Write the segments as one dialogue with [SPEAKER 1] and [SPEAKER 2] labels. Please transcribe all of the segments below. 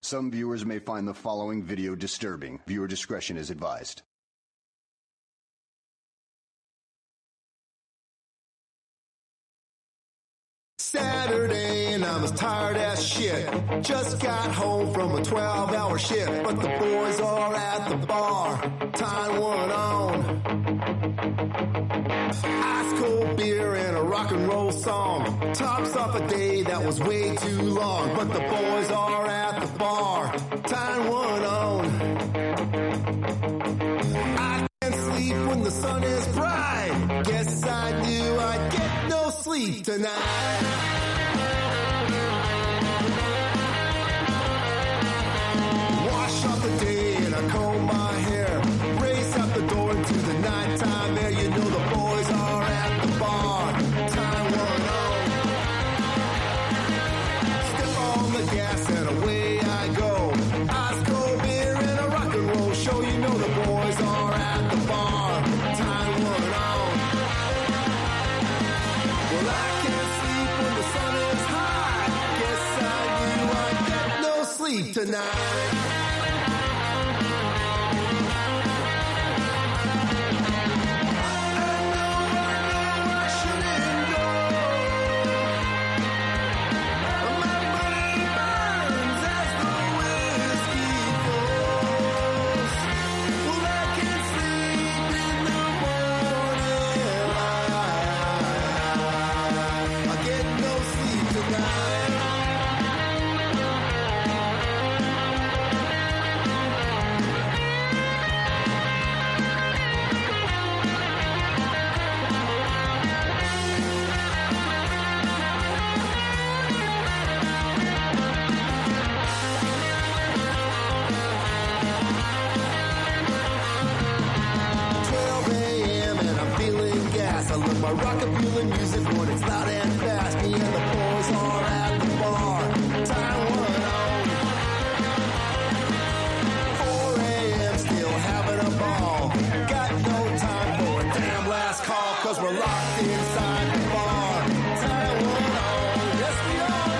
[SPEAKER 1] Some viewers may find the following video disturbing. Viewer discretion is advised.
[SPEAKER 2] Saturday and I'm as tired as shit. Just got home from a 12 hour shift, but the boys are at the bar, tying one on. Ice cold beer and a rock and roll song. Tops off a day that was way too long, but the boys are at the bar, tying one on. I can't sleep when the sun is bright. Guess I knew I'd get no sleep tonight. Wash off the day and I comb my hair. Race out the door into the nighttime air. You know the boys are at the bar. Time one on. Step on the gas and away I go. Ice cold beer and a rock and roll show. You know the boys are at the bar. Time one on. Well, I can't sleep when the sun is high. Guess I knew I'd get no sleep tonight. Twelve a.m. and I'm feeling gas. I love my rockabilly music when it's loud and fast. Me and the boys are at the bar. Time one on. Four a.m. still having a ball. Got no time for a damn last call 'cause we're locked inside the bar. Time one on. Yes we are.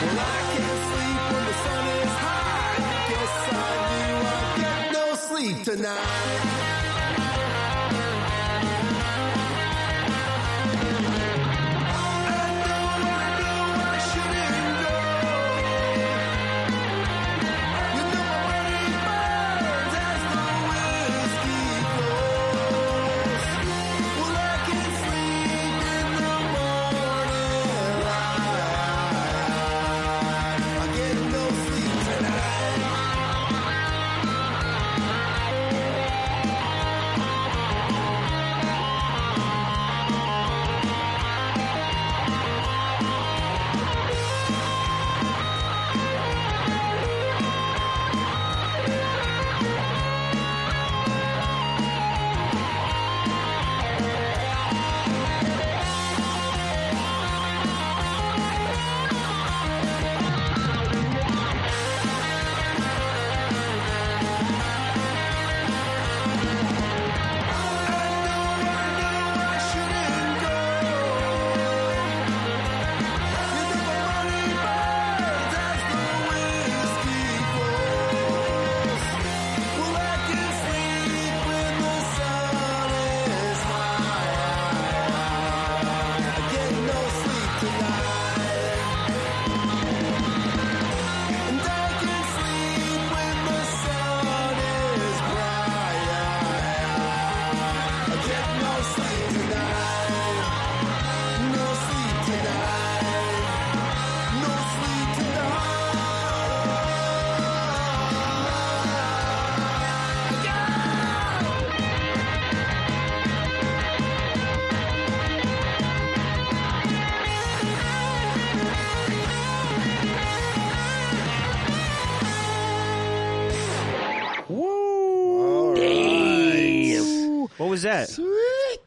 [SPEAKER 2] Well I can't sleep when the sun is high. Guess I knew I'd get no sleep tonight.
[SPEAKER 3] What was that?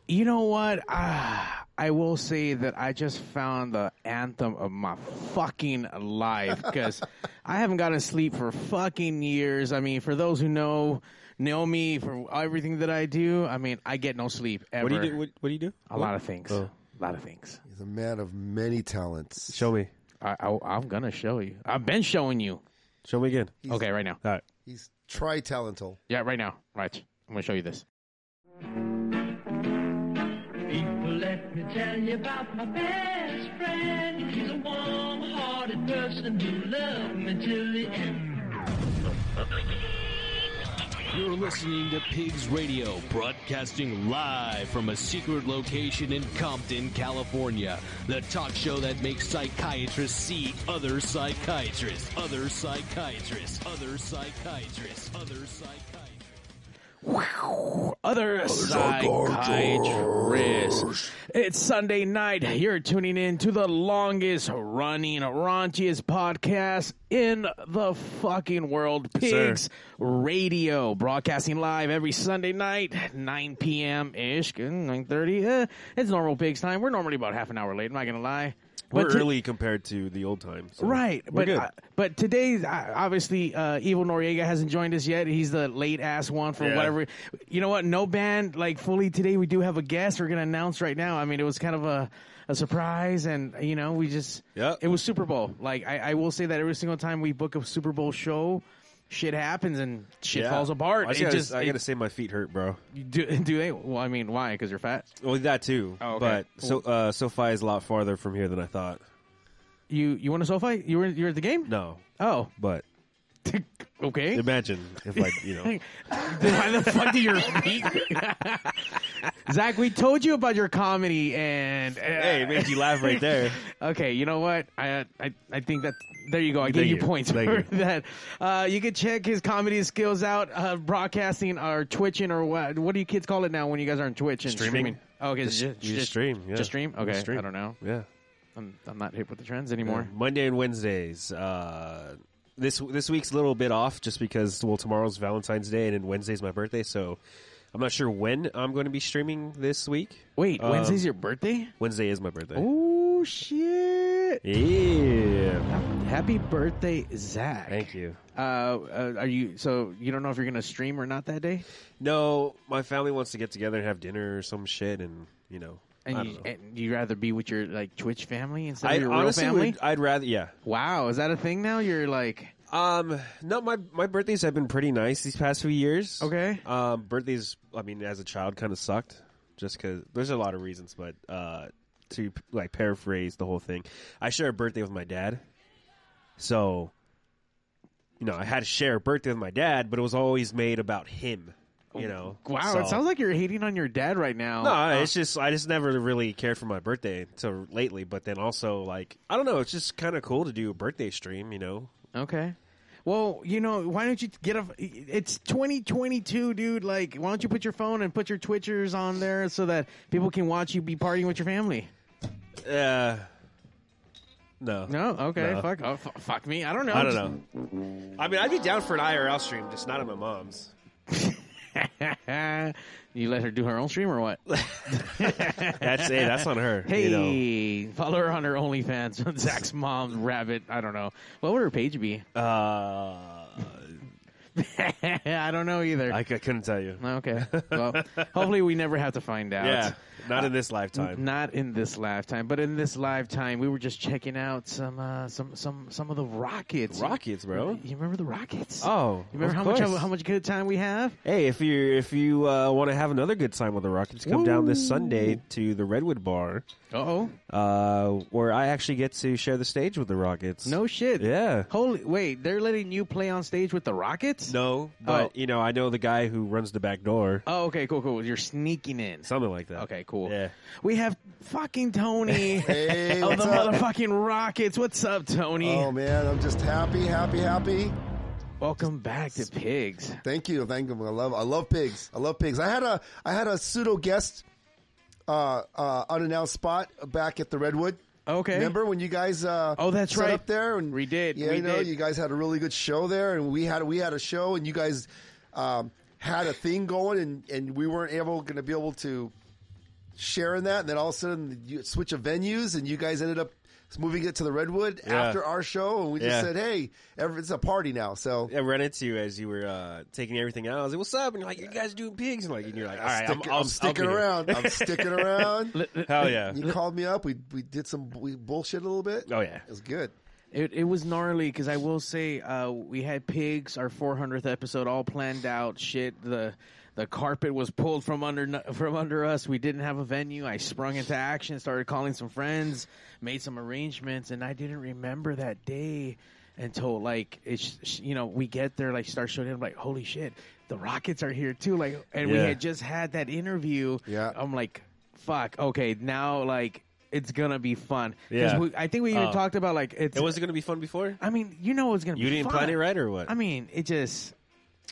[SPEAKER 4] You know what? Ah, I will say that I just found the anthem of my fucking life because I haven't gotten sleep for fucking years. I mean, for those who know know me for everything that I do, I mean, I get no sleep ever.
[SPEAKER 3] What do you do? What, what do you do?
[SPEAKER 4] A lot of things.
[SPEAKER 3] Oh.
[SPEAKER 4] A lot of things.
[SPEAKER 2] He's a man of many talents.
[SPEAKER 3] Show me.
[SPEAKER 4] I, I, I'm gonna show you. I've been showing you.
[SPEAKER 3] Show me again.
[SPEAKER 4] Okay, right now.
[SPEAKER 3] All right.
[SPEAKER 5] He's tri-talental.
[SPEAKER 4] Yeah, right now. Watch. I'm going to show you this.
[SPEAKER 6] People, let me tell you about my best friend. He's a warm-hearted person who loved me till the end.
[SPEAKER 7] You're listening to Pigs Radio, broadcasting live from a secret location in Compton, California. The talk show that makes psychiatrists see other psychiatrists, other psychiatrists, other psychiatrists, other psychiatrists.
[SPEAKER 4] Other psychiatrist. It's Sunday night. You're tuning in to the longest running, raunchiest podcast in the fucking world.
[SPEAKER 3] sir.
[SPEAKER 4] Pigs Radio, broadcasting live every Sunday night, 9 p.m. ish, 9:30. Eh, it's normal Pigs time. We're normally about half an hour late. I'm not gonna lie.
[SPEAKER 3] We're
[SPEAKER 4] to-
[SPEAKER 3] early compared to the old times.
[SPEAKER 4] Right,
[SPEAKER 3] we're
[SPEAKER 4] but
[SPEAKER 3] good.
[SPEAKER 4] uh, but today, uh, obviously, uh, Evil Noriega hasn't joined us yet. He's the late ass one for
[SPEAKER 3] Yeah.
[SPEAKER 4] whatever. You know what? No band like fully today. We do have a guest. We're gonna announce right now. I mean, it was kind of a a surprise, and you know, we just
[SPEAKER 3] Yeah.
[SPEAKER 4] It was Super Bowl. Like I, I will say that every single time we book a Super Bowl show, shit happens and shit falls apart.
[SPEAKER 3] I
[SPEAKER 4] It
[SPEAKER 3] just, gotta,
[SPEAKER 4] just
[SPEAKER 3] I
[SPEAKER 4] it-
[SPEAKER 3] gotta say my feet hurt, bro.
[SPEAKER 4] do, do they? Well, I mean, why? Because you're fat.
[SPEAKER 3] Well, that too.
[SPEAKER 4] Oh, okay.
[SPEAKER 3] But so uh, SoFi is a lot farther from here than I thought.
[SPEAKER 4] You you want a sofa? You were you were at the game?
[SPEAKER 3] No,
[SPEAKER 4] Oh,
[SPEAKER 3] but
[SPEAKER 4] okay.
[SPEAKER 3] imagine if I, you know,
[SPEAKER 4] Why the fuck did your feet? Zach, we told you about your comedy, and uh,
[SPEAKER 3] hey, it made you laugh right there.
[SPEAKER 4] okay, you know what? I I, I think that there you go. I gave
[SPEAKER 3] Thank
[SPEAKER 4] you,
[SPEAKER 3] you.
[SPEAKER 4] points
[SPEAKER 3] Thank
[SPEAKER 4] for
[SPEAKER 3] you.
[SPEAKER 4] that. Uh, you can check his comedy skills out, uh, broadcasting or twitching or what? What do you kids call it now when you guys aren't twitching?
[SPEAKER 3] Streaming.
[SPEAKER 4] Oh, okay,
[SPEAKER 3] Just-
[SPEAKER 4] ju-
[SPEAKER 3] you just stream, yeah.
[SPEAKER 4] Just stream.
[SPEAKER 3] You
[SPEAKER 4] Okay,
[SPEAKER 3] stream.
[SPEAKER 4] I don't know.
[SPEAKER 3] Yeah.
[SPEAKER 4] I'm I'm not hip with the trends anymore.
[SPEAKER 3] Monday and Wednesdays. Uh, this this week's a little bit off just because well tomorrow's Valentine's Day and then Wednesday's my birthday, so I'm not sure when I'm going to be streaming this week.
[SPEAKER 4] Wait,
[SPEAKER 3] Um,
[SPEAKER 4] Wednesday's your birthday?
[SPEAKER 3] Wednesday is my birthday.
[SPEAKER 4] Oh shit!
[SPEAKER 3] Yeah.
[SPEAKER 4] Happy birthday, Zach.
[SPEAKER 3] Thank you.
[SPEAKER 4] Uh, uh, are you so you don't know if you're gonna stream or not that day?
[SPEAKER 3] No, my family wants to get together and have dinner or some shit, and you know, I
[SPEAKER 4] And
[SPEAKER 3] don't
[SPEAKER 4] you,
[SPEAKER 3] know.
[SPEAKER 4] and you'd rather be with your like Twitch family instead
[SPEAKER 3] I
[SPEAKER 4] of your real
[SPEAKER 3] honestly
[SPEAKER 4] family?
[SPEAKER 3] would. I'd rather. Yeah.
[SPEAKER 4] Wow, is that a thing now? You're like
[SPEAKER 3] Um. No, my my birthdays have been pretty nice these past few years.
[SPEAKER 4] Okay.
[SPEAKER 3] Um. Birthdays. I mean, as a child, kind of sucked. Just because there's a lot of reasons, but uh, to like paraphrase the whole thing, I share a birthday with my dad. So, you know, I had to share a birthday with my dad, but it was always made about him. You know.
[SPEAKER 4] Oh, wow.
[SPEAKER 3] So-
[SPEAKER 4] It sounds like you're hating on your dad right now.
[SPEAKER 3] no, it's just I just never really cared for my birthday until lately. But then also like I don't know, it's just kind of cool to do a birthday stream. You know,
[SPEAKER 4] Okay. Well, you know, why don't you get a? It's 2022, dude. Like, why don't you put your phone and put your Twitchers on there so that people can watch you be partying with your family?
[SPEAKER 3] uh, no,
[SPEAKER 4] No, okay,
[SPEAKER 3] No.
[SPEAKER 4] fuck, oh, f- fuck me. I don't know.
[SPEAKER 3] I don't know. I mean, I'd be down for an IRL stream, just not at my mom's.
[SPEAKER 4] know. you let her do her own stream or what?
[SPEAKER 3] That's hey, that's on her.
[SPEAKER 4] Hey,
[SPEAKER 3] you know.
[SPEAKER 4] follow her on her OnlyFans. Zach's mom, Rabbit. I don't know. What would her page be?
[SPEAKER 3] uh,
[SPEAKER 4] I don't know either.
[SPEAKER 3] I, c- I couldn't tell you.
[SPEAKER 4] okay. Well, hopefully we never have to find out. Uh,
[SPEAKER 3] Yeah, not in this lifetime.
[SPEAKER 4] Not in this lifetime, but in this lifetime, we were just checking out some uh, some some some of the Rockets.
[SPEAKER 3] Rockets, bro.
[SPEAKER 4] You remember the Rockets?
[SPEAKER 3] Oh,
[SPEAKER 4] you remember
[SPEAKER 3] of
[SPEAKER 4] how much
[SPEAKER 3] course.
[SPEAKER 4] how much good time we have?
[SPEAKER 3] Hey, if you if you uh, want to have another good time with the Rockets, come down this Sunday to the Redwood Bar.
[SPEAKER 4] Uh oh,
[SPEAKER 3] uh, where I actually get to share the stage with the Rockets.
[SPEAKER 4] no shit.
[SPEAKER 3] Yeah.
[SPEAKER 4] Holy wait, they're letting you play on stage with the Rockets?
[SPEAKER 3] no, but
[SPEAKER 4] Oh.
[SPEAKER 3] you know, I know the guy who runs the back door,
[SPEAKER 4] Oh, okay, cool, cool. You're sneaking in.
[SPEAKER 3] something like that.
[SPEAKER 4] Okay, cool.
[SPEAKER 3] Yeah,
[SPEAKER 4] We have fucking Tony
[SPEAKER 5] Hey,
[SPEAKER 4] of
[SPEAKER 5] what's
[SPEAKER 4] the
[SPEAKER 5] up?
[SPEAKER 4] motherfucking Rockets. What's up, Tony?
[SPEAKER 5] Oh man, I'm just happy, happy, happy.
[SPEAKER 4] Welcome back to Pigs.
[SPEAKER 5] Thank you, thank you. I love, I love pigs. I love pigs. I had a, I had a pseudo guest, uh, uh, unannounced spot back at the Redwood.
[SPEAKER 4] Okay.
[SPEAKER 5] Remember when you guys? Uh,
[SPEAKER 4] Oh, that's
[SPEAKER 5] set
[SPEAKER 4] right.
[SPEAKER 5] Up there and
[SPEAKER 4] We did,
[SPEAKER 5] Yeah,
[SPEAKER 4] we
[SPEAKER 5] you know,
[SPEAKER 4] did.
[SPEAKER 5] you guys had a really good show there, and we had we had a show, and you guys um, had a thing going, and and we weren't able going to be able to share in that, and then all of a sudden you switch of venues, and you guys ended up moving it to the Redwood
[SPEAKER 3] Yeah.
[SPEAKER 5] after our show, and we just
[SPEAKER 3] Yeah.
[SPEAKER 5] said, hey, every, it's a party now, so.
[SPEAKER 3] I ran into you as you were uh, taking everything out. I was like, "What's up?" And you're like, "You guys doing pigs?" And like, and you're like, "All right,
[SPEAKER 5] Stick-
[SPEAKER 3] I'm, I'll- I'll be
[SPEAKER 5] sticking
[SPEAKER 3] here."
[SPEAKER 5] around. I'm sticking around.
[SPEAKER 3] Hell yeah!
[SPEAKER 5] You called me up. We we did some we bullshit a little bit.
[SPEAKER 3] Oh, yeah.
[SPEAKER 5] it was good.
[SPEAKER 4] It, it was gnarly because I will say uh, we had pigs our 400th episode all planned out shit the the carpet was pulled from under from under us we didn't have a venue I sprung into action started calling some friends made some arrangements and I didn't remember that day until like it's you know we get there like start showing up like holy shit the Rockets are here too like and we
[SPEAKER 3] Yeah.
[SPEAKER 4] had just had that interview
[SPEAKER 5] Yeah.
[SPEAKER 4] I'm like fuck okay now like it's gonna be fun 'Cause
[SPEAKER 3] Yeah.
[SPEAKER 4] we, I think we even
[SPEAKER 3] Oh.
[SPEAKER 4] talked about like it's
[SPEAKER 3] It wasn't going to be fun before.
[SPEAKER 4] I mean, you know it's gonna.
[SPEAKER 3] You
[SPEAKER 4] be
[SPEAKER 3] didn't
[SPEAKER 4] fun.
[SPEAKER 3] plan it right, or what?
[SPEAKER 4] I mean, it just.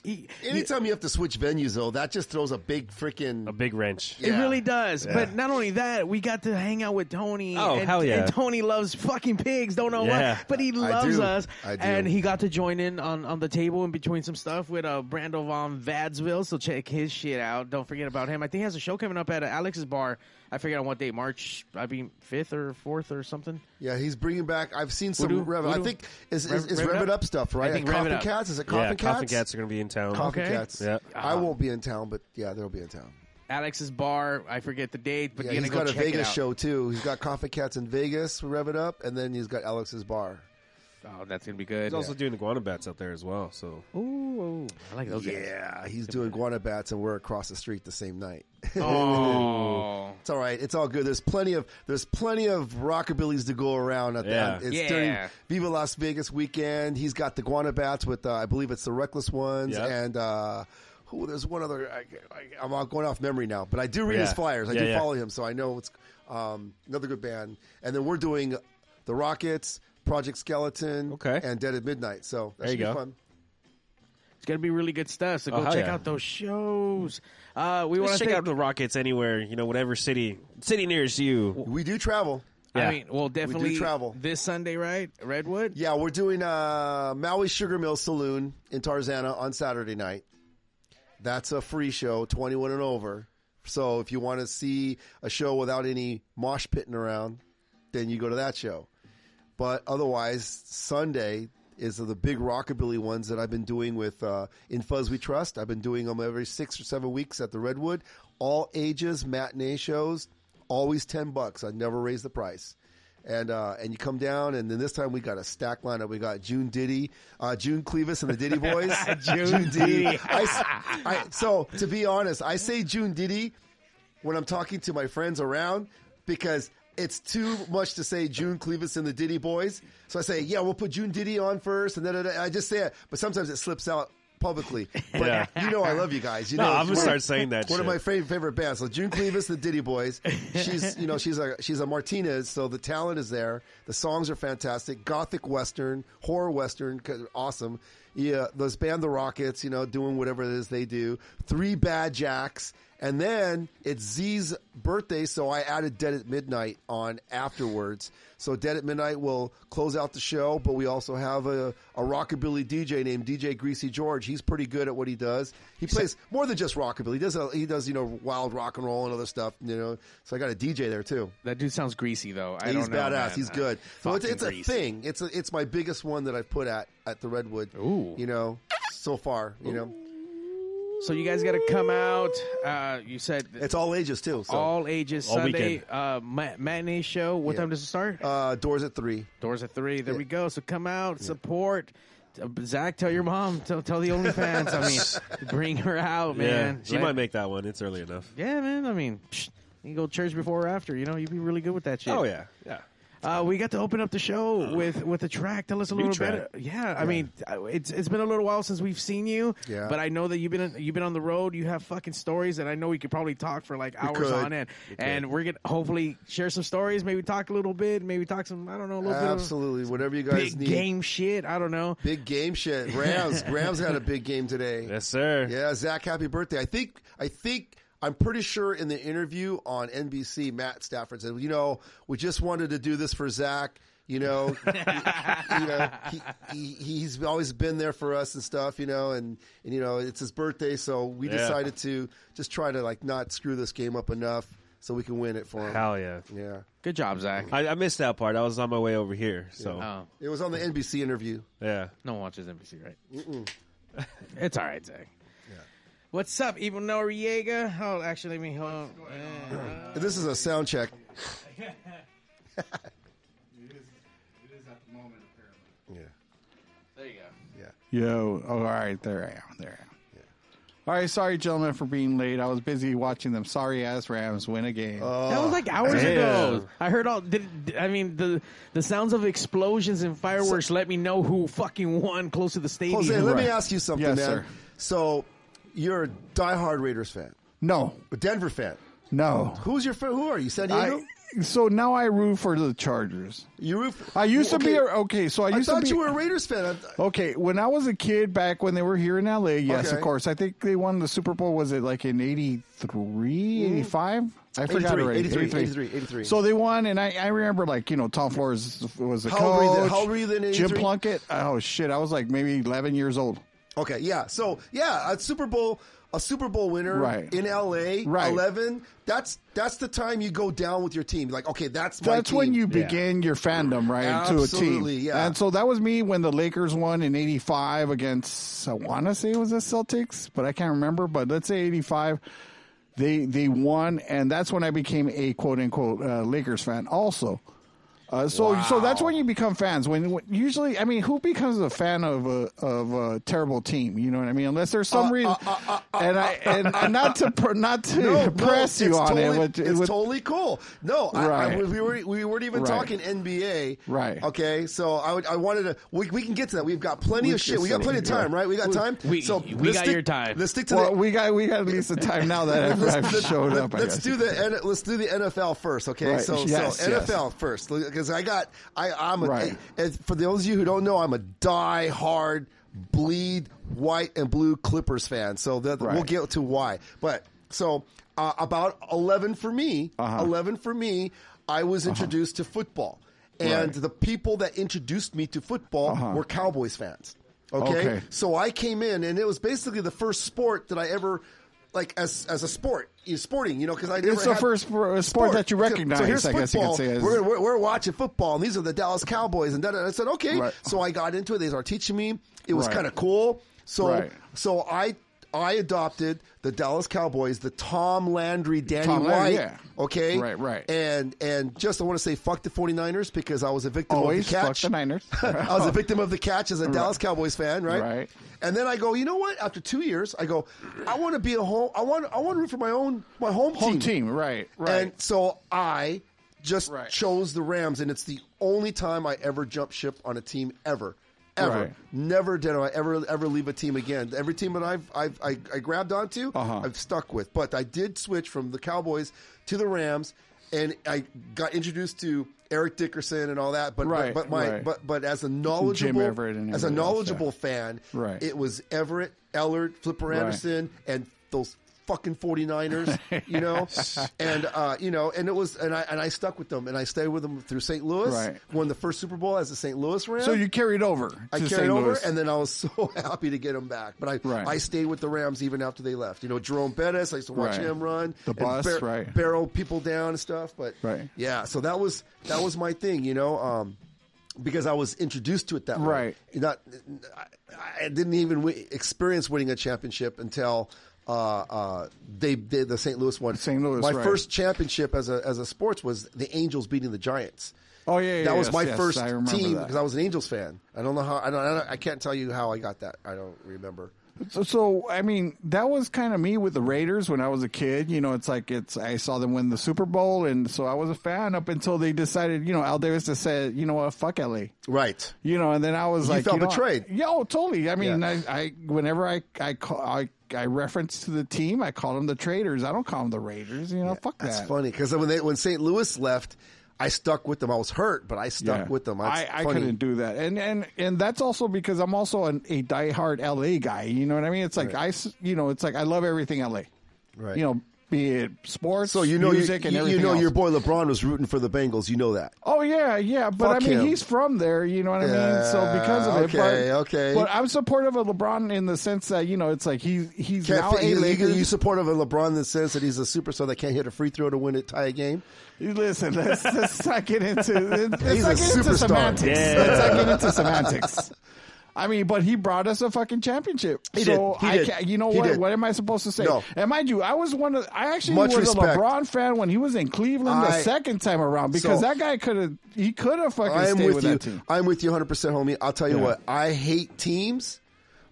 [SPEAKER 4] It, it
[SPEAKER 5] Anytime you have to switch venues, though, that just throws a big freaking.
[SPEAKER 3] a big wrench.
[SPEAKER 5] Yeah.
[SPEAKER 4] really does, but not only that, we got to hang out with Tony.
[SPEAKER 3] Oh,
[SPEAKER 4] and,
[SPEAKER 3] hell yeah.
[SPEAKER 4] And Tony loves fucking pigs. Don't know
[SPEAKER 3] Yeah.
[SPEAKER 4] why, but he
[SPEAKER 5] I
[SPEAKER 4] loves
[SPEAKER 5] do.
[SPEAKER 4] us.
[SPEAKER 5] I do.
[SPEAKER 4] And he got to join in on, on the table in between some stuff with uh, Brando von Vadsville. So check his shit out. Don't forget about him. I think he has a show coming up at uh, Alex's bar. I forget on what date, March. I mean, fifth or fourth or something.
[SPEAKER 5] Yeah, he's bringing back. I've seen some
[SPEAKER 4] Voodoo-
[SPEAKER 5] Rev. I
[SPEAKER 4] Voodoo?
[SPEAKER 5] think is
[SPEAKER 4] Rev-
[SPEAKER 5] is, is
[SPEAKER 4] Rev It
[SPEAKER 5] Rev It
[SPEAKER 4] Up?
[SPEAKER 5] Up stuff, right?
[SPEAKER 4] I think
[SPEAKER 5] At
[SPEAKER 4] Rev It
[SPEAKER 5] Coffin
[SPEAKER 4] Up.
[SPEAKER 5] Cats is it
[SPEAKER 3] yeah,
[SPEAKER 5] Coffin Cats?
[SPEAKER 3] Coffin Cats are going to be in town.
[SPEAKER 5] Coffin
[SPEAKER 4] Okay.
[SPEAKER 5] Cats.
[SPEAKER 3] Yeah. Uh-huh.
[SPEAKER 5] I won't be in town, but yeah, they'll be in town.
[SPEAKER 4] Alex's bar. I forget the date, but
[SPEAKER 5] Yeah,
[SPEAKER 4] you're
[SPEAKER 5] he's
[SPEAKER 4] gonna go
[SPEAKER 5] got a
[SPEAKER 4] check it
[SPEAKER 5] Vegas
[SPEAKER 4] out.
[SPEAKER 5] show too. He's got Coffin Cats in Vegas, Rev It Up, and then he's got Alex's bar.
[SPEAKER 4] Oh, that's gonna be good.
[SPEAKER 3] He's also doing the Guana Bats up there as well. So
[SPEAKER 4] Ooh, I like those guys.
[SPEAKER 5] Yeah, Uh, he's doing Guanabats, and we're across the street the same night.
[SPEAKER 4] Oh,
[SPEAKER 5] It's all right. It's all good. There's plenty of there's plenty of rockabillys to go around. At
[SPEAKER 3] Yeah.
[SPEAKER 5] the, it's
[SPEAKER 4] Yeah.
[SPEAKER 5] during Viva Las Vegas weekend. He's got the Guanabats with uh, I believe it's the Reckless Ones
[SPEAKER 3] Yeah.
[SPEAKER 5] and uh, who there's one other. I, I, I'm all going off memory now, but I do read his
[SPEAKER 3] Yeah.
[SPEAKER 5] flyers. I
[SPEAKER 3] Yeah,
[SPEAKER 5] do
[SPEAKER 3] yeah.
[SPEAKER 5] follow him, so I know it's um, another good band. And then we're doing the Rockets, Project Skeleton,
[SPEAKER 3] Okay.
[SPEAKER 5] and Dead at Midnight. So that
[SPEAKER 3] There
[SPEAKER 5] should
[SPEAKER 3] you
[SPEAKER 5] be
[SPEAKER 3] go.
[SPEAKER 5] fun.
[SPEAKER 4] it's gonna be really good stuff. So
[SPEAKER 3] Oh,
[SPEAKER 4] go
[SPEAKER 3] hell
[SPEAKER 4] check
[SPEAKER 3] yeah.
[SPEAKER 4] out those shows. Uh, we want
[SPEAKER 3] Just
[SPEAKER 4] to
[SPEAKER 3] check
[SPEAKER 4] thank,
[SPEAKER 3] out the Rockets anywhere, you know, whatever city city nearest you.
[SPEAKER 5] We do travel.
[SPEAKER 4] I
[SPEAKER 3] Yeah.
[SPEAKER 4] mean, well, definitely
[SPEAKER 5] travel.
[SPEAKER 4] this Sunday, right? Redwood.
[SPEAKER 5] Yeah, we're doing uh, Maui Sugar Mill Saloon in Tarzana on Saturday night. That's a free show, 21 and over. So if you want to see a show without any mosh pitting around, then you go to that show. But otherwise, Sunday is the big rockabilly ones that I've been doing with uh, In Fuzz We Trust. I've been doing them every six or seven weeks at the Redwood. All ages matinee shows, always ten bucks. I never raise the price. And uh, and you come down, and then this time we got a stack lineup. We got June Diddy, uh, June Clevis, and the Diddy Boys. June, Diddy. I s I so to be honest, I say June Diddy when I'm talking to my friends around because it's too much to say June Clevis and the Diddy Boys. So I say, yeah, we'll put June Diddy on first, and then and I just say it. But sometimes it slips out publicly. But
[SPEAKER 3] Yeah.
[SPEAKER 5] you know, I love you guys. You
[SPEAKER 3] No,
[SPEAKER 5] know,
[SPEAKER 3] I'm gonna
[SPEAKER 5] One-
[SPEAKER 3] start saying that.
[SPEAKER 5] One
[SPEAKER 3] shit.
[SPEAKER 5] of my favorite, favorite bands. So June Clevis, the Diddy Boys. She's you know she's a she's a Martinez. So the talent is there. The songs are fantastic. Gothic Western, horror Western, 'cause they're awesome. Yeah, those band the Rockets. You know, doing whatever it is they do. Three Bad Jacks, and then it's Z's birthday, so I added Dead at Midnight on afterwards. So Dead at Midnight will close out the show, but we also have a, a rockabilly DJ named DJ Greasy George. He's pretty good at what he does. He plays more than just rockabilly. He does a, he does you know wild rock and roll and other stuff. You know, so I got a DJ there too.
[SPEAKER 4] That dude sounds greasy though. I
[SPEAKER 5] He's
[SPEAKER 4] don't know,
[SPEAKER 5] badass.
[SPEAKER 4] man.
[SPEAKER 5] He's
[SPEAKER 4] Uh,
[SPEAKER 5] good. So it's,
[SPEAKER 4] fucking
[SPEAKER 5] it's a
[SPEAKER 4] greasy.
[SPEAKER 5] thing. It's a, it's my biggest one that I've put at at the Redwood.
[SPEAKER 4] Ooh.
[SPEAKER 5] You know, so far. You know,
[SPEAKER 4] So you guys got to come out. Uh, you said
[SPEAKER 5] it's all ages too. So
[SPEAKER 4] all ages
[SPEAKER 3] All
[SPEAKER 4] Sunday
[SPEAKER 3] weekend.
[SPEAKER 4] uh, ma- matinee show. What
[SPEAKER 5] Yeah.
[SPEAKER 4] time does it start?
[SPEAKER 5] uh, doors at three.
[SPEAKER 4] Doors at three. There we go. So come out, support. Uh, Zach, tell your mom. Tell, tell the OnlyFans. I mean, bring her out,
[SPEAKER 3] yeah,
[SPEAKER 4] Oh, man.
[SPEAKER 3] she
[SPEAKER 4] Let-
[SPEAKER 3] might make that one. It's early enough.
[SPEAKER 4] Yeah, man. I mean, psh, you can go to church before or after. You know, you'd be really good with that shit.
[SPEAKER 3] Oh yeah, yeah.
[SPEAKER 4] Uh, we got to open up the
[SPEAKER 5] Uh.
[SPEAKER 4] show with with a track. Tell us a
[SPEAKER 3] New
[SPEAKER 4] little
[SPEAKER 3] track.
[SPEAKER 4] bit. Yeah, I mean, uh, it's it's been a little while since we've seen you.
[SPEAKER 5] Yeah.
[SPEAKER 4] But I know that you've been you've been on the road. You have fucking stories that I know we could probably talk for like hours
[SPEAKER 5] could.
[SPEAKER 4] on end. and we're gonna hopefully share some stories. Maybe talk a little bit. Maybe talk some. I don't know a little
[SPEAKER 5] Absolutely, whatever you
[SPEAKER 4] bit of
[SPEAKER 5] guys
[SPEAKER 4] big
[SPEAKER 5] need.
[SPEAKER 4] game shit. I don't know.
[SPEAKER 5] Big game shit. Rams. Rams had a big game today.
[SPEAKER 3] Yes, sir.
[SPEAKER 5] Yeah, Zach, happy birthday. I think I think I'm pretty sure in the interview on NBC, Matt Stafford said, you know, we just wanted to do this for Zach. You know, he- you know, he, he, he's always been there for us and stuff, you know, and, and you know, it's his birthday, so we
[SPEAKER 3] Yeah.
[SPEAKER 5] decided to just try to like not screw this game up enough so we can win it for him.
[SPEAKER 3] Hell yeah.
[SPEAKER 5] Yeah.
[SPEAKER 4] Good job, Zach.
[SPEAKER 3] I, I missed that part. I was on my way over here. So
[SPEAKER 4] Oh,
[SPEAKER 5] It was on the NBC interview.
[SPEAKER 3] yeah.
[SPEAKER 4] no one watches NBC, right? it's all right, Zach. What's up, Evil Noriega? Oh, actually, let me hold on. Uh,
[SPEAKER 5] This is a sound check.
[SPEAKER 8] It is at the moment, apparently.
[SPEAKER 5] Yeah.
[SPEAKER 4] There you go.
[SPEAKER 8] Yo, oh, all right, there I am, there I am. All right, sorry, gentlemen, for being late. I was busy watching them sorry ass Rams win a game.
[SPEAKER 5] Oh.
[SPEAKER 4] That was like hours ago. I heard all. Did, did- I mean, the the sounds of explosions and fireworks let me know who fucking won close to the stadium.
[SPEAKER 5] Jose, let me
[SPEAKER 8] Right.
[SPEAKER 5] ask you something,
[SPEAKER 8] Yes,
[SPEAKER 5] man.
[SPEAKER 8] sir.
[SPEAKER 5] So you're a diehard Raiders fan,
[SPEAKER 8] no,
[SPEAKER 5] a Denver fan.
[SPEAKER 8] no.
[SPEAKER 5] Who's your fan? Who are you? San Diego?
[SPEAKER 8] I, so now I root for the Chargers.
[SPEAKER 5] you root for-
[SPEAKER 8] I used to be
[SPEAKER 5] Okay.
[SPEAKER 8] a, okay. So I
[SPEAKER 5] I
[SPEAKER 8] used to
[SPEAKER 5] thought
[SPEAKER 8] be.
[SPEAKER 5] you were a Raiders fan. I-
[SPEAKER 8] Okay, when I was a kid back when they were here in LA, yes,
[SPEAKER 5] Okay.
[SPEAKER 8] of course. I think they won the Super Bowl, was it like in 83,
[SPEAKER 5] Mm-hmm.
[SPEAKER 8] 85? I forgot
[SPEAKER 5] 83,
[SPEAKER 8] already.
[SPEAKER 5] 83, 83, 83.
[SPEAKER 8] So they won, and I, I remember like, you know, Tom Flores was the
[SPEAKER 5] How old were you
[SPEAKER 8] coach.
[SPEAKER 5] then? How old were you then in
[SPEAKER 8] Jim
[SPEAKER 5] 83?
[SPEAKER 8] Plunkett. Oh, shit. I was like maybe 11 years old.
[SPEAKER 5] Okay, yeah. So yeah, a Super Bowl, a Super Bowl winner
[SPEAKER 8] Right.
[SPEAKER 5] in LA,
[SPEAKER 8] Right.
[SPEAKER 5] eleven. That's that's the time you go down with your team. Like, okay, that's my
[SPEAKER 8] That's when
[SPEAKER 5] team.
[SPEAKER 8] you begin your fandom, right, to a
[SPEAKER 5] Absolutely,
[SPEAKER 8] team.
[SPEAKER 5] yeah.
[SPEAKER 8] And so that was me when the Lakers won in 85 against, I want to say it was the Celtics, but I can't remember. But let's say 85. They, they won, and that's when I became a quote unquote uh, Lakers fan also. Uh, so so that's when you become fans. When, when usually, I mean, who becomes a fan of a of a terrible team? You know what I mean? Unless there's
[SPEAKER 5] Uh,
[SPEAKER 8] some reason, and I and, and not to pr- not to
[SPEAKER 5] No, no,
[SPEAKER 8] press you
[SPEAKER 5] it's
[SPEAKER 8] on
[SPEAKER 5] totally,
[SPEAKER 8] it. With,
[SPEAKER 5] it's
[SPEAKER 8] with-
[SPEAKER 5] totally cool. No, I- I,
[SPEAKER 8] Right.
[SPEAKER 5] we, were, we weren't even
[SPEAKER 8] Right.
[SPEAKER 5] talking NBA.
[SPEAKER 8] Right.
[SPEAKER 5] Okay, so I, would, I wanted to. We, we can get to that. We've got plenty of shit. We got plenty of time, right? We got time.
[SPEAKER 4] we-
[SPEAKER 5] so
[SPEAKER 4] we got
[SPEAKER 5] let's stick-
[SPEAKER 4] your time.
[SPEAKER 5] Let's stick to
[SPEAKER 8] well,
[SPEAKER 5] the.
[SPEAKER 8] we got we got at least the time now that I've, I've showed up. I
[SPEAKER 5] Let's
[SPEAKER 8] guess.
[SPEAKER 5] do the N- let's do the NFL first, okay?
[SPEAKER 8] Right.
[SPEAKER 5] So,
[SPEAKER 8] Yes,
[SPEAKER 5] so
[SPEAKER 8] yes.
[SPEAKER 5] NFL first because I got I I'm a,
[SPEAKER 8] Right.
[SPEAKER 5] as- for those of you who don't know I'm a die hard bleed white and blue Clippers fan. So that we'll
[SPEAKER 8] Right.
[SPEAKER 5] get to why, but so uh, about eleven for me,
[SPEAKER 8] Uh-huh.
[SPEAKER 5] eleven for me, I was introduced to football, and
[SPEAKER 8] Right. Uh-huh.
[SPEAKER 5] the people that introduced me to football were Cowboys fans. okay,
[SPEAKER 8] Okay.
[SPEAKER 5] so I came in, and it was basically the first sport that I ever like as as a sport, is sporting. You know, because I never
[SPEAKER 8] It's the
[SPEAKER 5] had-
[SPEAKER 8] first sport, sport that you
[SPEAKER 5] So-
[SPEAKER 8] recognize.
[SPEAKER 5] So here's
[SPEAKER 8] I guess you
[SPEAKER 5] football.
[SPEAKER 8] could say. As,
[SPEAKER 5] we're, we're we're watching football, and these are the Dallas Cowboys, and then I said, okay.
[SPEAKER 8] Right.
[SPEAKER 5] So I got into it. They started teaching me. It was
[SPEAKER 8] Right.
[SPEAKER 5] kind of cool. So
[SPEAKER 8] Right.
[SPEAKER 5] so I. I adopted the Dallas Cowboys, the Tom Landry, Danny
[SPEAKER 8] Tom Landry,
[SPEAKER 5] White.
[SPEAKER 8] yeah.
[SPEAKER 5] Okay.
[SPEAKER 8] Right, right.
[SPEAKER 5] And and just I want to say fuck the 49ers because I was a victim
[SPEAKER 8] always
[SPEAKER 5] of the catch.
[SPEAKER 8] fuck the Niners.
[SPEAKER 5] I was a victim of the catch as a Dallas Cowboys fan, right?
[SPEAKER 8] Right.
[SPEAKER 5] And then I go, you know what? After two years, I go, I want to be a home. I want. I want to root for my own my home
[SPEAKER 8] Home team, right, right.
[SPEAKER 5] And so I just
[SPEAKER 8] Right.
[SPEAKER 5] chose the Rams, and it's the only time I ever jumped ship on a team ever. Ever,
[SPEAKER 8] Right.
[SPEAKER 5] never did I ever ever leave a team again. Every team that I've, I've I, I grabbed onto,
[SPEAKER 8] Uh-huh.
[SPEAKER 5] I've stuck with. But I did switch from the Cowboys to the Rams, and I got introduced to Eric Dickerson and all that. But
[SPEAKER 8] Right,
[SPEAKER 5] but, but my
[SPEAKER 8] right.
[SPEAKER 5] but but as a knowledgeable
[SPEAKER 8] Everett and
[SPEAKER 5] as a
[SPEAKER 8] everybody else, yeah.
[SPEAKER 5] knowledgeable fan,
[SPEAKER 8] Right.
[SPEAKER 5] it was Everett, Ellard, Flipper
[SPEAKER 8] Right.
[SPEAKER 5] Anderson, and those fucking 49ers, you know? and uh, you know, and it was and I and I stuck with them and I stayed with them through St. Louis,
[SPEAKER 8] Right.
[SPEAKER 5] won the first Super Bowl as a St. Louis Ram.
[SPEAKER 8] so you carried over. To
[SPEAKER 5] I
[SPEAKER 8] St.
[SPEAKER 5] carried over,
[SPEAKER 8] Louis.
[SPEAKER 5] and then I was so happy to get them back. But I,
[SPEAKER 8] Right.
[SPEAKER 5] I stayed with the Rams even after they left. You know, Jerome Bettis, I used to watch
[SPEAKER 8] Right.
[SPEAKER 5] him run
[SPEAKER 8] The
[SPEAKER 5] and
[SPEAKER 8] bus, right.
[SPEAKER 5] barrel people down and stuff. But
[SPEAKER 8] Right.
[SPEAKER 5] yeah, so that was that was my thing, you know, um, because I was introduced to it that
[SPEAKER 8] Right.
[SPEAKER 5] way. Not, I, I didn't even wi- experience winning a championship until. Uh, uh, they, they the St. Louis one.
[SPEAKER 8] St. Louis,
[SPEAKER 5] My
[SPEAKER 8] right.
[SPEAKER 5] first championship as a as a sports was the Angels beating the Giants
[SPEAKER 8] oh yeah, yeah
[SPEAKER 5] that was
[SPEAKER 8] yes,
[SPEAKER 5] my
[SPEAKER 8] yes,
[SPEAKER 5] first
[SPEAKER 8] I remember
[SPEAKER 5] team
[SPEAKER 8] that.
[SPEAKER 5] because I was an Angels fan. I don't know how. I don't, I don't. I can't tell you how I got that. I don't remember.
[SPEAKER 8] So, so I mean, that was kind of me with the Raiders when I was a kid. You know, it's like it's I saw them win the Super Bowl, and so I was a fan up until they decided. You know, Al Davis just said, you know what, fuck LA.
[SPEAKER 5] Right.
[SPEAKER 8] You know, and then I was like,
[SPEAKER 5] felt
[SPEAKER 8] you know,
[SPEAKER 5] betrayed.
[SPEAKER 8] Yeah, oh, totally. I mean, I, I whenever I I call I, I reference to the team, I call them the traders. I don't call them the Raiders. You know, fuck
[SPEAKER 5] That's
[SPEAKER 8] that.
[SPEAKER 5] funny because when they when St. Louis left, I stuck with them. I was hurt, but I stuck
[SPEAKER 8] Yeah.
[SPEAKER 5] with them. That's
[SPEAKER 8] I, I
[SPEAKER 5] funny.
[SPEAKER 8] couldn't do that, and and and that's also because I'm also an, a diehard LA guy. You know what I mean? It's like I, s- you know, it's like I love everything LA.
[SPEAKER 5] Right.
[SPEAKER 8] You know, be it sports,
[SPEAKER 5] So you know you,
[SPEAKER 8] music, and
[SPEAKER 5] you- you
[SPEAKER 8] everything.
[SPEAKER 5] know
[SPEAKER 8] else.
[SPEAKER 5] your boy LeBron was rooting for the Bengals. You know that.
[SPEAKER 8] Oh yeah, yeah, but
[SPEAKER 5] Fuck
[SPEAKER 8] I mean
[SPEAKER 5] him.
[SPEAKER 8] he's from there, you know what I mean? So because of it, but-
[SPEAKER 5] okay, okay.
[SPEAKER 8] But I'm supportive of LeBron in the sense that you know it's like he's he's
[SPEAKER 5] Can't
[SPEAKER 8] now
[SPEAKER 5] fit-
[SPEAKER 8] a
[SPEAKER 5] you, you,
[SPEAKER 8] Lakers.
[SPEAKER 5] you support of a LeBron in the sense that he's a superstar that can't hit a free throw to win it tie a game.
[SPEAKER 8] Listen, let's, let's not get into let's
[SPEAKER 5] He's
[SPEAKER 8] not
[SPEAKER 5] a
[SPEAKER 8] get into
[SPEAKER 5] superstar.
[SPEAKER 8] semantics. Let's not get into semantics. I mean, but he brought us a fucking championship.
[SPEAKER 5] He
[SPEAKER 8] so
[SPEAKER 5] did. He
[SPEAKER 8] I
[SPEAKER 5] did.
[SPEAKER 8] can't. You know
[SPEAKER 5] He
[SPEAKER 8] what?
[SPEAKER 5] did.
[SPEAKER 8] What am I supposed to say?
[SPEAKER 5] No.
[SPEAKER 8] And mind you, I was one of. I actually
[SPEAKER 5] Much
[SPEAKER 8] was
[SPEAKER 5] respect.
[SPEAKER 8] a LeBron fan when he was in Cleveland the
[SPEAKER 5] I-
[SPEAKER 8] second time around because
[SPEAKER 5] So-
[SPEAKER 8] that guy could have. He could have fucking
[SPEAKER 5] I am
[SPEAKER 8] stayed
[SPEAKER 5] with
[SPEAKER 8] with
[SPEAKER 5] you.
[SPEAKER 8] that team.
[SPEAKER 5] I'm with you 100%, homie. I'll tell you
[SPEAKER 8] Yeah.
[SPEAKER 5] what, I hate teams,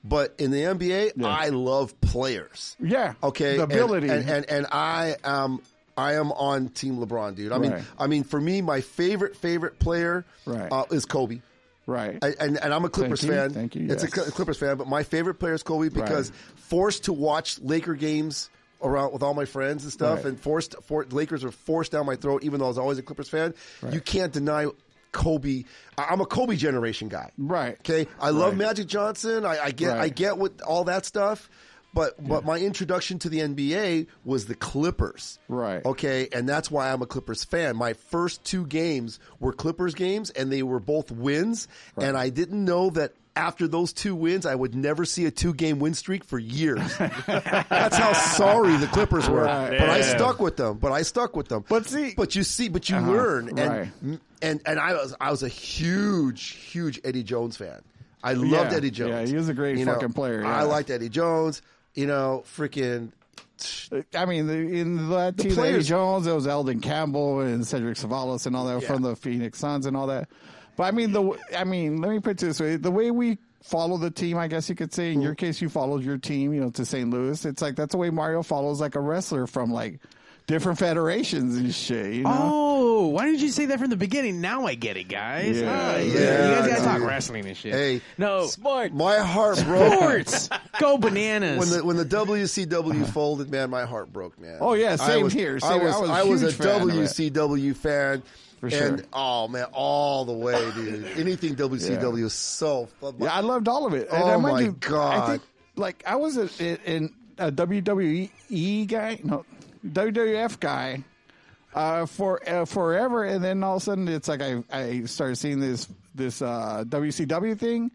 [SPEAKER 5] but in the NBA, I love players.
[SPEAKER 8] Yeah.
[SPEAKER 5] Okay.
[SPEAKER 8] The
[SPEAKER 5] and-
[SPEAKER 8] ability.
[SPEAKER 5] And, and, and, I am I am on Team LeBron, dude. I mean,
[SPEAKER 8] Right.
[SPEAKER 5] I mean, for me, my favorite favorite player
[SPEAKER 8] Right.
[SPEAKER 5] uh, is Kobe.
[SPEAKER 8] right.
[SPEAKER 5] I, and, and I'm a Clippers
[SPEAKER 8] you,
[SPEAKER 5] fan.
[SPEAKER 8] thank you,
[SPEAKER 5] It's a
[SPEAKER 8] yes.
[SPEAKER 5] Cl- Clippers fan, but my favorite player is Kobe because forced to watch Laker games around with all my friends and stuff,
[SPEAKER 8] Right.
[SPEAKER 5] and forced for, Lakers were forced down my throat. Even though I was always a Clippers fan, you can't deny Kobe. I- I'm a Kobe generation guy,
[SPEAKER 8] Right.
[SPEAKER 5] Okay, I love
[SPEAKER 8] Right.
[SPEAKER 5] Magic Johnson. I, I get I
[SPEAKER 8] Right.
[SPEAKER 5] get with all that stuff. But, but my introduction to the NBA was the Clippers.
[SPEAKER 8] Right.
[SPEAKER 5] Okay. And that's why I'm a Clippers fan. My first two games were Clippers games and they were both wins. And I didn't know that after those two wins, I would never see a two game win streak for years. that's how sorry the Clippers were.
[SPEAKER 8] Right.
[SPEAKER 5] But I
[SPEAKER 3] Yeah.
[SPEAKER 5] stuck with them. But I stuck with them.
[SPEAKER 8] But see-
[SPEAKER 5] but you see, but you
[SPEAKER 8] Uh-huh.
[SPEAKER 5] learn.
[SPEAKER 8] Right.
[SPEAKER 5] And, and, and I was, I was a huge, huge Eddie Jones fan. I loved
[SPEAKER 8] Yeah.
[SPEAKER 5] Eddie Jones.
[SPEAKER 8] Yeah, he was a great
[SPEAKER 5] You know,
[SPEAKER 8] fucking player, yeah.
[SPEAKER 5] I liked Eddie Jones. You know, freaking
[SPEAKER 8] I mean, the, in that team,
[SPEAKER 5] players-
[SPEAKER 8] Eddie Jones, there was Eldon Campbell and Cedric Savalas and all that from the Phoenix Suns and all that. But I mean, the I mean, let me put it this way: the way we follow the team, I guess you could say. In
[SPEAKER 4] Mm.
[SPEAKER 8] your case, you followed your team, you know, to St. Louis. It's like that's the way Mario follows like a wrestler from like different federations and shit. You know?
[SPEAKER 4] Oh, why didn't you say that from the beginning? Now I get it, guys.
[SPEAKER 8] Yeah.
[SPEAKER 4] Ah, you- you
[SPEAKER 5] Yeah,
[SPEAKER 4] guys gotta talk
[SPEAKER 5] dude.
[SPEAKER 4] wrestling and shit.
[SPEAKER 5] Hey.
[SPEAKER 4] no
[SPEAKER 5] my heart broke
[SPEAKER 4] Oh, sports, go bananas.
[SPEAKER 5] when the when the WCW folded. Man, my heart broke, man.
[SPEAKER 8] Oh, yeah,
[SPEAKER 5] I
[SPEAKER 8] same
[SPEAKER 5] was,
[SPEAKER 8] here.
[SPEAKER 5] I
[SPEAKER 8] Same-
[SPEAKER 5] was
[SPEAKER 8] I was a
[SPEAKER 5] a
[SPEAKER 8] huge fan of it.
[SPEAKER 5] WCW fan. For
[SPEAKER 8] sure.
[SPEAKER 5] And oh man, all the way, dude. Anything WCW is so.
[SPEAKER 8] Yeah, I loved all of it.
[SPEAKER 5] Oh,
[SPEAKER 8] I
[SPEAKER 5] my
[SPEAKER 8] I
[SPEAKER 5] God.
[SPEAKER 8] think like I was a, in a WWE guy, no WWF guy uh, for uh, forever, and then all of a sudden it's like I I started seeing this this uh, WCW thing.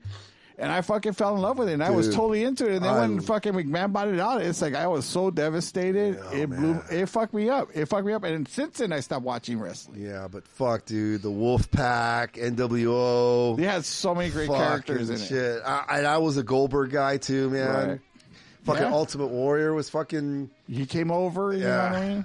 [SPEAKER 8] And I fucking fell in love with it, and I was
[SPEAKER 5] Dude,
[SPEAKER 8] totally into it. And then when
[SPEAKER 5] I-
[SPEAKER 8] fucking McMahon bought it out, it's like I was so devastated. it blew, it fucked me up. It fucked me up. And since then, I stopped watching wrestling.
[SPEAKER 5] Yeah, but fuck, dude. The Wolfpack, NWO.
[SPEAKER 8] It has so many great
[SPEAKER 5] fucking
[SPEAKER 8] characters in it.
[SPEAKER 5] shit. I, and I was a Goldberg guy too, man.
[SPEAKER 8] Right.
[SPEAKER 5] Fucking
[SPEAKER 8] Yeah.
[SPEAKER 5] Ultimate Warrior was fucking.
[SPEAKER 8] He came over. You know what I
[SPEAKER 5] Yeah.
[SPEAKER 8] mean?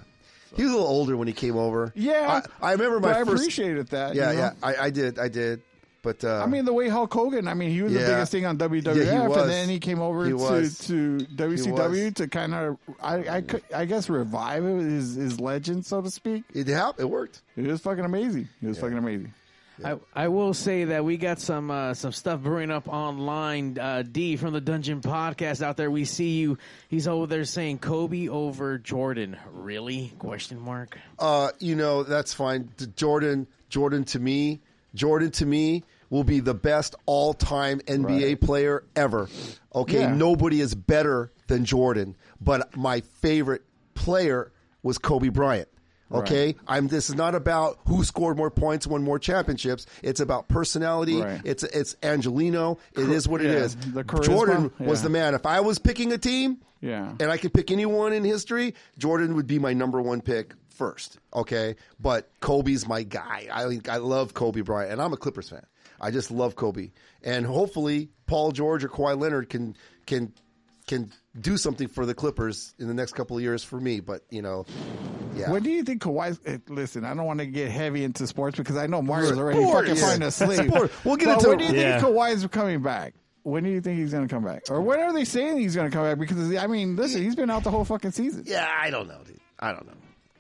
[SPEAKER 5] He was a little older when he came over.
[SPEAKER 8] Yeah,
[SPEAKER 5] I, I remember my
[SPEAKER 8] but I
[SPEAKER 5] first.
[SPEAKER 8] appreciated that.
[SPEAKER 5] yeah,
[SPEAKER 8] you know?
[SPEAKER 5] yeah, I, I did, I did. But uh,
[SPEAKER 8] I mean, the way Hulk Hogan. I mean, he was the
[SPEAKER 5] Yeah.
[SPEAKER 8] biggest thing on WWF,
[SPEAKER 5] Yeah, he was.
[SPEAKER 8] and then he came over
[SPEAKER 5] He
[SPEAKER 8] to,
[SPEAKER 5] was.
[SPEAKER 8] to
[SPEAKER 5] He
[SPEAKER 8] WCW
[SPEAKER 5] was.
[SPEAKER 8] to kind of, I, I, could- I guess, revive his his legend, so to speak.
[SPEAKER 5] it happened. It worked.
[SPEAKER 8] It was fucking amazing. It was fucking amazing.
[SPEAKER 4] I, I will say that we got some uh, some stuff brewing up online. Uh, D from the Dungeon Podcast out there, we see you. He's over there saying Kobe over Jordan. Really? Question mark.
[SPEAKER 5] Uh, you know, that's fine. D- Jordan, Jordan to me, Jordan to me will be the best all-time NBA
[SPEAKER 8] Right.
[SPEAKER 5] player ever. Okay,
[SPEAKER 8] Yeah.
[SPEAKER 5] nobody is better than Jordan, but my favorite player was Kobe Bryant. Okay, I'm. This is not about who scored more points, won more championships. It's about personality.
[SPEAKER 8] Right.
[SPEAKER 5] It's it's Angelino. It is what it
[SPEAKER 8] yeah,
[SPEAKER 5] is.
[SPEAKER 8] the charisma,
[SPEAKER 5] Jordan was
[SPEAKER 8] yeah.
[SPEAKER 5] the man. If I was picking a team,
[SPEAKER 8] Yeah.
[SPEAKER 5] and I could pick anyone in history, Jordan would be my number one pick first. Okay, but Kobe's my guy. I I love Kobe Bryant, and I'm a Clippers fan. I just love Kobe, and hopefully Paul George or Kawhi Leonard can can can do something for the Clippers in the next couple of years for me. But you know, yeah.
[SPEAKER 8] When do you think Kawhi? eh, Listen, I don't want to get heavy into sports because I know Mario's already
[SPEAKER 5] Sports.
[SPEAKER 8] fucking
[SPEAKER 5] Yeah.
[SPEAKER 8] falling asleep.
[SPEAKER 5] Sport. We'll get
[SPEAKER 8] But
[SPEAKER 5] into
[SPEAKER 8] when
[SPEAKER 5] it.
[SPEAKER 8] do you
[SPEAKER 3] Yeah.
[SPEAKER 8] think Kawhi's coming back? When do you think he's going to come back? Or when are they saying he's going to come back? Because I mean, listen, he's been out the whole fucking season.
[SPEAKER 5] yeah, I don't know, dude. I don't know.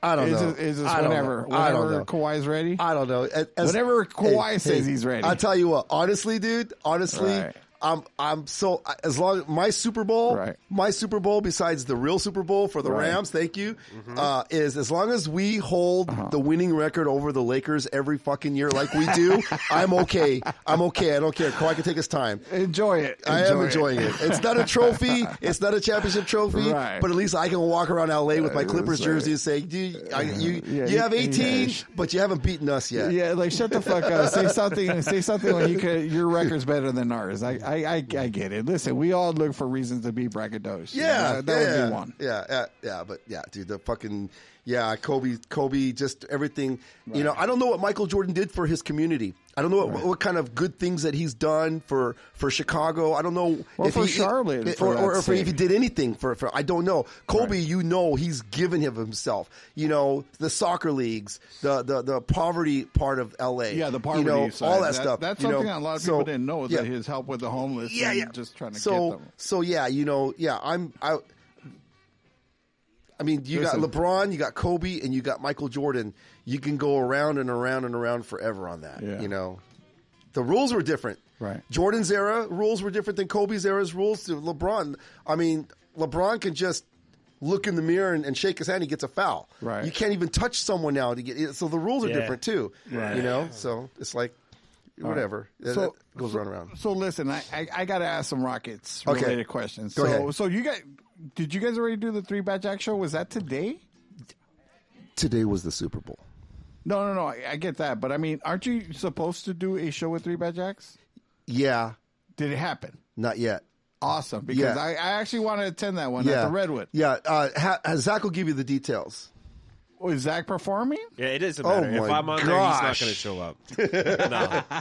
[SPEAKER 5] I don't
[SPEAKER 8] Is
[SPEAKER 5] know.
[SPEAKER 8] it, is this
[SPEAKER 5] I don't
[SPEAKER 8] whenever,
[SPEAKER 5] know. I don't
[SPEAKER 8] whenever
[SPEAKER 5] know.
[SPEAKER 8] Kawhi's ready?
[SPEAKER 5] I don't know. As- as-
[SPEAKER 8] Whenever Kawhi says he's ready.
[SPEAKER 5] I'll tell you what. Honestly, dude. Honestly,
[SPEAKER 8] Right.
[SPEAKER 5] I'm I'm so as long my Super Bowl,
[SPEAKER 8] Right.
[SPEAKER 5] my Super Bowl besides the real Super Bowl for the
[SPEAKER 8] Right.
[SPEAKER 5] Rams. Thank you. Uh, is as long as we hold
[SPEAKER 8] Uh-huh.
[SPEAKER 5] the winning record over the Lakers every fucking year like we do, I'm okay. I'm okay. I don't care. Kawhi can take his time.
[SPEAKER 8] Enjoy it.
[SPEAKER 5] I am
[SPEAKER 8] Enjoy it.
[SPEAKER 5] enjoying it. It's not a trophy. It's not a championship trophy.
[SPEAKER 8] Right.
[SPEAKER 5] But at least I can walk around LA with my
[SPEAKER 8] Uh,
[SPEAKER 5] Clippers
[SPEAKER 8] that's
[SPEAKER 5] jersey and say, "Dude, I, you
[SPEAKER 8] Yeah,
[SPEAKER 5] you
[SPEAKER 8] you-
[SPEAKER 5] have
[SPEAKER 8] yeah.
[SPEAKER 5] 18, but you haven't beaten us yet."
[SPEAKER 8] Yeah, like shut the fuck up. Say something. Say something when you could. Your record's better than ours. I, I, I, I get it. Listen, we all look for reasons to be braggadocious.
[SPEAKER 5] Yeah,
[SPEAKER 8] that, that
[SPEAKER 5] yeah,
[SPEAKER 8] would be one.
[SPEAKER 5] Yeah, yeah, yeah, but yeah, dude, the fucking yeah, Kobe, Kobe, just everything. You know, I don't know what Michael Jordan did for his community. I don't know what, what kind of good things that he's done for, for Chicago. I don't know
[SPEAKER 8] Or for
[SPEAKER 5] he,
[SPEAKER 8] Charlotte,
[SPEAKER 5] if-
[SPEAKER 8] for
[SPEAKER 5] or, or
[SPEAKER 8] that
[SPEAKER 5] if he
[SPEAKER 8] sake.
[SPEAKER 5] did anything for, for. I don't know. Kobe, you know, he's given of himself. You know, the soccer leagues, the the, the poverty part of L.A.
[SPEAKER 8] Yeah, the poverty
[SPEAKER 5] you know,
[SPEAKER 8] side.
[SPEAKER 5] all that,
[SPEAKER 8] That-
[SPEAKER 5] stuff.
[SPEAKER 8] That's
[SPEAKER 5] you know.
[SPEAKER 8] something that a lot of people
[SPEAKER 5] So,
[SPEAKER 8] didn't know is
[SPEAKER 5] yeah.
[SPEAKER 8] that his help with the homeless.
[SPEAKER 5] Yeah,
[SPEAKER 8] and
[SPEAKER 5] yeah.
[SPEAKER 8] Just trying to
[SPEAKER 5] so,
[SPEAKER 8] get them.
[SPEAKER 5] So yeah, you know, yeah, I'm I. I mean, you
[SPEAKER 8] Listen.
[SPEAKER 5] got LeBron, you got Kobe, and you got Michael Jordan. You can go around and around and around forever on that.
[SPEAKER 8] Yeah.
[SPEAKER 5] You know, the rules were different.
[SPEAKER 8] Right.
[SPEAKER 5] Jordan's era rules were different than Kobe's era's rules. To LeBron, I mean, LeBron can just look in the mirror and, and shake his hand. He gets a foul.
[SPEAKER 8] Right.
[SPEAKER 5] You can't even touch someone now to get. So the rules are
[SPEAKER 3] Yeah.
[SPEAKER 5] different too. Right. You know, so it's like whatever. It-
[SPEAKER 8] So-
[SPEAKER 5] it goes around and around.
[SPEAKER 8] So listen, I I, I got to ask some Rockets
[SPEAKER 5] Okay.
[SPEAKER 8] related questions.
[SPEAKER 5] Go
[SPEAKER 8] so
[SPEAKER 5] ahead.
[SPEAKER 8] so you guys, did you guys already do the three bat jack show? Was that today?
[SPEAKER 5] Today was the Super Bowl.
[SPEAKER 8] No, no, no. I, I get that, but I mean, aren't you supposed to do a show with three bat jacks?
[SPEAKER 5] Yeah,
[SPEAKER 8] Did it happen?
[SPEAKER 5] not yet.
[SPEAKER 8] Awesome, because
[SPEAKER 5] Yeah.
[SPEAKER 8] I, I actually want to attend that one at
[SPEAKER 5] yeah,
[SPEAKER 8] the Redwood.
[SPEAKER 5] Yeah, uh, ha- ha- Zach will give you the details.
[SPEAKER 8] Oh, is Zach performing?
[SPEAKER 3] Yeah, it doesn't
[SPEAKER 5] Oh
[SPEAKER 3] matter. if
[SPEAKER 5] my
[SPEAKER 3] I'm on there, he's not
[SPEAKER 5] gosh.
[SPEAKER 3] going to show up. no.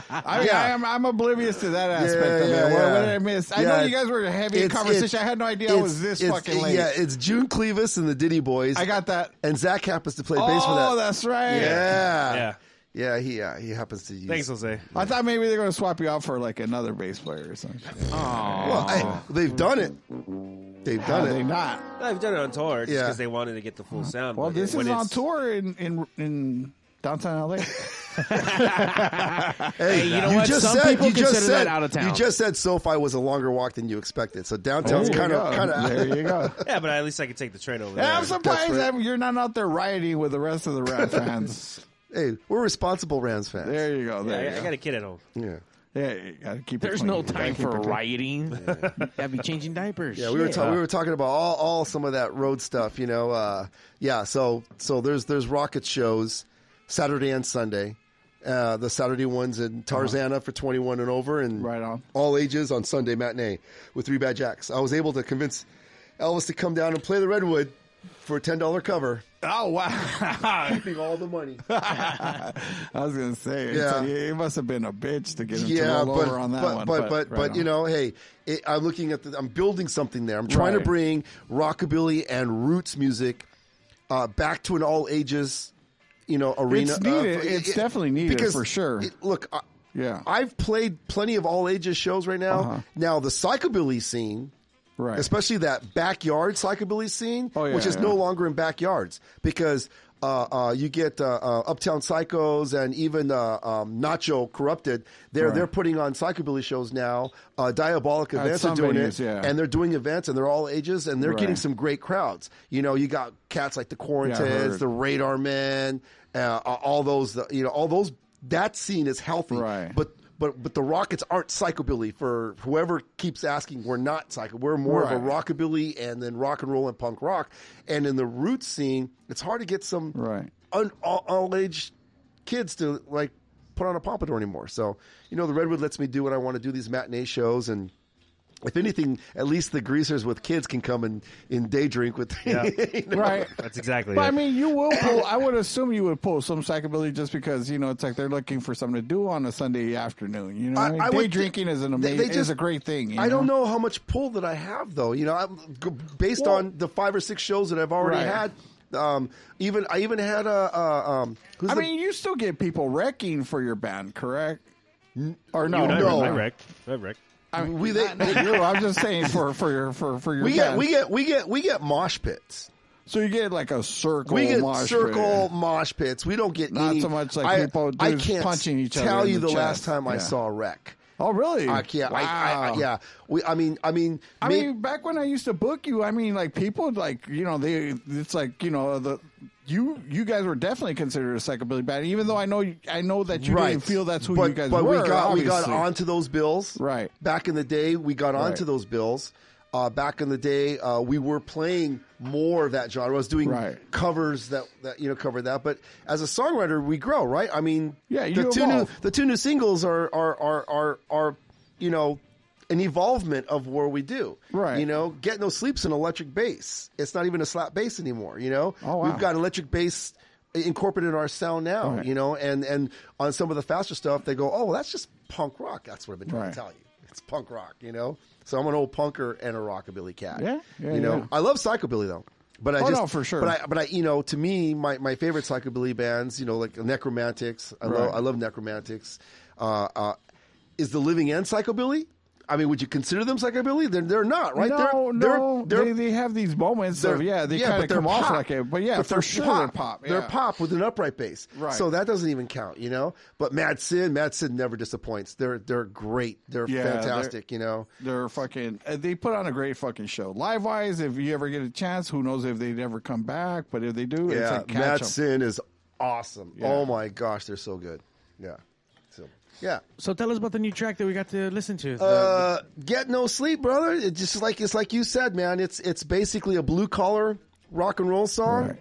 [SPEAKER 8] I mean,
[SPEAKER 5] Yeah.
[SPEAKER 8] I am, I'm oblivious to that aspect of it.
[SPEAKER 5] yeah,
[SPEAKER 8] what,
[SPEAKER 5] yeah.
[SPEAKER 8] what did I miss? I
[SPEAKER 5] Yeah,
[SPEAKER 8] know you
[SPEAKER 5] it's-
[SPEAKER 8] guys were having a
[SPEAKER 5] It's-
[SPEAKER 8] conversation.
[SPEAKER 5] it's-
[SPEAKER 8] I had no idea it was this
[SPEAKER 5] it's-
[SPEAKER 8] fucking late.
[SPEAKER 5] Yeah, it's June Clevis and the Diddy Boys.
[SPEAKER 8] I got that.
[SPEAKER 5] and Zach happens to play bass for that.
[SPEAKER 8] Oh, that's right.
[SPEAKER 5] yeah,
[SPEAKER 3] Yeah.
[SPEAKER 5] yeah. He uh, he happens to use.
[SPEAKER 3] Thanks, Jose.
[SPEAKER 8] I thought maybe they're going to swap you out for like another bass player or something.
[SPEAKER 5] Well, hey, they've done it. They've
[SPEAKER 8] Are
[SPEAKER 5] done
[SPEAKER 8] they
[SPEAKER 5] it.
[SPEAKER 8] not?
[SPEAKER 3] I've done it on tour just
[SPEAKER 5] Yeah.
[SPEAKER 3] because they wanted to get the full sound.
[SPEAKER 8] Well,
[SPEAKER 3] but
[SPEAKER 8] this
[SPEAKER 3] when
[SPEAKER 8] is on
[SPEAKER 3] it's-
[SPEAKER 8] tour in in in downtown LA.
[SPEAKER 5] Hey,
[SPEAKER 4] you know what? Some people
[SPEAKER 5] you just
[SPEAKER 4] consider that
[SPEAKER 5] said
[SPEAKER 4] out of town.
[SPEAKER 5] you just said SoFi was a longer walk than you expected. So downtown's
[SPEAKER 8] There you
[SPEAKER 5] kind of
[SPEAKER 8] go.
[SPEAKER 5] kind
[SPEAKER 8] Oh, There
[SPEAKER 5] of.
[SPEAKER 8] you go.
[SPEAKER 3] Yeah, but at least I could take the train over there.
[SPEAKER 8] Yeah, I'm surprised
[SPEAKER 5] right.
[SPEAKER 8] that you're not out there rioting with the rest of the Rat fans.
[SPEAKER 5] Hey, we're responsible Rams fans.
[SPEAKER 8] There you go.
[SPEAKER 3] Yeah,
[SPEAKER 8] There
[SPEAKER 3] I, I
[SPEAKER 8] you
[SPEAKER 3] got
[SPEAKER 8] go.
[SPEAKER 3] a kid at home.
[SPEAKER 5] Yeah.
[SPEAKER 8] Yeah, you gotta keep it
[SPEAKER 4] There's
[SPEAKER 8] clean.
[SPEAKER 4] no
[SPEAKER 8] You gotta
[SPEAKER 4] time
[SPEAKER 8] keep
[SPEAKER 4] for
[SPEAKER 8] it clean.
[SPEAKER 4] rioting. That'd be changing diapers.
[SPEAKER 5] Yeah, we were
[SPEAKER 4] Shit.
[SPEAKER 5] ta- we were talking about all, all some of that road stuff, you know. Uh, yeah, so so there's there's rocket shows Saturday and Sunday. Uh, the Saturday ones in Tarzana for 21 and over, and
[SPEAKER 8] Uh-huh. Right on.
[SPEAKER 5] all ages on Sunday matinee with three bad jacks. I was able to convince Elvis to come down and play the Redwood for a ten dollar cover,
[SPEAKER 8] Oh wow!
[SPEAKER 5] keeping all the money.
[SPEAKER 8] I was gonna say,
[SPEAKER 5] Yeah.
[SPEAKER 8] it's- it must have been a bitch to get him
[SPEAKER 5] yeah,
[SPEAKER 8] to roll
[SPEAKER 5] but,
[SPEAKER 8] over on that
[SPEAKER 5] but,
[SPEAKER 8] one.
[SPEAKER 5] but but but,
[SPEAKER 8] right on.
[SPEAKER 5] you know, hey, it, I'm looking at the, I'm building something there. I'm trying
[SPEAKER 8] Right.
[SPEAKER 5] to bring rockabilly and roots music uh, back to an all ages, you know, arena. uh,
[SPEAKER 8] It's needed. It's definitely needed,
[SPEAKER 5] because
[SPEAKER 8] for sure.
[SPEAKER 5] it- look, I,
[SPEAKER 8] Yeah.
[SPEAKER 5] I've played plenty of all ages shows right now.
[SPEAKER 8] Uh-huh.
[SPEAKER 5] Now the psychobilly scene.
[SPEAKER 8] right?
[SPEAKER 5] Especially that backyard psychobilly scene,
[SPEAKER 8] Oh, yeah,
[SPEAKER 5] which is
[SPEAKER 8] yeah.
[SPEAKER 5] no longer in backyards because uh, uh, you get uh, uh, Uptown Psychos and even uh, um, Nacho Corrupted. They're
[SPEAKER 8] Right.
[SPEAKER 5] they're putting on psychobilly shows now. Uh, Diabolic events are
[SPEAKER 8] some
[SPEAKER 5] doing
[SPEAKER 8] venues,
[SPEAKER 5] it,
[SPEAKER 8] yeah.
[SPEAKER 5] and they're doing events, and they're all ages, and they're
[SPEAKER 8] Right.
[SPEAKER 5] getting some great crowds. You know, you got cats like the Quarantines,
[SPEAKER 8] heard.
[SPEAKER 5] the Radar Men, uh, uh, all those. uh, You know, all those. That scene is healthy,
[SPEAKER 8] Right.
[SPEAKER 5] but. But, but the Rockets aren't psychobilly for whoever keeps asking. We're not psycho. We're more of a
[SPEAKER 8] Right.
[SPEAKER 5] rockabilly and then rock and roll and punk rock. And in the roots scene, it's hard to get some
[SPEAKER 8] Right.
[SPEAKER 5] un, all, all age kids to like put on a pompadour anymore. So you know, the Redwood lets me do what I want to do these matinee shows and. If anything, at least the greasers with kids can come and, and day drink with.
[SPEAKER 3] Yeah.
[SPEAKER 5] you know?
[SPEAKER 8] right.
[SPEAKER 3] That's exactly
[SPEAKER 8] But
[SPEAKER 3] it.
[SPEAKER 8] I mean, you will pull. I would assume you would pull some psychobilly just because you know it's like they're looking for something to do on a Sunday afternoon. You know, what I, mean? day
[SPEAKER 5] would thi-
[SPEAKER 8] drinking is an
[SPEAKER 5] they-
[SPEAKER 8] amazing
[SPEAKER 5] they
[SPEAKER 8] is
[SPEAKER 5] just-
[SPEAKER 8] a great thing. you
[SPEAKER 5] I don't know how much pull that I have though. You know, I'm, g- based
[SPEAKER 8] Well-
[SPEAKER 5] on the five or six shows that I've already
[SPEAKER 8] Right.
[SPEAKER 5] had. Um, even I even had a. Uh, um, who's
[SPEAKER 8] I
[SPEAKER 5] the-
[SPEAKER 8] mean, you still get people wrecking for your band, correct? Or no,
[SPEAKER 3] You and I,
[SPEAKER 5] no.
[SPEAKER 3] I wrecked. I wrecked.
[SPEAKER 8] I
[SPEAKER 5] We- they-
[SPEAKER 8] not- not you. I'm just saying for for your for for your
[SPEAKER 5] we get
[SPEAKER 8] band.
[SPEAKER 5] we get we get we get mosh pits.
[SPEAKER 8] so you get like a circle.
[SPEAKER 5] We get
[SPEAKER 8] mosh pit.
[SPEAKER 5] circle mosh pits. We don't get
[SPEAKER 8] Not
[SPEAKER 5] any-
[SPEAKER 8] so much like people-
[SPEAKER 5] I
[SPEAKER 8] dudes
[SPEAKER 5] can't
[SPEAKER 8] punching each other
[SPEAKER 5] tell
[SPEAKER 8] in
[SPEAKER 5] you
[SPEAKER 8] the
[SPEAKER 5] the, last
[SPEAKER 8] chest.
[SPEAKER 5] time I
[SPEAKER 8] Yeah.
[SPEAKER 5] saw a wreck.
[SPEAKER 8] Oh, really?
[SPEAKER 5] I can't. I, I,
[SPEAKER 8] Wow.
[SPEAKER 5] I, yeah. We. I mean. I mean.
[SPEAKER 8] I
[SPEAKER 5] may-
[SPEAKER 8] mean, back when I used to book you, I mean, like people, like you know, they. It's like you know the you you guys were definitely considered a psychobilly band, even though I know you- I know that you didn't feel that's who
[SPEAKER 5] but,
[SPEAKER 8] you guys
[SPEAKER 5] but
[SPEAKER 8] were.
[SPEAKER 5] we got we got
[SPEAKER 8] obviously.
[SPEAKER 5] onto those bills.
[SPEAKER 8] Right.
[SPEAKER 5] Back in the day, we got
[SPEAKER 8] Right.
[SPEAKER 5] onto those bills. Uh, back in the day, uh, we were playing more of that genre. I was doing
[SPEAKER 8] Right.
[SPEAKER 5] covers that, that you know covered that. But as a songwriter, we grow, right? I mean,
[SPEAKER 8] Yeah, you
[SPEAKER 5] the two new
[SPEAKER 8] evolve.
[SPEAKER 5] the two new singles are are are are, are you know an evolvement of where we do.
[SPEAKER 8] Right.
[SPEAKER 5] You know, get no sleeps an electric bass. It's not even a slap bass anymore. You know,
[SPEAKER 8] Oh, wow.
[SPEAKER 5] we've got electric bass incorporated in our sound now,
[SPEAKER 8] Right.
[SPEAKER 5] you know, and and on some of the faster stuff, they go, oh, well, that's just punk rock. That's what I've been trying
[SPEAKER 8] Right.
[SPEAKER 5] to tell you. It's punk rock, you know. So I'm an old punker and a rockabilly cat.
[SPEAKER 8] Yeah, yeah,
[SPEAKER 5] you know,
[SPEAKER 8] yeah.
[SPEAKER 5] I love psychobilly though, but I
[SPEAKER 8] Oh,
[SPEAKER 5] just
[SPEAKER 8] no, for sure.
[SPEAKER 5] But I, but I, you know, to me, my, my favorite psychobilly bands, you know, like Necromantics. I love
[SPEAKER 8] Right.
[SPEAKER 5] I love Necromantics. Uh, uh, is the Living End psychobilly? I mean, would you consider them psychobilly? They're they're not right.
[SPEAKER 8] No,
[SPEAKER 5] they're, they're-
[SPEAKER 8] no,
[SPEAKER 5] they're,
[SPEAKER 8] they, they have these moments of
[SPEAKER 5] they're-
[SPEAKER 8] yeah, they
[SPEAKER 5] but
[SPEAKER 8] kind of
[SPEAKER 5] they're
[SPEAKER 8] come off
[SPEAKER 5] pop.
[SPEAKER 8] like it, but yeah,
[SPEAKER 5] But
[SPEAKER 8] for
[SPEAKER 5] they're
[SPEAKER 8] sey're
[SPEAKER 5] pop.
[SPEAKER 8] they're pop.
[SPEAKER 5] They're
[SPEAKER 8] yeah.
[SPEAKER 5] pop with an upright bass.
[SPEAKER 8] Right.
[SPEAKER 5] So that doesn't even count, you know. But Mad Sid, Mad Sid never disappoints. They're they're great. They're
[SPEAKER 8] Yeah, they're-
[SPEAKER 5] fantastic, you know.
[SPEAKER 8] They're fucking. uh, They put on a great fucking show. Live wise, if you ever get a chance, who knows if they'd ever come back? But if they do, it's
[SPEAKER 5] Yeah,
[SPEAKER 8] like
[SPEAKER 5] Mad
[SPEAKER 8] catch 'em.
[SPEAKER 5] Sid is awesome. Oh my gosh, they're so good. Yeah. So yeah.
[SPEAKER 4] So tell us about the new track that we got to listen to. The-
[SPEAKER 5] Uh, get no sleep, brother. It's just like it's like you said, man. It's it's basically a blue collar rock and roll song.
[SPEAKER 8] Right.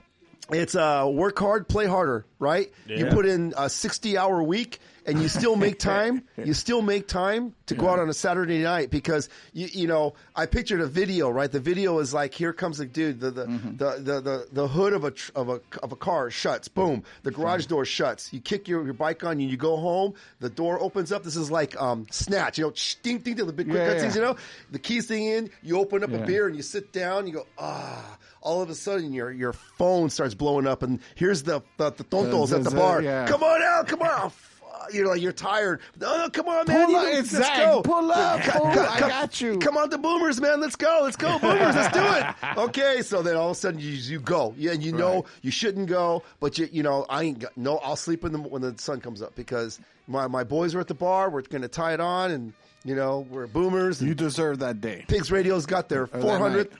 [SPEAKER 5] It's uh, work hard, play harder, right? You
[SPEAKER 3] Yeah.
[SPEAKER 5] put in a sixty hour week, and you still make time. you still make time to go out on a Saturday night because you you know I pictured a video, right? The video is like here comes the dude, the the
[SPEAKER 8] Mm-hmm.
[SPEAKER 5] the, the, the the hood of a tr- of a of a car shuts, boom, the garage door shuts. You kick your, your bike on, you you go home. The door opens up. This is like um, snatch, you know, ding ding, ding the big quick
[SPEAKER 8] Yeah,
[SPEAKER 5] cutscenes,
[SPEAKER 8] yeah.
[SPEAKER 5] you know. The keys thing in, you open up
[SPEAKER 8] Yeah.
[SPEAKER 5] a beer and you sit down. You go ah. All of a sudden, your your phone starts blowing up, and here's the the, the tontos
[SPEAKER 8] Uh,
[SPEAKER 5] at the
[SPEAKER 8] uh,
[SPEAKER 5] bar.
[SPEAKER 8] yeah.
[SPEAKER 5] Come on out, come on. Oh, Fuck, You're like you're tired. No, no, come on, man.
[SPEAKER 8] Pull
[SPEAKER 5] you
[SPEAKER 8] up,
[SPEAKER 5] can-
[SPEAKER 8] it's
[SPEAKER 5] let's
[SPEAKER 8] Zach.
[SPEAKER 5] go.
[SPEAKER 8] Pull up,
[SPEAKER 5] Come-
[SPEAKER 8] fool.
[SPEAKER 5] come-
[SPEAKER 8] I
[SPEAKER 5] come-
[SPEAKER 8] got you.
[SPEAKER 5] Come on, the boomers, man. Let's go. Let's go, boomers. Let's do it. Okay, so then all of a sudden you you go. Yeah, you know
[SPEAKER 8] Right.
[SPEAKER 5] you shouldn't go, but you you know I ain't got, no. I'll sleep in the when the sun comes up because my my boys are at the bar. We're gonna tie it on, and you know we're boomers. And
[SPEAKER 8] You deserve that day.
[SPEAKER 5] Pigs Radio's got their
[SPEAKER 8] that
[SPEAKER 5] 400th,
[SPEAKER 8] night.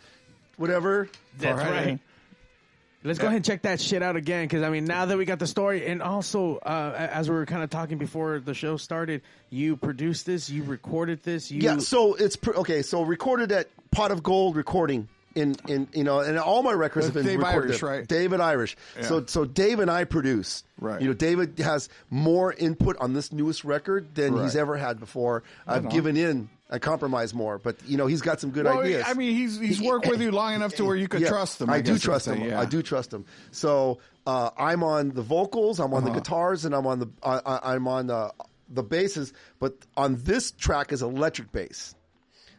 [SPEAKER 5] whatever.
[SPEAKER 4] That's
[SPEAKER 8] All
[SPEAKER 4] right. Let's go ahead and check that shit out again because I mean now that we got the story and also uh, as we were kind of talking before the show started, you produced this, you recorded this, you
[SPEAKER 5] Yeah, so it's pr- okay. So recorded at Pot of Gold Recording in in you know, and all my records
[SPEAKER 8] That's
[SPEAKER 5] have been
[SPEAKER 8] Uh, Dave
[SPEAKER 5] recorded.
[SPEAKER 8] Irish, right?
[SPEAKER 5] David Irish.
[SPEAKER 8] Yeah.
[SPEAKER 5] So so Dave and I produce.
[SPEAKER 8] Right.
[SPEAKER 5] You know, David has more input on this newest record than
[SPEAKER 8] Right.
[SPEAKER 5] he's ever had before. I've
[SPEAKER 8] on.
[SPEAKER 5] given in. I compromise more, but you know, he's got some good
[SPEAKER 8] Well,
[SPEAKER 5] ideas.
[SPEAKER 8] I mean, he's he's worked with you long enough to where you could
[SPEAKER 5] Yeah,
[SPEAKER 8] trust him.
[SPEAKER 5] I,
[SPEAKER 8] guess
[SPEAKER 5] do
[SPEAKER 8] you could
[SPEAKER 5] trust
[SPEAKER 8] say,
[SPEAKER 5] him.
[SPEAKER 8] yeah.
[SPEAKER 5] I do trust him. So uh, I'm on the vocals, I'm
[SPEAKER 8] Uh-huh.
[SPEAKER 5] on the guitars, and I'm on the I, I, I'm on the the basses. But on this track is electric bass.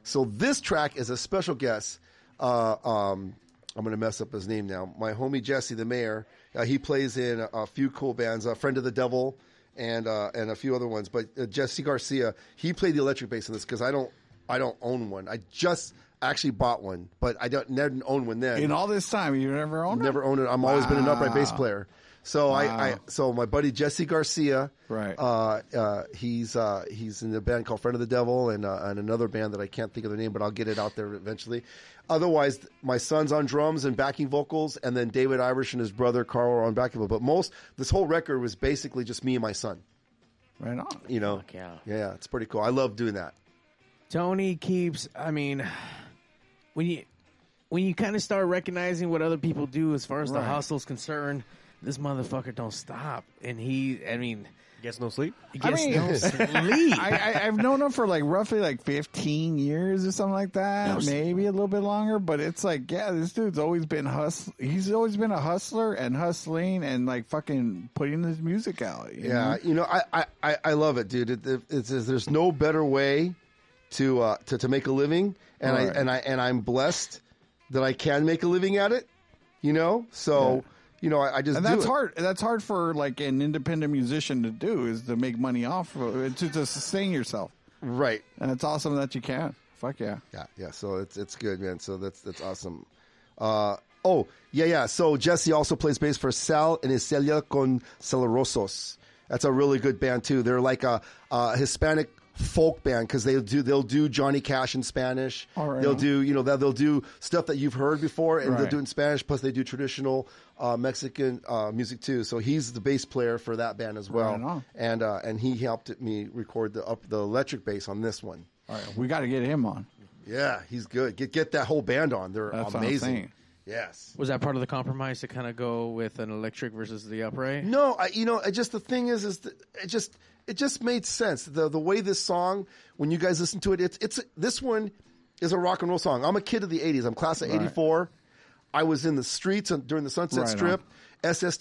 [SPEAKER 5] So this track is a special guest. Uh, um, I'm going to mess up his name now. My homie Jesse, the mayor, uh, he plays in a, a few cool bands, uh, Friend of the Devil, and uh, and a few other ones. But uh, Jesse Garcia, he played the electric bass in this because I don't I don't own one. I just actually bought one, but I don't never own one then.
[SPEAKER 8] In all this time, you never owned
[SPEAKER 5] Never
[SPEAKER 8] it?
[SPEAKER 5] owned it. I'm always been an upright bass
[SPEAKER 8] Wow.
[SPEAKER 5] player. So I, I
[SPEAKER 8] Wow.
[SPEAKER 5] so my buddy Jesse Garcia,
[SPEAKER 8] Right.
[SPEAKER 5] Uh, uh, he's uh, he's in a band called Friend of the Devil and, uh, and another band that I can't think of the name, but I'll get it out there eventually. Otherwise, my son's on drums and backing vocals, and then David Irish and his brother Carl are on backing vocals. But most this whole record was basically just me and my son.
[SPEAKER 8] Right on.
[SPEAKER 5] You know,
[SPEAKER 4] Fuck yeah.
[SPEAKER 5] yeah, it's pretty cool. I love doing that.
[SPEAKER 4] Tony keeps. I mean, when you when you kind of start recognizing what other people do as far as the
[SPEAKER 8] Right.
[SPEAKER 4] hustle's concerned, this motherfucker don't stop, and he. I mean,
[SPEAKER 3] Gets no sleep.
[SPEAKER 4] he
[SPEAKER 8] I
[SPEAKER 4] gets
[SPEAKER 8] mean-
[SPEAKER 4] no sleep.
[SPEAKER 8] I, I, I've known him for like roughly like 15 years or something like that, maybe a little bit longer. But it's like, yeah, this dude's always been hustl. He's always been a hustler and hustling and like fucking putting his music out. you
[SPEAKER 5] Yeah,
[SPEAKER 8] know?
[SPEAKER 5] you know, I, I, I, I love it, dude. It, it, it's, it's- there's no better way to uh, to, to make a living, and
[SPEAKER 8] Right.
[SPEAKER 5] I and I and I'm blessed that I can make a living at it. You know, so you know, I, I just
[SPEAKER 8] and
[SPEAKER 5] do
[SPEAKER 8] that's
[SPEAKER 5] it.
[SPEAKER 8] hard. That's hard for like an independent musician to do is to make money off of it, to, to sustain yourself.
[SPEAKER 5] right?
[SPEAKER 8] And it's awesome that you can. Fuck yeah.
[SPEAKER 5] Yeah, yeah. So it's it's good, man. So that's that's awesome. Uh, oh yeah, yeah. So Jesse also plays bass for Sal and Iselia con Celerosos. That's a really good band too. They're like a, a Hispanic folk band because they do they'll do Johnny Cash in Spanish.
[SPEAKER 8] All right.
[SPEAKER 5] They'll do you know that they'll do stuff that you've heard before and they'll
[SPEAKER 8] Right.
[SPEAKER 5] do it in Spanish. Plus they do traditional uh, Mexican uh, music too. So he's the bass player for that band as well,
[SPEAKER 8] Right on.
[SPEAKER 5] and uh, and he helped me record the up the electric bass on this one.
[SPEAKER 8] All right. We got to get him on.
[SPEAKER 5] Yeah, he's good. Get get that whole band on. They're
[SPEAKER 8] That's what I'm
[SPEAKER 5] amazing.
[SPEAKER 8] saying.
[SPEAKER 5] Yes.
[SPEAKER 4] Was that part of the compromise to kind of go with an electric versus the upright?
[SPEAKER 5] No, I, you know, I just the thing is, is that it just it just made sense. The the way this song, when you guys listen to it, it's it's this one is a rock and roll song. I'm a kid of the '80s. I'm class of '84. I was in the streets on- during the Sunset
[SPEAKER 8] Right on.
[SPEAKER 5] Strip,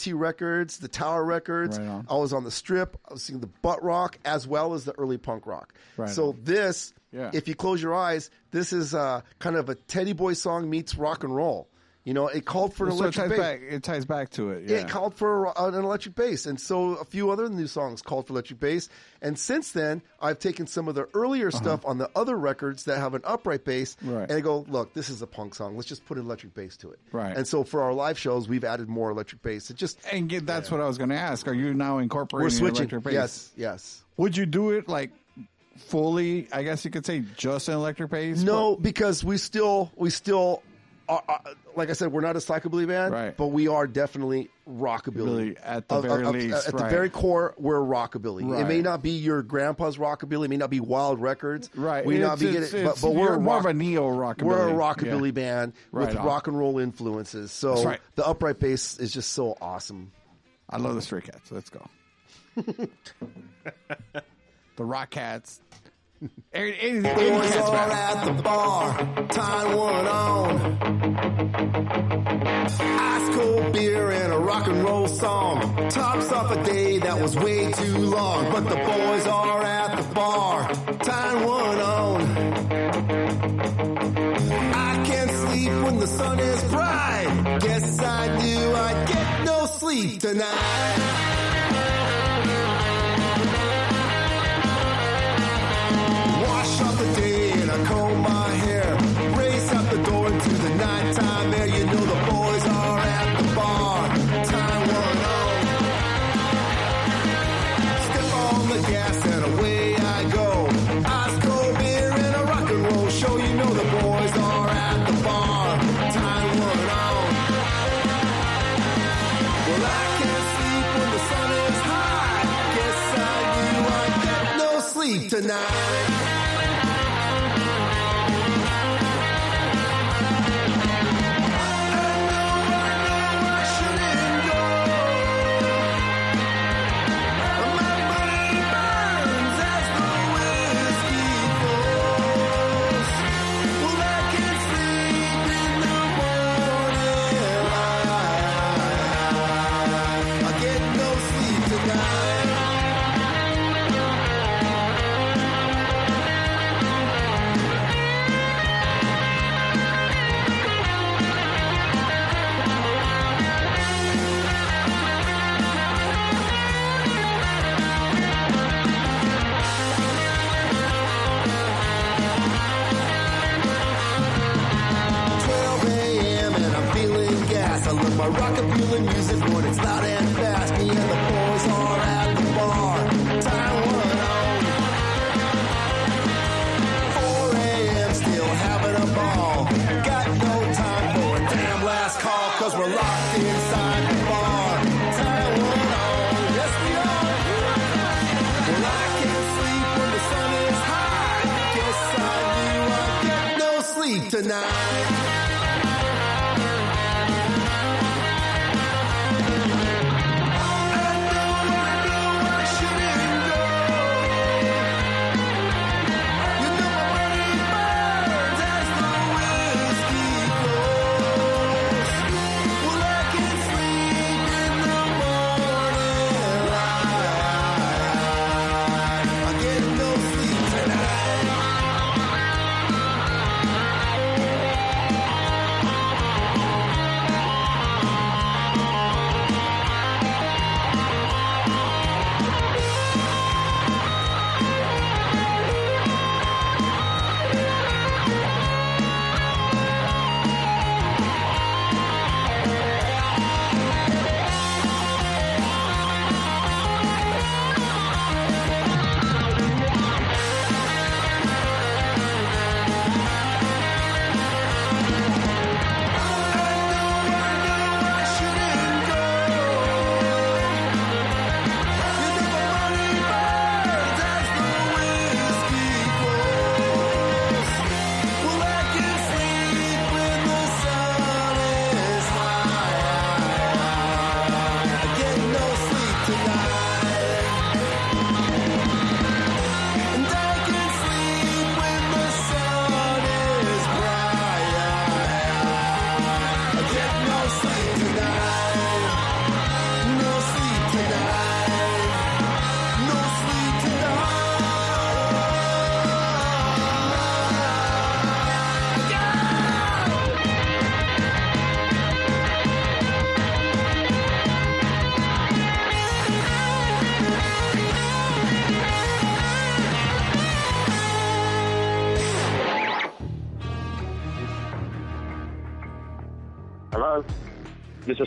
[SPEAKER 5] SST Records, the Tower Records.
[SPEAKER 8] Right on.
[SPEAKER 5] I was on the Strip. I was seeing the butt rock as well as the early punk rock.
[SPEAKER 8] Right
[SPEAKER 5] so
[SPEAKER 8] on.
[SPEAKER 5] this,
[SPEAKER 8] Yeah.
[SPEAKER 5] if you close your eyes, this is uh, kind of a Teddy Boy song meets rock and roll. You know, it called for an
[SPEAKER 8] So it
[SPEAKER 5] electric
[SPEAKER 8] ties
[SPEAKER 5] bass.
[SPEAKER 8] back. It ties back to it. Yeah.
[SPEAKER 5] It called for a- an electric bass, and so a few other new songs called for electric bass. And since then, I've taken some of the earlier stuff on the other records that have an upright bass,
[SPEAKER 8] Uh-huh. Right.
[SPEAKER 5] and I go, "Look, this is a punk song. Let's just put an electric bass to it."
[SPEAKER 8] Right.
[SPEAKER 5] And so for our live shows, we've added more electric bass. It just
[SPEAKER 8] and get, that's what I was going to ask. Are you now incorporating
[SPEAKER 5] we're switching.
[SPEAKER 8] electric bass?
[SPEAKER 5] Yes, yes.
[SPEAKER 8] Would you do it like fully? I guess you could say just an electric bass.
[SPEAKER 5] No, because we still we still are, are, like I said, we're not a psychobilly band,
[SPEAKER 8] Right.
[SPEAKER 5] but we are definitely rockabilly.
[SPEAKER 8] Really, at the very least,
[SPEAKER 5] at the
[SPEAKER 8] right.
[SPEAKER 5] very core, we're rockabilly. It may
[SPEAKER 8] Right.
[SPEAKER 5] not be your grandpa's rockabilly, it may not be Wild Records,
[SPEAKER 8] Right.
[SPEAKER 5] We may
[SPEAKER 8] It's-
[SPEAKER 5] not be
[SPEAKER 8] it's-
[SPEAKER 5] getting, but,
[SPEAKER 8] it's-
[SPEAKER 5] but we're
[SPEAKER 8] you're more of
[SPEAKER 5] rock-
[SPEAKER 8] a neo rockabilly.
[SPEAKER 5] We're a rockabilly
[SPEAKER 8] Yeah.
[SPEAKER 5] band with
[SPEAKER 8] Right on.
[SPEAKER 5] rock and roll influences. So
[SPEAKER 8] That's right.
[SPEAKER 5] the upright bass is just so awesome.
[SPEAKER 8] I love the Stray Cats. Let's go. the Rock Cats. Any- any- any
[SPEAKER 2] Boys
[SPEAKER 8] Cats
[SPEAKER 2] are
[SPEAKER 8] band.
[SPEAKER 2] at the bar, tying one on. Ice cold beer and a rock and roll song. Tops off a day that was way too long. But the boys are at the bar, tying one on. I can't sleep when the sun is bright. Guess I knew I'd get no sleep tonight. Wash off the day and I comb my hair. Race out the door into the nighttime air. You know the boys are at the bar. Time one on. Step on the gas and away I go. Ice cold beer and a rock and roll show. You know the boys are at the bar. Time one on. Well, I can't sleep when the sun is high. Guess I knew I'd get no sleep tonight. My rockabilly music when it's loud and fast. Me and the boys are at the bar. Time one on. 4 a.m. still having a ball. Got no time for a damn last call, cause we're locked inside the bar. Time one on, yes we are. Well, I can't sleep when the sun is high. Guess I knew I'd get no sleep tonight. I know, I know I shouldn't go. You know my brain burns as the whiskey flows. Well, I can't sleep in the morning light. I get no sleep tonight.
[SPEAKER 9] Hello?
[SPEAKER 10] Mr.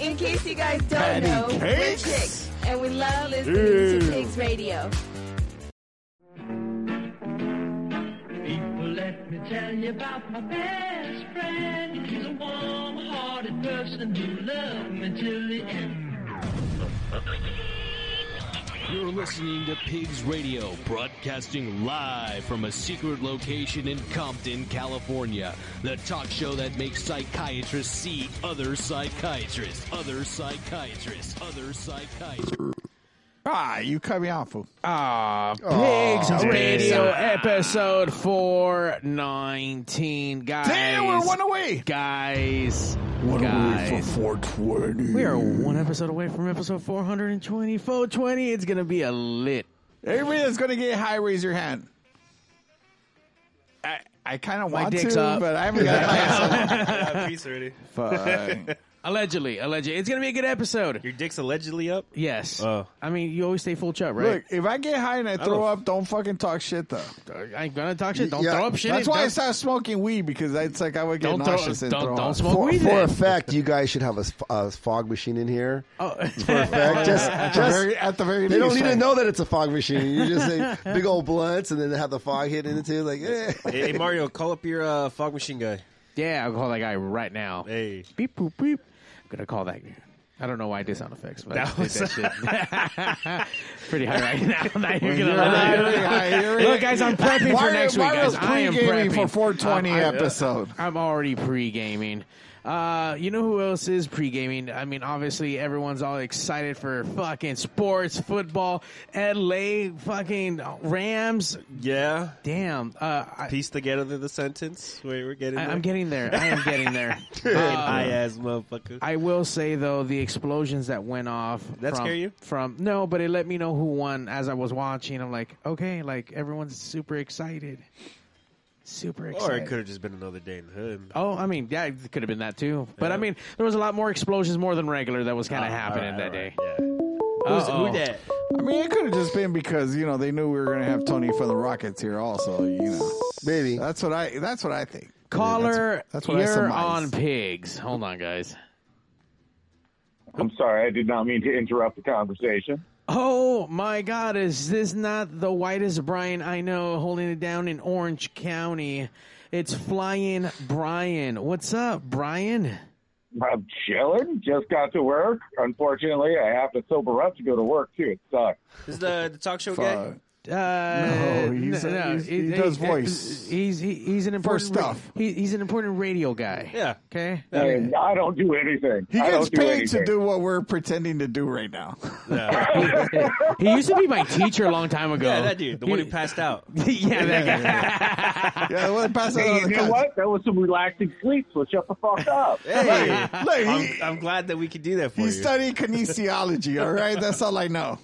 [SPEAKER 11] In case you guys don't
[SPEAKER 2] Patty
[SPEAKER 11] know,
[SPEAKER 2] cakes?
[SPEAKER 11] we're chicks, and we love listening
[SPEAKER 2] Ew.
[SPEAKER 11] to Pigs Radio.
[SPEAKER 6] Let me tell you about my best friend. He's a warm-hearted person who loved me till the end.
[SPEAKER 7] You're listening to Pigs Radio, broadcasting live from a secret location in Compton, California. The talk show that makes psychiatrists see other psychiatrists, other psychiatrists, other psychiatrists.
[SPEAKER 8] Ah, you cut me off. fool.
[SPEAKER 4] Ah, Pigs
[SPEAKER 8] Aw,
[SPEAKER 4] Radio
[SPEAKER 8] Jason.
[SPEAKER 4] episode 419. Guys.
[SPEAKER 8] Damn, we're one away.
[SPEAKER 4] Guys.
[SPEAKER 8] One
[SPEAKER 4] guys.
[SPEAKER 8] away for 420.
[SPEAKER 4] We are one episode away from episode 420. 420, it's going to be a lit.
[SPEAKER 8] Everybody that's going to get high, raise your hand. I, I kind of
[SPEAKER 4] My
[SPEAKER 8] want
[SPEAKER 4] dick's
[SPEAKER 8] to,
[SPEAKER 4] up.
[SPEAKER 8] but I haven't got high.
[SPEAKER 3] peace already.
[SPEAKER 8] Fuck.
[SPEAKER 4] Allegedly, allegedly. It's going to be a good episode.
[SPEAKER 3] Your dick's allegedly up.
[SPEAKER 4] Yes.
[SPEAKER 3] Oh.
[SPEAKER 4] I mean, you always stay full chub,
[SPEAKER 8] Look,
[SPEAKER 4] right?
[SPEAKER 8] if I get high and I throw up, don't fucking talk shit, though.
[SPEAKER 4] I ain't going to talk shit. Don't
[SPEAKER 5] Yeah,
[SPEAKER 4] throw up shit.
[SPEAKER 8] That's why I
[SPEAKER 4] Don't-
[SPEAKER 8] stopped smoking weed because that's like I would get
[SPEAKER 4] Don't throw-
[SPEAKER 8] nauseous and
[SPEAKER 4] don't-
[SPEAKER 8] throw
[SPEAKER 4] don't
[SPEAKER 8] up.
[SPEAKER 4] smoke
[SPEAKER 5] For,
[SPEAKER 4] weed
[SPEAKER 5] for
[SPEAKER 4] then.
[SPEAKER 5] effect, you guys should have a, s- a fog machine in here.
[SPEAKER 4] Oh.
[SPEAKER 5] For effect, just,
[SPEAKER 8] At the
[SPEAKER 5] just
[SPEAKER 8] very, at the very
[SPEAKER 5] they don't
[SPEAKER 8] least,
[SPEAKER 5] need to
[SPEAKER 8] like,
[SPEAKER 5] know that it's a fog machine. You just say big old blunts, and then have the fog hit into it, like. Eh.
[SPEAKER 3] Hey, hey, Mario, call up your uh, fog machine guy.
[SPEAKER 4] yeah, I'll call that guy right now.
[SPEAKER 3] Hey,
[SPEAKER 4] Beep, boop, beep. I'm going to call that guy. I don't know why I did sound effects, but
[SPEAKER 3] That
[SPEAKER 4] I did that shit. pretty high right now. now you're gonna
[SPEAKER 8] you're
[SPEAKER 4] lie.
[SPEAKER 8] really high. You're really-
[SPEAKER 4] Look, guys, I'm prepping for
[SPEAKER 8] Mario-
[SPEAKER 4] next week,
[SPEAKER 8] Mario's
[SPEAKER 4] guys. I am
[SPEAKER 8] pre-gaming
[SPEAKER 4] prepping
[SPEAKER 8] for 420
[SPEAKER 4] Um, I-
[SPEAKER 8] episode.
[SPEAKER 4] I'm already pre-gaming. Uh, you know who else is pre-gaming? I mean, obviously everyone's all excited for fucking sports, football, LA, fucking Rams.
[SPEAKER 3] yeah.
[SPEAKER 4] Damn, uh, I,
[SPEAKER 3] Piece together the sentence. Wait, we're getting.
[SPEAKER 4] I,
[SPEAKER 3] there.
[SPEAKER 4] I'm getting there. I am getting there.
[SPEAKER 3] Fucking
[SPEAKER 4] Uh,
[SPEAKER 3] high ass motherfucker.
[SPEAKER 4] I will say though the explosions that went off.
[SPEAKER 3] That
[SPEAKER 4] from,
[SPEAKER 3] scare you?
[SPEAKER 4] From no, but it let me know who won as I was watching. I'm like, okay, like everyone's super excited, super
[SPEAKER 3] or it
[SPEAKER 4] excited.
[SPEAKER 3] could have just been another day in the hood.
[SPEAKER 4] oh, I mean, yeah, it could have been that too. But I mean, there was a lot more explosions, more than regular, that was
[SPEAKER 3] Uh,
[SPEAKER 4] kind of happening that day. Uh-oh.
[SPEAKER 3] Who's who that?
[SPEAKER 8] I mean, it could have just been because you know they knew we were going to have Tony from the Rockets here, also. You know,
[SPEAKER 5] Maybe.
[SPEAKER 8] that's what I. That's what I think.
[SPEAKER 4] Caller,
[SPEAKER 8] That's, that's what I
[SPEAKER 4] you're on
[SPEAKER 8] surmised.
[SPEAKER 4] pigs. Hold on, guys.
[SPEAKER 12] I'm sorry, I did not mean to interrupt the conversation.
[SPEAKER 4] Oh my God, is this not the whitest Brian I know holding it down in Orange County? It's Flying Brian. What's up, Brian?
[SPEAKER 12] I'm chilling. Just got to work. Unfortunately, I have to sober up to go to work too. It sucks.
[SPEAKER 3] Is the the talk show guy?
[SPEAKER 8] Fuck.
[SPEAKER 4] Uh, no,
[SPEAKER 8] he's a- he's- he
[SPEAKER 4] it-
[SPEAKER 8] does
[SPEAKER 4] it-
[SPEAKER 8] voice.
[SPEAKER 4] He's he, he's an important ra-
[SPEAKER 8] stuff.
[SPEAKER 4] he, he's an important radio guy.
[SPEAKER 3] Yeah.
[SPEAKER 4] Okay.
[SPEAKER 12] And I don't do anything.
[SPEAKER 8] He
[SPEAKER 12] I
[SPEAKER 8] gets
[SPEAKER 12] don't do
[SPEAKER 8] paid
[SPEAKER 12] anything.
[SPEAKER 8] to do what we're pretending to do right now.
[SPEAKER 4] he used to be my teacher a long time ago.
[SPEAKER 3] Yeah, that dude, the one who passed out.
[SPEAKER 4] yeah, that guy.
[SPEAKER 8] yeah, well, pass that on
[SPEAKER 12] You
[SPEAKER 8] the
[SPEAKER 12] know
[SPEAKER 8] couch.
[SPEAKER 12] what? That was some relaxing sleep. So shut the fuck up. um,
[SPEAKER 3] Hey,
[SPEAKER 8] Look, he,
[SPEAKER 3] I'm, I'm glad that we could do that for
[SPEAKER 8] he
[SPEAKER 3] you.
[SPEAKER 8] studied kinesiology. All right, that's all I know.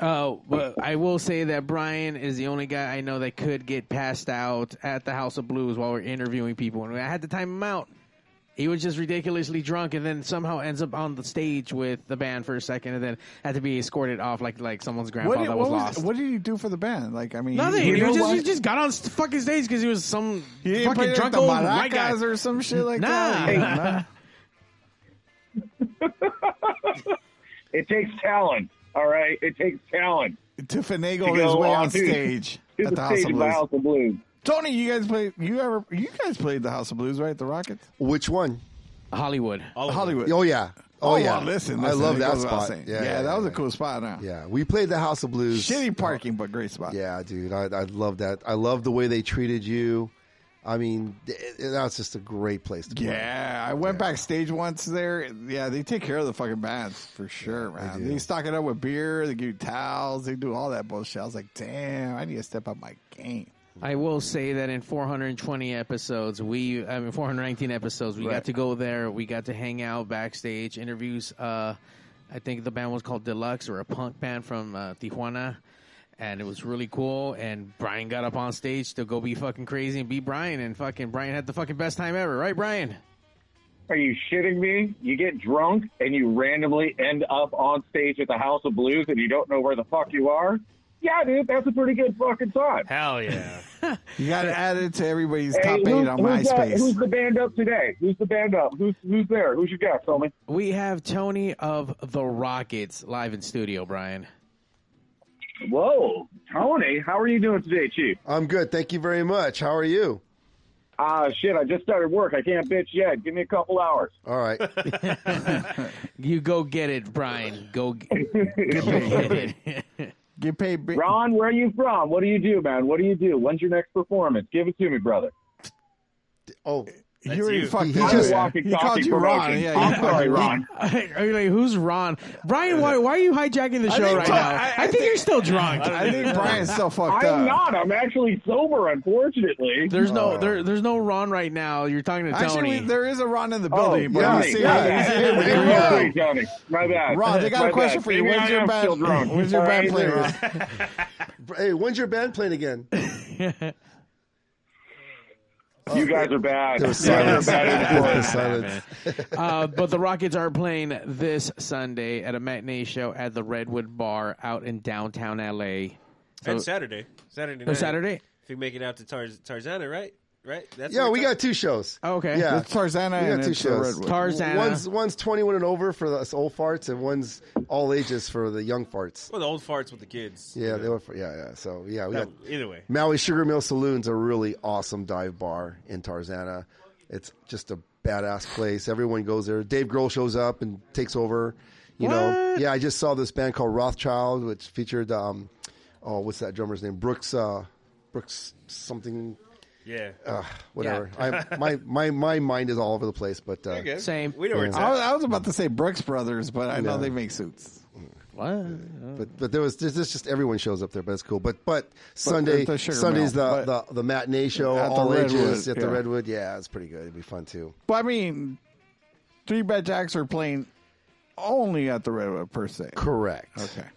[SPEAKER 4] Oh, but I will say that Brian is the only guy I know that could get passed out at the House of Blues while we're interviewing people, and I had to time him out. He was just ridiculously drunk, and then somehow ends up on the stage with the band for a second, and then had to be escorted off like like someone's grandpa
[SPEAKER 8] What did,
[SPEAKER 4] that was,
[SPEAKER 8] what, was-
[SPEAKER 4] lost.
[SPEAKER 8] what did he do for the band? Like, I mean,
[SPEAKER 4] Nothing.
[SPEAKER 8] we
[SPEAKER 4] He,
[SPEAKER 8] know
[SPEAKER 4] was just,
[SPEAKER 8] why-
[SPEAKER 4] he just got on st- fucking stage because he was some
[SPEAKER 8] he didn't play,
[SPEAKER 4] fucking
[SPEAKER 8] like,
[SPEAKER 4] drunk
[SPEAKER 8] the
[SPEAKER 4] old white guy.
[SPEAKER 8] maracas or some shit like
[SPEAKER 4] Nah.
[SPEAKER 8] that. You know, nah.
[SPEAKER 12] It takes talent. All right, it takes talent
[SPEAKER 8] to finagle
[SPEAKER 12] To
[SPEAKER 8] his
[SPEAKER 12] go
[SPEAKER 8] way
[SPEAKER 12] on
[SPEAKER 8] on
[SPEAKER 12] to-
[SPEAKER 8] stage
[SPEAKER 12] to
[SPEAKER 8] at
[SPEAKER 12] the,
[SPEAKER 8] the House
[SPEAKER 12] stage of the
[SPEAKER 8] of Blues.
[SPEAKER 12] House of Blues.
[SPEAKER 8] Tony, you guys played. You ever? You guys played the House of Blues, right? The Rockets,
[SPEAKER 5] Which one?
[SPEAKER 4] Hollywood.
[SPEAKER 8] Hollywood.
[SPEAKER 5] Oh yeah. Oh, yeah.
[SPEAKER 8] well, listen,
[SPEAKER 5] I
[SPEAKER 8] listen,
[SPEAKER 5] love
[SPEAKER 8] it
[SPEAKER 5] that
[SPEAKER 8] goes without
[SPEAKER 5] spot.
[SPEAKER 8] saying. Yeah, that was a cool spot. Huh?
[SPEAKER 5] Yeah, we played the House of Blues.
[SPEAKER 8] Shitty parking, but great spot.
[SPEAKER 5] Yeah, dude, I, I love that. I love the way they treated you. I mean, th- that's just a great place to play.
[SPEAKER 8] Yeah, I went backstage once there. Yeah, they take care of the fucking bands for sure, man.
[SPEAKER 5] do.
[SPEAKER 8] They stock it up with beer, they give you towels, they do all that bullshit. I was like, damn, I need to step up my game.
[SPEAKER 4] I will say that in 420 episodes, we I mean 419 episodes, we
[SPEAKER 8] Right.
[SPEAKER 4] got to go there, we got to hang out backstage, interviews. Uh, I think the band was called Deluxe or a punk band from uh, Tijuana. And it was really cool. And Brian got up on stage to go be fucking crazy and be Brian. And fucking Brian had the fucking best time ever, right, Brian?
[SPEAKER 12] Are you shitting me? You get drunk and you randomly end up on stage at the House of Blues and you don't know where the fuck you are? Yeah, dude, that's a pretty good fucking time.
[SPEAKER 3] Hell yeah.
[SPEAKER 8] You got to add it to everybody's
[SPEAKER 12] Hey,
[SPEAKER 8] top
[SPEAKER 12] who's-
[SPEAKER 8] eight on
[SPEAKER 12] who's got- who's
[SPEAKER 8] MySpace.
[SPEAKER 12] the band up today? Who's the band up? Who's who's there? Who's your guest, homie?
[SPEAKER 4] We have Tony of the Rockets live in studio, Brian.
[SPEAKER 12] Whoa, Tony, how are you doing today, Chief?
[SPEAKER 5] I'm good. Thank you very much. How are you?
[SPEAKER 12] Ah, shit, I just started work. I can't bitch yet. Give me a couple hours.
[SPEAKER 5] All right.
[SPEAKER 4] You go get it, Brian. Go g- go get it.
[SPEAKER 8] Get paid.
[SPEAKER 12] Ron, where are you from? What do you do, man? What do you do? When's your next performance? Give it to me, brother.
[SPEAKER 5] Oh,
[SPEAKER 8] you already fucked
[SPEAKER 5] He
[SPEAKER 8] that
[SPEAKER 5] just-
[SPEAKER 8] up.
[SPEAKER 12] Walking
[SPEAKER 8] He
[SPEAKER 12] coffee
[SPEAKER 8] called you
[SPEAKER 12] promotion.
[SPEAKER 8] Ron. Yeah,
[SPEAKER 12] I'm
[SPEAKER 8] you
[SPEAKER 12] sorry, Ron.
[SPEAKER 4] Are you like, who's Ron? Brian, why, why are you hijacking the
[SPEAKER 8] I
[SPEAKER 4] show
[SPEAKER 8] think
[SPEAKER 4] right
[SPEAKER 8] Bri-
[SPEAKER 4] now?
[SPEAKER 8] I-
[SPEAKER 4] I, think, you're still drunk.
[SPEAKER 8] I think Brian's still fucked
[SPEAKER 12] I'm
[SPEAKER 8] up.
[SPEAKER 12] not. I'm actually sober, unfortunately.
[SPEAKER 4] There's no there, there's no Ron right now. You're talking to
[SPEAKER 8] Actually,
[SPEAKER 4] Tony.
[SPEAKER 8] there is a Ron in the building, but
[SPEAKER 12] yeah,
[SPEAKER 8] he's
[SPEAKER 12] yeah,
[SPEAKER 8] here- he's
[SPEAKER 12] yeah.
[SPEAKER 8] here with
[SPEAKER 12] Yeah,
[SPEAKER 8] you.
[SPEAKER 12] yeah, sorry, Johnny. My bad.
[SPEAKER 8] Ron, Oh, they got
[SPEAKER 12] My
[SPEAKER 8] a question
[SPEAKER 12] bad.
[SPEAKER 8] for you.
[SPEAKER 12] Maybe
[SPEAKER 8] When's
[SPEAKER 12] I
[SPEAKER 8] your
[SPEAKER 12] am
[SPEAKER 8] band?
[SPEAKER 12] still drunk.
[SPEAKER 8] When's your
[SPEAKER 12] All right,
[SPEAKER 8] band playing?
[SPEAKER 12] there it is.
[SPEAKER 8] Ron?
[SPEAKER 5] hey, when's your band playing again?
[SPEAKER 12] You guys are bad.
[SPEAKER 5] There was
[SPEAKER 12] You guys are
[SPEAKER 5] silence.
[SPEAKER 12] bad
[SPEAKER 5] There was
[SPEAKER 12] influence.
[SPEAKER 5] silence.
[SPEAKER 4] Uh, but the Rockets are playing this Sunday at a matinee show at the Redwood Bar out in downtown LA.
[SPEAKER 3] and Saturday. Saturday night.
[SPEAKER 4] Oh, Saturday?
[SPEAKER 3] If you make it out to Tarz- Tarzana, right? Right? That's
[SPEAKER 5] Yeah,
[SPEAKER 3] where
[SPEAKER 5] we
[SPEAKER 3] Tar-
[SPEAKER 5] got two shows.
[SPEAKER 4] Oh, okay.
[SPEAKER 5] Yeah.
[SPEAKER 8] It's Tarzana
[SPEAKER 5] We
[SPEAKER 8] and
[SPEAKER 5] got two
[SPEAKER 8] it's the
[SPEAKER 5] shows.
[SPEAKER 8] Redwood.
[SPEAKER 4] Tarzana.
[SPEAKER 5] One's one's 21 and over for us old farts, and one's all ages for the young farts.
[SPEAKER 3] Well, the old farts with the kids.
[SPEAKER 5] Yeah, they were. For, yeah, yeah. So yeah, we
[SPEAKER 3] That-
[SPEAKER 5] got
[SPEAKER 3] either way.
[SPEAKER 5] Maui Sugar Mill Saloon's a really awesome dive bar in Tarzana. It's just a badass place. Everyone goes there. Dave Grohl shows up and takes over. You know,
[SPEAKER 4] What?
[SPEAKER 5] yeah. I just saw this band called Rothschild, which featured um, oh, what's that drummer's name? Brooks, uh, Brooks something,
[SPEAKER 3] Yeah.
[SPEAKER 5] uh, whatever. I, my my my mind is all over the place, but uh,
[SPEAKER 3] Okay.
[SPEAKER 4] Same.
[SPEAKER 3] We know where it's
[SPEAKER 8] I
[SPEAKER 3] at.
[SPEAKER 8] was, I was about to say Brooks Brothers, but I know
[SPEAKER 5] Yeah.
[SPEAKER 8] they make suits.
[SPEAKER 4] What?
[SPEAKER 5] But but there was there's this just everyone shows up there, but it's cool. But but Sunday
[SPEAKER 8] at the Sugar
[SPEAKER 5] Sunday's
[SPEAKER 8] Mill,
[SPEAKER 5] the, the the matinee show
[SPEAKER 8] At the
[SPEAKER 5] all ages
[SPEAKER 8] Redwood,
[SPEAKER 5] at the
[SPEAKER 8] yeah.
[SPEAKER 5] Redwood. Yeah, it's pretty good. It'd be fun too.
[SPEAKER 8] But I mean, Three Bad Jacks are playing only at the Redwood per se.
[SPEAKER 5] Correct.
[SPEAKER 8] Okay.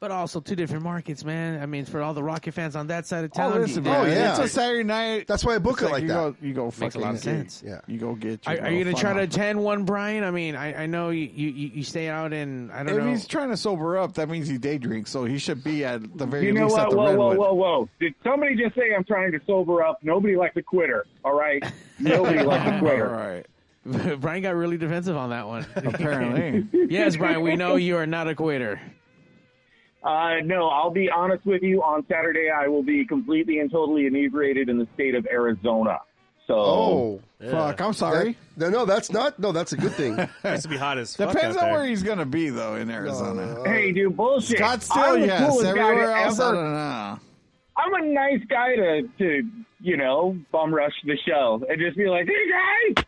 [SPEAKER 4] But also two different markets, man. I mean, for all the Rocket fans on that side of
[SPEAKER 8] Oh,
[SPEAKER 4] town.
[SPEAKER 8] listen,
[SPEAKER 4] you-
[SPEAKER 8] man,
[SPEAKER 5] yeah.
[SPEAKER 8] It's a Saturday night.
[SPEAKER 5] That's why I book
[SPEAKER 8] It's
[SPEAKER 5] it like
[SPEAKER 8] you
[SPEAKER 5] that.
[SPEAKER 8] Go, you go fucking
[SPEAKER 4] Makes a lot of sense.
[SPEAKER 5] Yeah.
[SPEAKER 8] You go get.
[SPEAKER 4] Are,
[SPEAKER 8] Your
[SPEAKER 4] are you
[SPEAKER 8] going
[SPEAKER 4] gonna try to attend one, Brian? I mean, I, I know you, you, you you stay out in I don't
[SPEAKER 8] If
[SPEAKER 4] know.
[SPEAKER 8] he's trying to sober up, that means he day drinks, so he should be at the very
[SPEAKER 12] You know
[SPEAKER 8] least at
[SPEAKER 12] what?
[SPEAKER 8] the
[SPEAKER 12] Whoa, whoa,
[SPEAKER 8] Redwood.
[SPEAKER 12] whoa, whoa. Did somebody just say I'm trying to sober up? Nobody likes a quitter, all right? Nobody likes a
[SPEAKER 8] All
[SPEAKER 12] quitter.
[SPEAKER 8] right.
[SPEAKER 4] Brian got really defensive on that one.
[SPEAKER 8] Apparently.
[SPEAKER 4] yes, Brian, we know you are not a quitter.
[SPEAKER 12] Uh, no, I'll be honest with you. On Saturday, I will be completely and totally inebriated in the state of Arizona. So,
[SPEAKER 5] Oh,
[SPEAKER 8] Fuck. I'm sorry.
[SPEAKER 5] no, no, that's not. No, that's a good thing.
[SPEAKER 3] It used to be hot as fuck
[SPEAKER 8] Depends
[SPEAKER 3] out
[SPEAKER 8] on
[SPEAKER 3] there.
[SPEAKER 8] where he's gonna be though in
[SPEAKER 5] Uh,
[SPEAKER 8] Arizona.
[SPEAKER 12] hey, dude, bullshit. I'm
[SPEAKER 8] Scottsdale,
[SPEAKER 12] the
[SPEAKER 8] yes.
[SPEAKER 12] coolest
[SPEAKER 8] Everywhere
[SPEAKER 12] guy to
[SPEAKER 8] else, I
[SPEAKER 12] ever
[SPEAKER 8] don't know.
[SPEAKER 12] I'm a nice guy to, to you know, bum rush the show and just be like, hey, guys!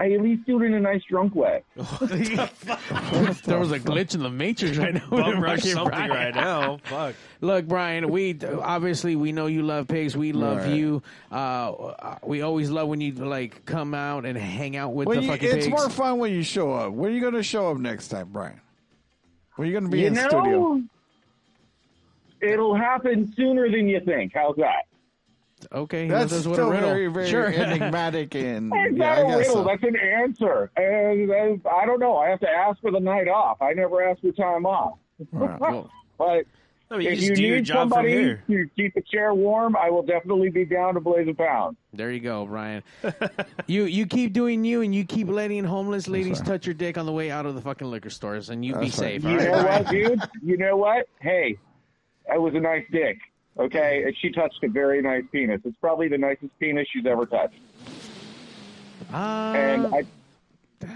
[SPEAKER 12] I at least do it in a nice drunk way.
[SPEAKER 4] There was a glitch in the matrix right now.
[SPEAKER 3] Bum rush
[SPEAKER 4] Fucking
[SPEAKER 3] something
[SPEAKER 4] Brian.
[SPEAKER 3] right now. Fuck.
[SPEAKER 4] Look, Brian, we obviously we know you love pigs. We love
[SPEAKER 8] Right.
[SPEAKER 4] you. Uh, we always love when you like come out and hang out with
[SPEAKER 8] Well,
[SPEAKER 4] the
[SPEAKER 8] you,
[SPEAKER 4] fucking
[SPEAKER 8] it's
[SPEAKER 4] pigs.
[SPEAKER 8] more fun when you show up. When are you going to show up next time, Brian? When are you going to be
[SPEAKER 12] you
[SPEAKER 8] in
[SPEAKER 12] know,
[SPEAKER 8] studio?
[SPEAKER 12] it'll happen sooner than you think. How's that?
[SPEAKER 4] okay,
[SPEAKER 8] That's
[SPEAKER 4] that's what
[SPEAKER 8] still
[SPEAKER 4] a riddle.
[SPEAKER 8] very, very
[SPEAKER 4] sure.
[SPEAKER 8] enigmatic. And
[SPEAKER 12] It's
[SPEAKER 8] yeah,
[SPEAKER 12] not
[SPEAKER 8] I
[SPEAKER 12] a
[SPEAKER 8] guess
[SPEAKER 12] riddle.
[SPEAKER 8] so.
[SPEAKER 12] That's an answer. And, uh, I don't know. I have to ask for the night off. I never ask for time off.
[SPEAKER 8] Right.
[SPEAKER 12] but
[SPEAKER 3] I mean, you
[SPEAKER 12] if
[SPEAKER 3] just
[SPEAKER 12] you
[SPEAKER 3] do your
[SPEAKER 12] need
[SPEAKER 3] job from
[SPEAKER 12] somebody
[SPEAKER 3] here.
[SPEAKER 12] to keep the chair warm, I will definitely be down to blaze a pound.
[SPEAKER 4] There you go, Brian. you you keep doing you, and you keep letting homeless ladies touch your dick on the way out of the fucking liquor stores, and you be
[SPEAKER 8] That's
[SPEAKER 4] safe.
[SPEAKER 8] right.
[SPEAKER 12] You
[SPEAKER 4] all
[SPEAKER 12] know
[SPEAKER 4] right?
[SPEAKER 12] what, dude? You know what? Hey, that was a nice dick. Okay, and she touched a very nice penis. It's probably the nicest penis she's ever touched,
[SPEAKER 4] Ah,
[SPEAKER 12] and I,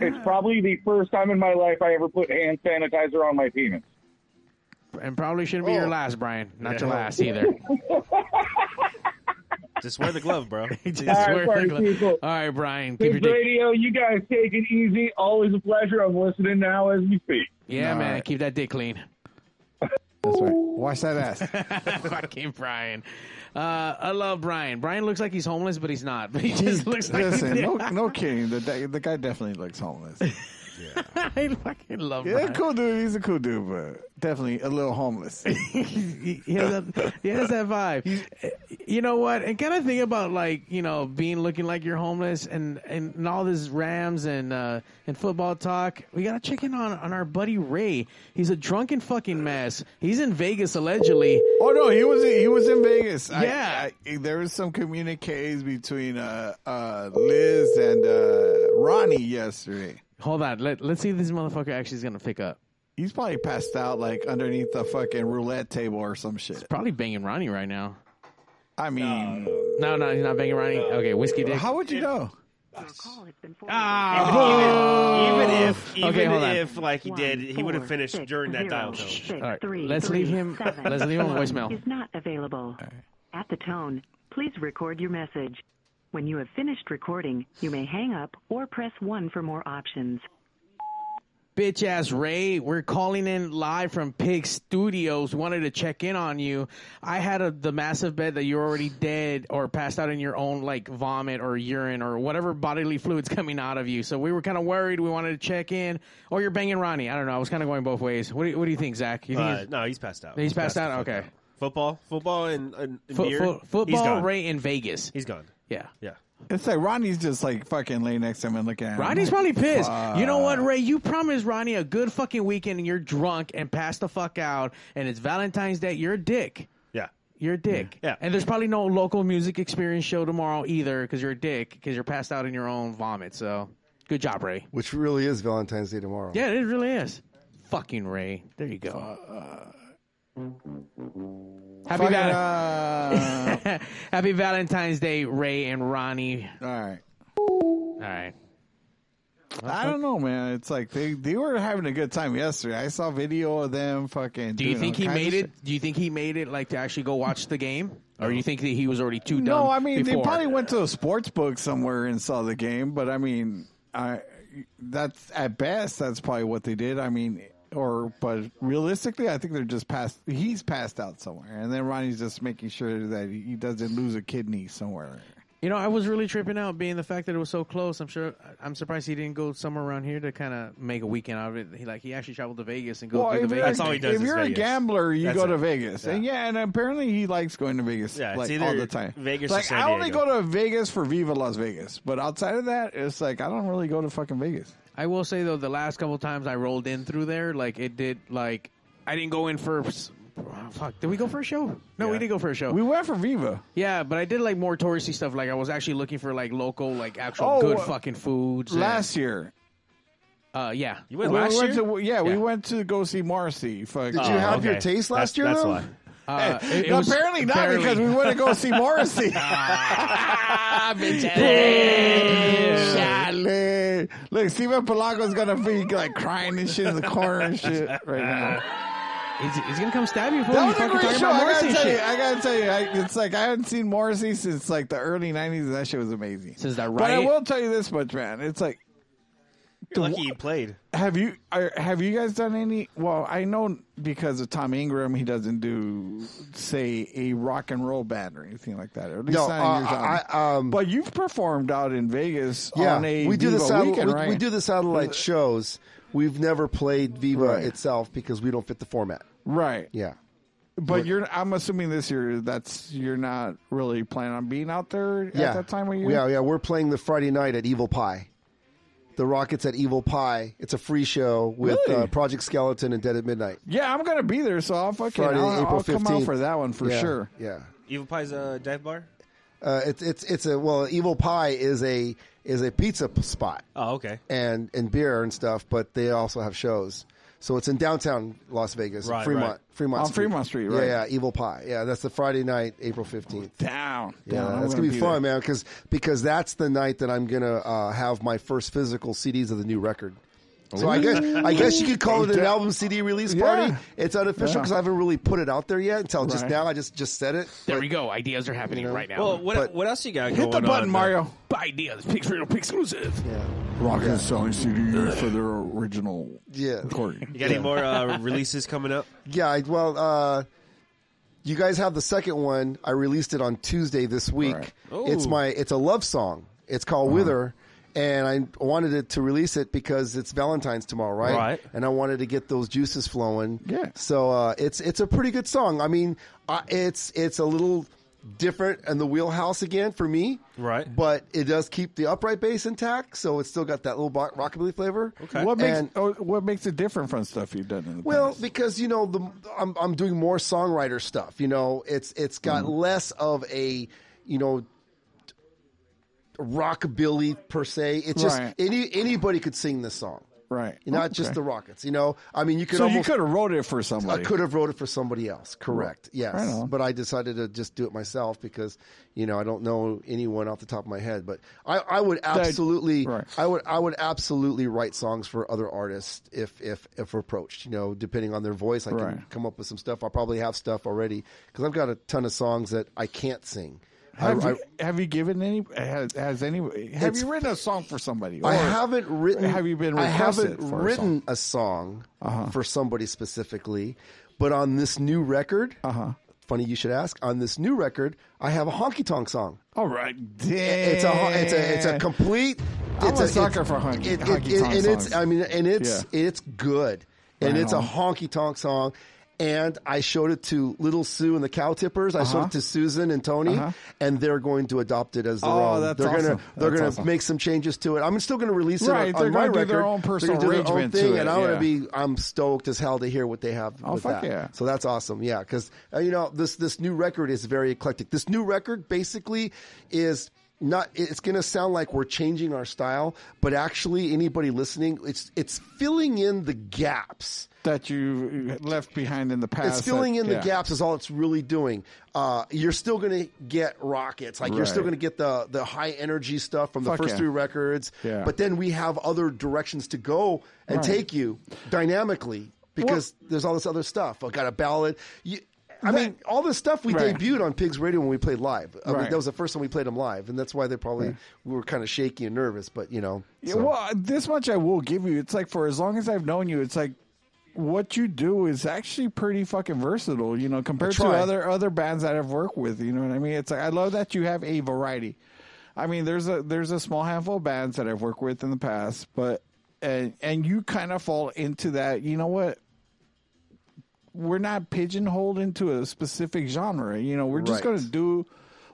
[SPEAKER 12] it's probably the first time in my life I ever put hand sanitizer on my penis.
[SPEAKER 4] and probably shouldn't be
[SPEAKER 12] Oh.
[SPEAKER 4] your last, Brian. Not your
[SPEAKER 3] Yeah.
[SPEAKER 4] last either.
[SPEAKER 3] Just wear the glove, bro.
[SPEAKER 4] Just wear
[SPEAKER 12] right, sorry,
[SPEAKER 4] the gla-
[SPEAKER 12] people.
[SPEAKER 4] all right, Brian. Keep your
[SPEAKER 12] Big
[SPEAKER 4] dick.
[SPEAKER 12] Radio, you guys take it easy. Always a pleasure. I'm listening now as we speak.
[SPEAKER 4] Yeah,
[SPEAKER 8] All
[SPEAKER 4] man.
[SPEAKER 8] right.
[SPEAKER 4] Keep that dick clean.
[SPEAKER 8] That's right. Watch that ass.
[SPEAKER 4] Fucking Brian. Uh, I love Brian. Brian looks like he's homeless, but he's not. But he just looks like
[SPEAKER 8] Listen,
[SPEAKER 4] he's
[SPEAKER 8] no, no kidding. The, de- the guy definitely looks homeless.
[SPEAKER 4] I fucking love
[SPEAKER 8] Yeah,
[SPEAKER 4] that.
[SPEAKER 8] cool dude. He's a cool dude, but definitely a little homeless.
[SPEAKER 4] he, he has that, he has that vibe. You know what? And kind of think about like you know being looking like you're homeless and and, and all this Rams and uh, and football talk. We got to check in on on our buddy Ray. He's a drunken fucking mess. He's in Vegas allegedly.
[SPEAKER 8] Oh no, he was he was in Vegas. I-
[SPEAKER 4] Yeah.
[SPEAKER 8] I- there was some communiques between uh, uh, Liz and uh, Ronnie yesterday.
[SPEAKER 4] Hold on, let let's see if this motherfucker actually is gonna pick up.
[SPEAKER 8] He's probably passed out like underneath the fucking roulette table or some shit.
[SPEAKER 4] Probably banging Ronnie right now.
[SPEAKER 8] I mean,
[SPEAKER 4] No, no, he's not banging Ronnie. Okay, whiskey dick.
[SPEAKER 8] how would you know?
[SPEAKER 4] Ah.
[SPEAKER 3] Even if, even
[SPEAKER 4] Okay, hold on.
[SPEAKER 3] if, like he did, he would have finished during that dial tone.
[SPEAKER 4] All right, let's leave him. Let's leave him a voicemail.
[SPEAKER 13] Is not available. At the tone, please record your message. When you have finished recording, you may hang up or press one for more options.
[SPEAKER 4] Bitch ass Ray, we're calling in live from Pig Studios. Wanted to check in on you. I had a, the massive bet that you're already dead or passed out in your own like vomit or urine or whatever bodily fluids coming out of you. So we were kind of worried. We wanted to check in. Or you're banging Ronnie. I don't know. I was kind of going both ways. What do you, what do you think, Zach? You think
[SPEAKER 3] Uh,
[SPEAKER 4] he's-
[SPEAKER 3] no, he's passed out.
[SPEAKER 4] He's passed out?
[SPEAKER 3] the fuck
[SPEAKER 4] Okay.
[SPEAKER 3] Football, football, and, and, and
[SPEAKER 4] Fo-
[SPEAKER 3] beer.
[SPEAKER 4] fo- football,
[SPEAKER 3] he's gone.
[SPEAKER 4] Ray in Vegas.
[SPEAKER 3] He's gone.
[SPEAKER 4] Yeah.
[SPEAKER 3] Yeah.
[SPEAKER 8] It's like Ronnie's just like fucking laying next to him and looking at him.
[SPEAKER 4] Ronnie's
[SPEAKER 8] like,
[SPEAKER 4] probably pissed.
[SPEAKER 8] fuck.
[SPEAKER 4] You know what, Ray? You promised Ronnie a good fucking weekend, and you're drunk and passed the fuck out, and it's Valentine's Day. You're a dick.
[SPEAKER 3] Yeah.
[SPEAKER 4] You're a dick. Yeah. And there's probably no local music experience show tomorrow either because you're a dick because you're passed out in your own vomit. So good job, Ray.
[SPEAKER 5] Which really is Valentine's Day tomorrow.
[SPEAKER 4] Yeah, it really is. Fucking Ray. There you go. Happy,
[SPEAKER 8] Fucking,
[SPEAKER 4] val- Happy Valentine's Day, Ray and Ronnie.
[SPEAKER 8] All right.
[SPEAKER 4] All right.
[SPEAKER 8] I don't know, man. It's like they, they were having a good time yesterday. I saw video of them fucking.
[SPEAKER 4] Do you
[SPEAKER 8] doing
[SPEAKER 4] think
[SPEAKER 8] all
[SPEAKER 4] he
[SPEAKER 8] kinds of
[SPEAKER 4] made
[SPEAKER 8] shit.
[SPEAKER 4] it? Do you think he made it like to actually go watch the game, or you think that he was already too dumb?
[SPEAKER 8] No, I mean
[SPEAKER 4] before?
[SPEAKER 8] they probably went to a sports book somewhere and saw the game, but I mean, I that's at best that's probably what they did. I mean, or but realistically, I think they're just passed. He's passed out somewhere, and then Ronnie's just making sure that he doesn't lose a kidney somewhere.
[SPEAKER 4] You know, I was really tripping out being the fact that it was so close. I'm sure. I'm surprised he didn't go somewhere around here to kind of make a weekend out of it. He like he actually traveled to Vegas and go
[SPEAKER 8] Well,
[SPEAKER 4] through the
[SPEAKER 8] if you're,
[SPEAKER 4] Vegas.
[SPEAKER 8] a- if you're a gambler, you go to Vegas, eh? and yeah, and apparently he likes going to Vegas
[SPEAKER 3] Yeah, it's
[SPEAKER 8] like
[SPEAKER 3] either
[SPEAKER 8] all the time.
[SPEAKER 3] Vegas or
[SPEAKER 8] like
[SPEAKER 3] San
[SPEAKER 8] I only
[SPEAKER 3] Diego.
[SPEAKER 8] go to Vegas for Viva Las Vegas, but outside of that, it's like I don't really go to fucking Vegas.
[SPEAKER 4] I will say though, the last couple times I rolled in through there, like it did. Like I didn't go in for. oh, fuck, did we go for a show? No, we did go for a show.
[SPEAKER 8] We went for Viva.
[SPEAKER 4] Yeah, but I did like more touristy stuff. Like I was actually looking for like local, like actual
[SPEAKER 8] Oh,
[SPEAKER 4] good
[SPEAKER 8] uh,
[SPEAKER 4] fucking foods. and-
[SPEAKER 8] last year.
[SPEAKER 4] uh, yeah, you
[SPEAKER 8] We went To, yeah, we went to go see Marcy. Fuck.
[SPEAKER 4] Did you Oh, have your okay. taste last That's- year, that's though? why. Uh,
[SPEAKER 8] Hey,
[SPEAKER 4] it- it
[SPEAKER 8] no,
[SPEAKER 4] was
[SPEAKER 8] apparently not
[SPEAKER 4] barely-
[SPEAKER 8] because we went to go see Morrissey. Chale. Look, Steven Palago's gonna be like crying and shit in the corner and shit right now.
[SPEAKER 4] He's, he's gonna come stab you. fool. You
[SPEAKER 8] That was a
[SPEAKER 4] fucking
[SPEAKER 8] great
[SPEAKER 4] talking
[SPEAKER 8] show.
[SPEAKER 4] about
[SPEAKER 8] I
[SPEAKER 4] Morrissey
[SPEAKER 8] gotta, tell you,
[SPEAKER 4] shit.
[SPEAKER 8] I gotta tell you, I- it's like I haven't seen Morrissey since like the early '90s, and that shit was amazing.
[SPEAKER 4] Since that
[SPEAKER 8] But I
[SPEAKER 4] right?
[SPEAKER 8] will tell you this much, man. It's like
[SPEAKER 3] You're lucky he played.
[SPEAKER 8] Have you are, have you guys done any? Well, I know because of Tom Ingram, he doesn't do say a rock and roll band or anything like that. Or at least
[SPEAKER 5] No,
[SPEAKER 8] not
[SPEAKER 5] uh,
[SPEAKER 8] in your genre. but you've performed out in Vegas
[SPEAKER 5] Yeah,
[SPEAKER 8] on a
[SPEAKER 5] we do the
[SPEAKER 8] Viva
[SPEAKER 5] satel-
[SPEAKER 8] weekend,
[SPEAKER 5] we,
[SPEAKER 8] right? Uh,
[SPEAKER 5] we do the satellite shows. We've never played Viva itself because we don't fit the format.
[SPEAKER 8] right.
[SPEAKER 5] Yeah,
[SPEAKER 8] But you're I'm assuming this year that's you're not really planning on being out there
[SPEAKER 5] yeah.
[SPEAKER 8] at that time of year.
[SPEAKER 5] Yeah, yeah. We're playing the Friday night at Evil Pie. The Rockets at Evil Pie. It's a free show with
[SPEAKER 8] Really?
[SPEAKER 5] uh, Project Skeleton and Dead at Midnight.
[SPEAKER 8] Yeah, I'm gonna be there, so I'll fucking
[SPEAKER 5] Friday,
[SPEAKER 8] I'll,
[SPEAKER 5] April
[SPEAKER 8] I'll come out
[SPEAKER 5] 15th.
[SPEAKER 8] for that one for
[SPEAKER 5] Yeah,
[SPEAKER 8] sure.
[SPEAKER 5] Yeah.
[SPEAKER 3] Evil Pie's a dive bar.
[SPEAKER 5] Uh, it's it's it's a well, Evil Pie is a is a pizza p- spot
[SPEAKER 3] Oh, okay.
[SPEAKER 5] and and beer and stuff, but they also have shows. So it's in downtown Las Vegas,
[SPEAKER 8] Right,
[SPEAKER 5] Fremont,
[SPEAKER 8] right.
[SPEAKER 5] Fremont
[SPEAKER 8] On Fremont Street, right.
[SPEAKER 5] Yeah, yeah, Evil Pie. Yeah, that's the Friday night, April fifteenth.
[SPEAKER 8] Down.
[SPEAKER 5] Yeah,
[SPEAKER 8] down. I'm
[SPEAKER 5] that's gonna be,
[SPEAKER 8] be
[SPEAKER 5] fun, man. Because because that's the night that I'm gonna uh, have my first physical CDs of the new record. So I guess I guess you could call it an album CD release party.
[SPEAKER 4] Yeah.
[SPEAKER 5] It's unofficial
[SPEAKER 4] Yeah.
[SPEAKER 5] because I haven't really put it out there yet until just
[SPEAKER 4] Right.
[SPEAKER 5] now. I just just said it.
[SPEAKER 4] There we go. Ideas are happening right now.
[SPEAKER 3] Well, what what else you got?
[SPEAKER 5] Hit the
[SPEAKER 3] going
[SPEAKER 5] button,
[SPEAKER 3] on,
[SPEAKER 5] Mario.
[SPEAKER 4] Ideas, Pix Real Pix exclusive.
[SPEAKER 8] Rockets selling CDs for their original
[SPEAKER 5] Yeah.
[SPEAKER 8] recording.
[SPEAKER 3] You got any more uh, releases coming up?
[SPEAKER 5] Yeah, I, well, uh, you guys have the second one. I released it on Tuesday this week.
[SPEAKER 3] Oh.
[SPEAKER 8] Uh-huh.
[SPEAKER 5] It's my it's a love song. It's called Wither, and I wanted it to release it because it's Valentine's tomorrow, right?
[SPEAKER 3] Right.
[SPEAKER 5] And I wanted to get those juices flowing.
[SPEAKER 8] Yeah.
[SPEAKER 5] So uh, it's it's a pretty good song. I mean, I, it's it's a little different in the wheelhouse again for me.
[SPEAKER 3] Right.
[SPEAKER 5] But it does keep the upright bass intact, so it's still got that little bo- rockabilly flavor.
[SPEAKER 8] What makes
[SPEAKER 5] And-
[SPEAKER 8] oh, what makes it different from stuff you've done in the
[SPEAKER 5] well, because you know, the, I'm I'm doing more songwriter stuff. You know, it's it's got
[SPEAKER 8] Mm-hmm.
[SPEAKER 5] less of a you know rockabilly per se. It's just
[SPEAKER 8] Right.
[SPEAKER 5] any anybody could sing this song,
[SPEAKER 8] right?
[SPEAKER 5] not just the Rockets. You know, I mean, you could
[SPEAKER 8] so
[SPEAKER 5] almost
[SPEAKER 8] you could have wrote it for
[SPEAKER 5] I
[SPEAKER 8] somebody.
[SPEAKER 5] could have wrote it for somebody else. Correct. Yes.
[SPEAKER 8] Right on.
[SPEAKER 5] but I decided to just do it myself because, you know, I don't know anyone off the top of my head, but I, I would absolutely I would I would absolutely write songs for other artists if if if approached, you know, depending on their voice, I can
[SPEAKER 8] Right.
[SPEAKER 5] come up with some stuff. I probably have stuff already cuz I've got a ton of songs that I can't sing. I-
[SPEAKER 8] Have,
[SPEAKER 5] I-
[SPEAKER 8] you, have you given any? Has, has any? Have
[SPEAKER 5] It's-
[SPEAKER 8] you written a song for somebody?
[SPEAKER 5] I
[SPEAKER 8] Or
[SPEAKER 5] haven't written.
[SPEAKER 8] Have you been?
[SPEAKER 5] I
[SPEAKER 8] requested
[SPEAKER 5] haven't
[SPEAKER 8] for a Uh-huh.
[SPEAKER 5] written a song, for somebody specifically, but on this new record.
[SPEAKER 8] Uh-huh.
[SPEAKER 5] Funny you should ask. On this new record, I have a honky tonk song.
[SPEAKER 8] All right,
[SPEAKER 5] It's a ho- it's a it's a complete.
[SPEAKER 8] I'm
[SPEAKER 5] it's
[SPEAKER 8] a sucker for honky-
[SPEAKER 5] it- it-
[SPEAKER 8] honky
[SPEAKER 5] it-
[SPEAKER 8] tonk
[SPEAKER 5] and it's
[SPEAKER 8] songs. Uh-huh.
[SPEAKER 5] I mean and it's it's good and
[SPEAKER 8] Right
[SPEAKER 5] it's a
[SPEAKER 8] on.
[SPEAKER 5] honky tonk song. And I showed it to Little Sue and the Cow Tippers. I showed
[SPEAKER 8] Uh-huh.
[SPEAKER 5] it to Susan and Tony,
[SPEAKER 8] Uh-huh.
[SPEAKER 5] and they're going to adopt it as their
[SPEAKER 8] Oh,
[SPEAKER 5] own.
[SPEAKER 8] that's
[SPEAKER 5] they're gonna
[SPEAKER 8] awesome.
[SPEAKER 5] they're
[SPEAKER 8] That's
[SPEAKER 5] gonna
[SPEAKER 8] awesome.
[SPEAKER 5] make some changes to it. I'm still gonna release it
[SPEAKER 8] Right,
[SPEAKER 5] on,
[SPEAKER 8] they're
[SPEAKER 5] on my
[SPEAKER 8] gonna do
[SPEAKER 5] record.
[SPEAKER 8] their own personal
[SPEAKER 5] they're gonna do their own
[SPEAKER 8] arrangement
[SPEAKER 5] thing,
[SPEAKER 8] to
[SPEAKER 5] and
[SPEAKER 8] it,
[SPEAKER 5] I'm gonna
[SPEAKER 8] yeah.
[SPEAKER 5] be I'm stoked as hell to hear what they have.
[SPEAKER 8] Oh,
[SPEAKER 5] with
[SPEAKER 8] fuck
[SPEAKER 5] that.
[SPEAKER 8] yeah.
[SPEAKER 5] So that's awesome. Yeah, because uh, you know this this new record is very eclectic. This new record basically is not. It's going to sound like we're changing our style, but actually, anybody listening, it's it's filling in the gaps.
[SPEAKER 8] that you left behind in the past.
[SPEAKER 5] It's filling
[SPEAKER 8] that-
[SPEAKER 5] in the
[SPEAKER 8] yeah.
[SPEAKER 5] gaps is all it's really doing. Uh, you're still going to get rockets, like you're still
[SPEAKER 8] Right.
[SPEAKER 5] going to get the the high energy stuff from the
[SPEAKER 8] Fuck
[SPEAKER 5] first
[SPEAKER 8] yeah.
[SPEAKER 5] three records.
[SPEAKER 8] Yeah.
[SPEAKER 5] But then we have other directions to go and
[SPEAKER 8] Right.
[SPEAKER 5] take you dynamically because there's all this other stuff. I got a ballad. You, I mean, all this stuff we
[SPEAKER 8] Right.
[SPEAKER 5] debuted on Pigs Radio when we played live. I mean,
[SPEAKER 8] Right.
[SPEAKER 5] that was the first time we played them live, and that's why they probably we were kind of shaky and nervous. But you know,
[SPEAKER 8] Yeah,
[SPEAKER 5] so.
[SPEAKER 8] well, this much I will give you. It's like for as long as I've known you, it's like what you do is actually pretty fucking versatile. You know, compared to
[SPEAKER 5] try.
[SPEAKER 8] other other bands that I've worked with. You know what I mean? It's like I love that you have a variety. I mean, there's a there's a small handful of bands that I've worked with in the past, but and and you kind of fall into that. You know what? We're not pigeonholed into a specific genre. You know, we're just
[SPEAKER 5] Right.
[SPEAKER 8] going to do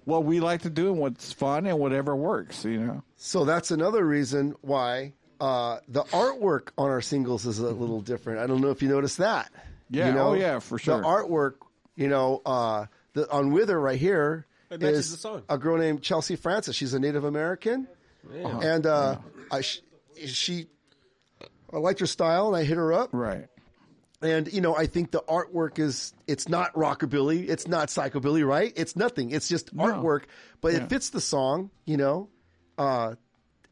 [SPEAKER 8] what we like to do and what's fun and whatever works. You know.
[SPEAKER 5] So that's another reason why uh, the artwork on our singles is a little different. I don't know if you noticed that.
[SPEAKER 8] Yeah,
[SPEAKER 5] You know,
[SPEAKER 8] oh, yeah, for sure.
[SPEAKER 5] The artwork, you know, uh, the, on Wither right here
[SPEAKER 3] It matches the
[SPEAKER 5] is
[SPEAKER 3] song.
[SPEAKER 5] a girl named Chelsea Francis. She's a Native American,
[SPEAKER 3] Yeah.
[SPEAKER 5] and uh, I sh she, I liked her style, and I hit her up.
[SPEAKER 8] Right.
[SPEAKER 5] And you know, I think the artwork is—it's not rockabilly, it's not psychobilly, right? It's nothing. It's just artwork, but
[SPEAKER 8] Yeah.
[SPEAKER 5] it fits the song, you know. Uh,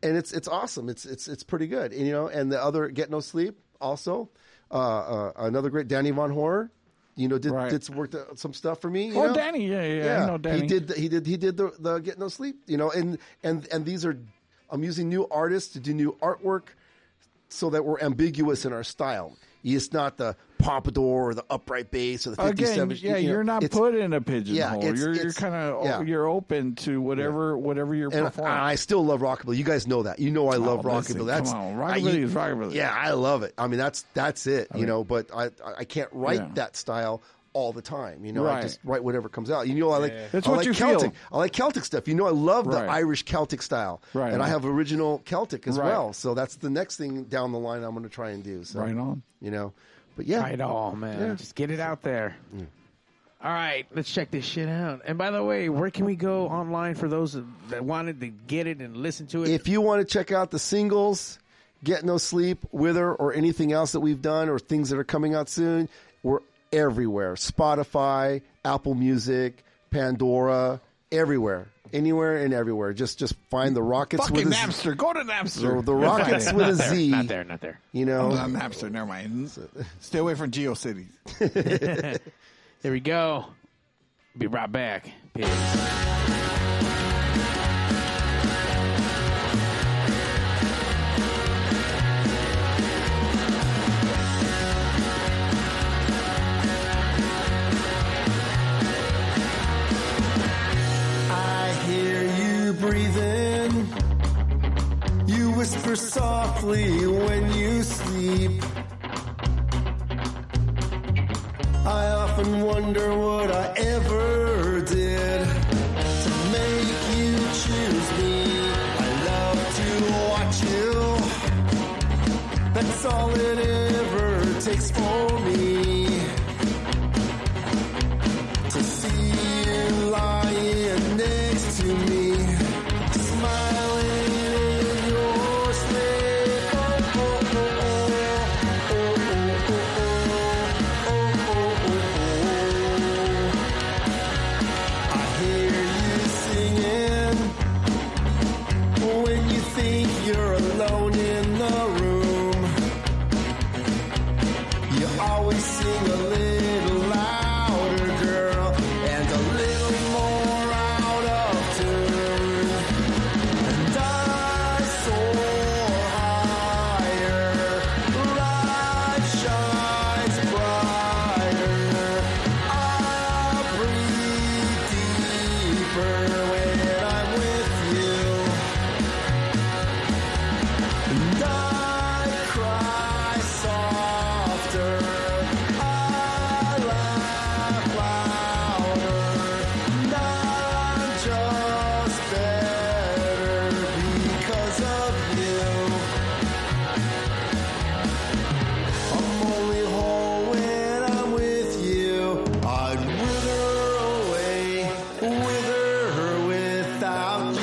[SPEAKER 5] and it's it's awesome. It's it's it's pretty good, and, you know. And the other "Get No Sleep" also uh, uh, another great Danny Von Horror, you know, did
[SPEAKER 8] Right.
[SPEAKER 5] did some work uh, some stuff for me. you
[SPEAKER 8] Oh,
[SPEAKER 5] know?
[SPEAKER 8] Danny, yeah, yeah, yeah, I know Danny.
[SPEAKER 5] He did the, he did he did the, the "Get No Sleep," you know. And and and these are I'm using new artists to do new artwork so that we're ambiguous in our style. It's not the pompadour or the upright bass or the 57.
[SPEAKER 8] Again, yeah,
[SPEAKER 5] you know,
[SPEAKER 8] you're not
[SPEAKER 5] it's-
[SPEAKER 8] put in a pigeonhole.
[SPEAKER 5] Yeah, it's-
[SPEAKER 8] you're you're
[SPEAKER 5] it's-
[SPEAKER 8] kind of
[SPEAKER 5] yeah.
[SPEAKER 8] you're open to whatever whatever you're
[SPEAKER 5] And
[SPEAKER 8] performing.
[SPEAKER 5] I still love rockabilly. You guys know that. You know I love
[SPEAKER 8] Oh, listen,
[SPEAKER 5] rockabilly. That's
[SPEAKER 8] come on,
[SPEAKER 5] I-
[SPEAKER 8] rockabilly
[SPEAKER 5] you-
[SPEAKER 8] is rockabilly.
[SPEAKER 5] Yeah, I love it. I mean, that's that's it. you
[SPEAKER 8] mean-
[SPEAKER 5] know, but I I- I can't write
[SPEAKER 8] Yeah.
[SPEAKER 5] that style all the time. You know, I
[SPEAKER 8] Right.
[SPEAKER 5] just write whatever comes out. You know, I like
[SPEAKER 8] That's
[SPEAKER 5] I
[SPEAKER 8] what
[SPEAKER 5] like
[SPEAKER 8] you
[SPEAKER 5] Celtic.
[SPEAKER 8] feel.
[SPEAKER 5] I like Celtic stuff. You know, I love
[SPEAKER 8] Right.
[SPEAKER 5] the Irish Celtic style,
[SPEAKER 8] Right
[SPEAKER 5] and I
[SPEAKER 8] on.
[SPEAKER 5] have original Celtic as
[SPEAKER 8] Right.
[SPEAKER 5] well. So that's the next thing down the line I'm going to try and do. So
[SPEAKER 8] Right on.
[SPEAKER 5] You know, but yeah,
[SPEAKER 4] Right on, man.
[SPEAKER 5] Yeah. Mm.
[SPEAKER 4] Just get it out there. All right, let's check this shit out. And by the way, where can we go online for those that wanted to get it and listen to it?
[SPEAKER 5] If you want to check out the singles, Get No Sleep, Wither, or anything else that we've done or things that are coming out soon, we're everywhere. Spotify, Apple Music, Pandora, everywhere. Anywhere and everywhere. Just just find the Rockets
[SPEAKER 8] Fucking
[SPEAKER 5] with a Z.
[SPEAKER 8] Napster, go to Napster.
[SPEAKER 5] The, the
[SPEAKER 8] You'll find
[SPEAKER 5] Rockets
[SPEAKER 8] it.
[SPEAKER 5] with a
[SPEAKER 8] Not
[SPEAKER 5] Z.
[SPEAKER 8] there, not there,
[SPEAKER 4] not there.
[SPEAKER 5] You know,
[SPEAKER 8] I'm on Napster. Never mind. Stay away from Geo Cities.
[SPEAKER 4] There we go. Be right back. Peace.
[SPEAKER 2] I hear you breathing. You quietly when you sleep. I often wonder what I ever did to make you choose me. I love to watch you. That's all it ever takes for me to see you lying next to me, smiling in your sleep. Oh, oh, oh, oh, oh, oh, oh, oh, oh, oh, oh. I hear you singing when you think you're alone in the room. You always sing a little louder, girl, and a little more out of tune. And I soar higher, light shines brighter. I breathe deeper when I'm with you. And I cry softer. I laugh louder. And I'm just better because of you. I'm only whole when I'm with you. I'd wither away, wither without you.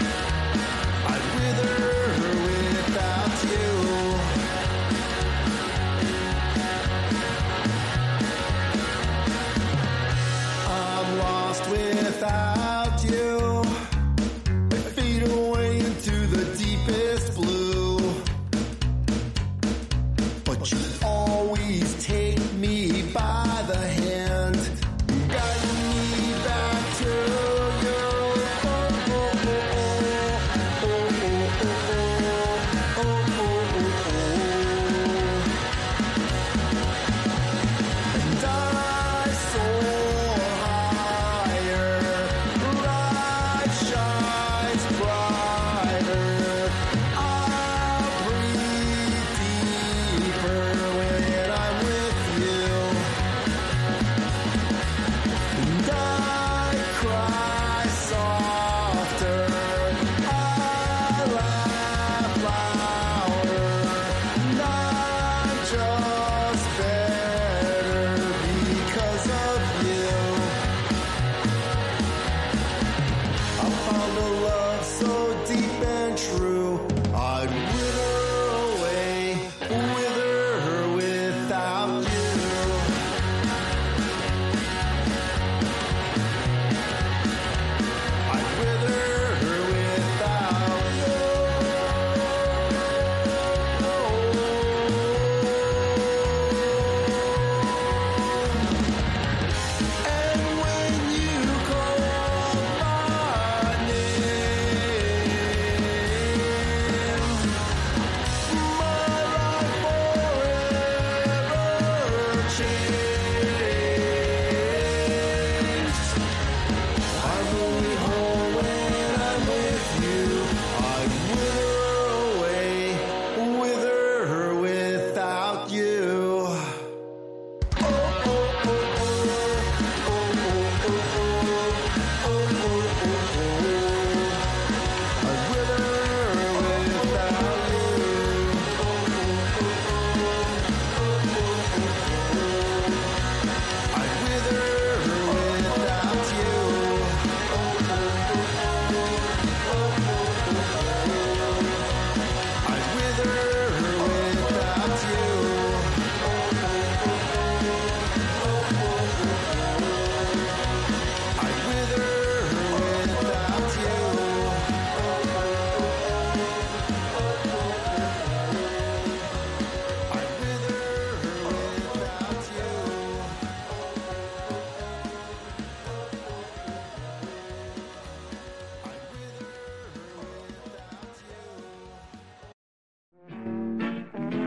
[SPEAKER 2] I'd wither without you. I'm lost without you. I fade away into the deepest blue. But you always take me by the hand. Guide me back to your And I soar higher, light shines brighter. I breathe deeper when I'm with you. And I cry softer. I laugh louder. And I'm just better because of you. I found a love so deep and true. I'd wither away, wither without you. I'd wither without you. I'm only whole when I'm with you. I'd wither away, wither without you.
[SPEAKER 8] Oh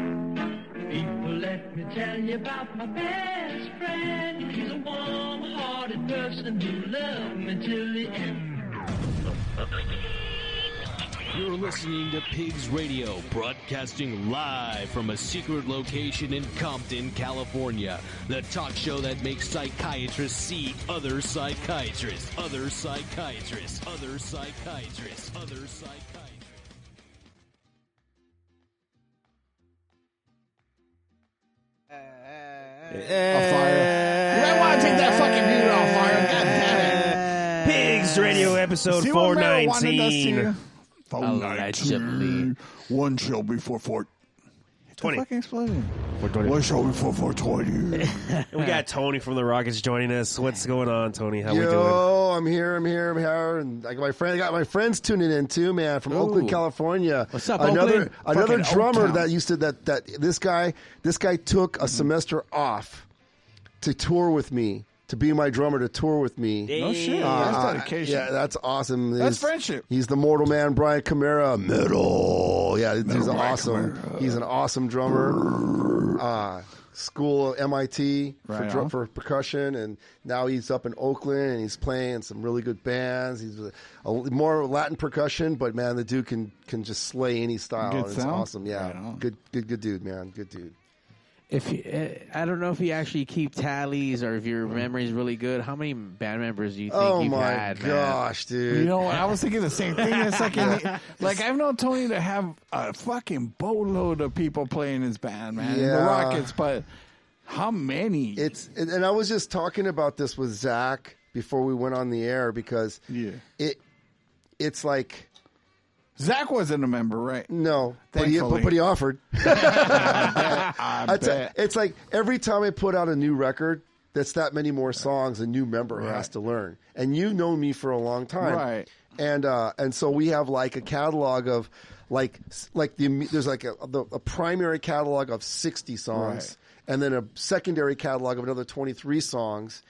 [SPEAKER 6] People, let me tell you about my best friend. He's a warm-hearted person who loved me till the end.
[SPEAKER 7] You're listening to Pigs Radio, broadcasting live from a secret location in Compton, California. The talk show that makes psychiatrists see other psychiatrists, other psychiatrists, other psychiatrists, other psychiatrists.
[SPEAKER 8] A fire. You might want to take that fucking mute off fire. God damn it.
[SPEAKER 3] Pigs Radio episode
[SPEAKER 8] See what marijuana does to
[SPEAKER 3] 419.
[SPEAKER 8] you? 419. One shall be for four.
[SPEAKER 3] 20.
[SPEAKER 8] Fucking explosion. One shall be for 420.
[SPEAKER 3] And we got Tony from the Rockets joining us. What's going on, Tony? How we doing?
[SPEAKER 5] Yo, I'm here, I'm here, I'm here, and I got my friend, I got my friends tuning in too, man, from Oakland, California.
[SPEAKER 4] What's up,
[SPEAKER 5] another
[SPEAKER 4] Oakland?
[SPEAKER 5] another
[SPEAKER 4] Fucking
[SPEAKER 5] drummer
[SPEAKER 4] Oaktown.
[SPEAKER 5] that used to that that this guy this guy took a semester off to tour with me to be my drummer to tour with me. Uh,
[SPEAKER 8] No shit. That's dedication.
[SPEAKER 5] Yeah, that's awesome.
[SPEAKER 8] That's
[SPEAKER 5] He's-
[SPEAKER 8] friendship.
[SPEAKER 5] He's the mortal man, Brian Camara. Metal. Yeah, he's awesome. He's an awesome drummer. Uh, school of MIT for,
[SPEAKER 8] Right
[SPEAKER 5] drum,
[SPEAKER 8] on.
[SPEAKER 5] for percussion, and now he's up in Oakland and he's playing some really good bands. He's a, a, more Latin percussion, but man, the dude can can just slay any style.
[SPEAKER 4] Good
[SPEAKER 5] and it's
[SPEAKER 4] sound?
[SPEAKER 5] awesome. Yeah, good, good, good dude, man. Good dude.
[SPEAKER 4] If you, eh, I don't know if you actually keep tallies or if your memory's really good, how many band members do you think
[SPEAKER 5] Oh
[SPEAKER 4] you've
[SPEAKER 5] my
[SPEAKER 4] had? man?
[SPEAKER 5] gosh, dude!
[SPEAKER 8] You know, what? I was thinking the same thing. It's like, like I've known Tony to have a fucking boatload of people playing his band, man. in The
[SPEAKER 5] Yeah.
[SPEAKER 8] Rockets, but how many?
[SPEAKER 5] It's and, and I was just talking about this with Zach before we went on the air because
[SPEAKER 8] Yeah.
[SPEAKER 5] it it's like
[SPEAKER 8] Zach wasn't a member, right?
[SPEAKER 5] No, but he,
[SPEAKER 8] Thankfully.
[SPEAKER 5] but, but he offered.
[SPEAKER 8] I
[SPEAKER 5] I tell-
[SPEAKER 8] bet.
[SPEAKER 5] it's like every time I put out a new record, that's that many more songs a new member has to learn. And you've known me for a long time,
[SPEAKER 8] Right.
[SPEAKER 5] And uh, and so we have like a catalog of like s- like the there's like a, the, a primary catalog of sixty songs, and then a secondary catalog of another twenty three songs,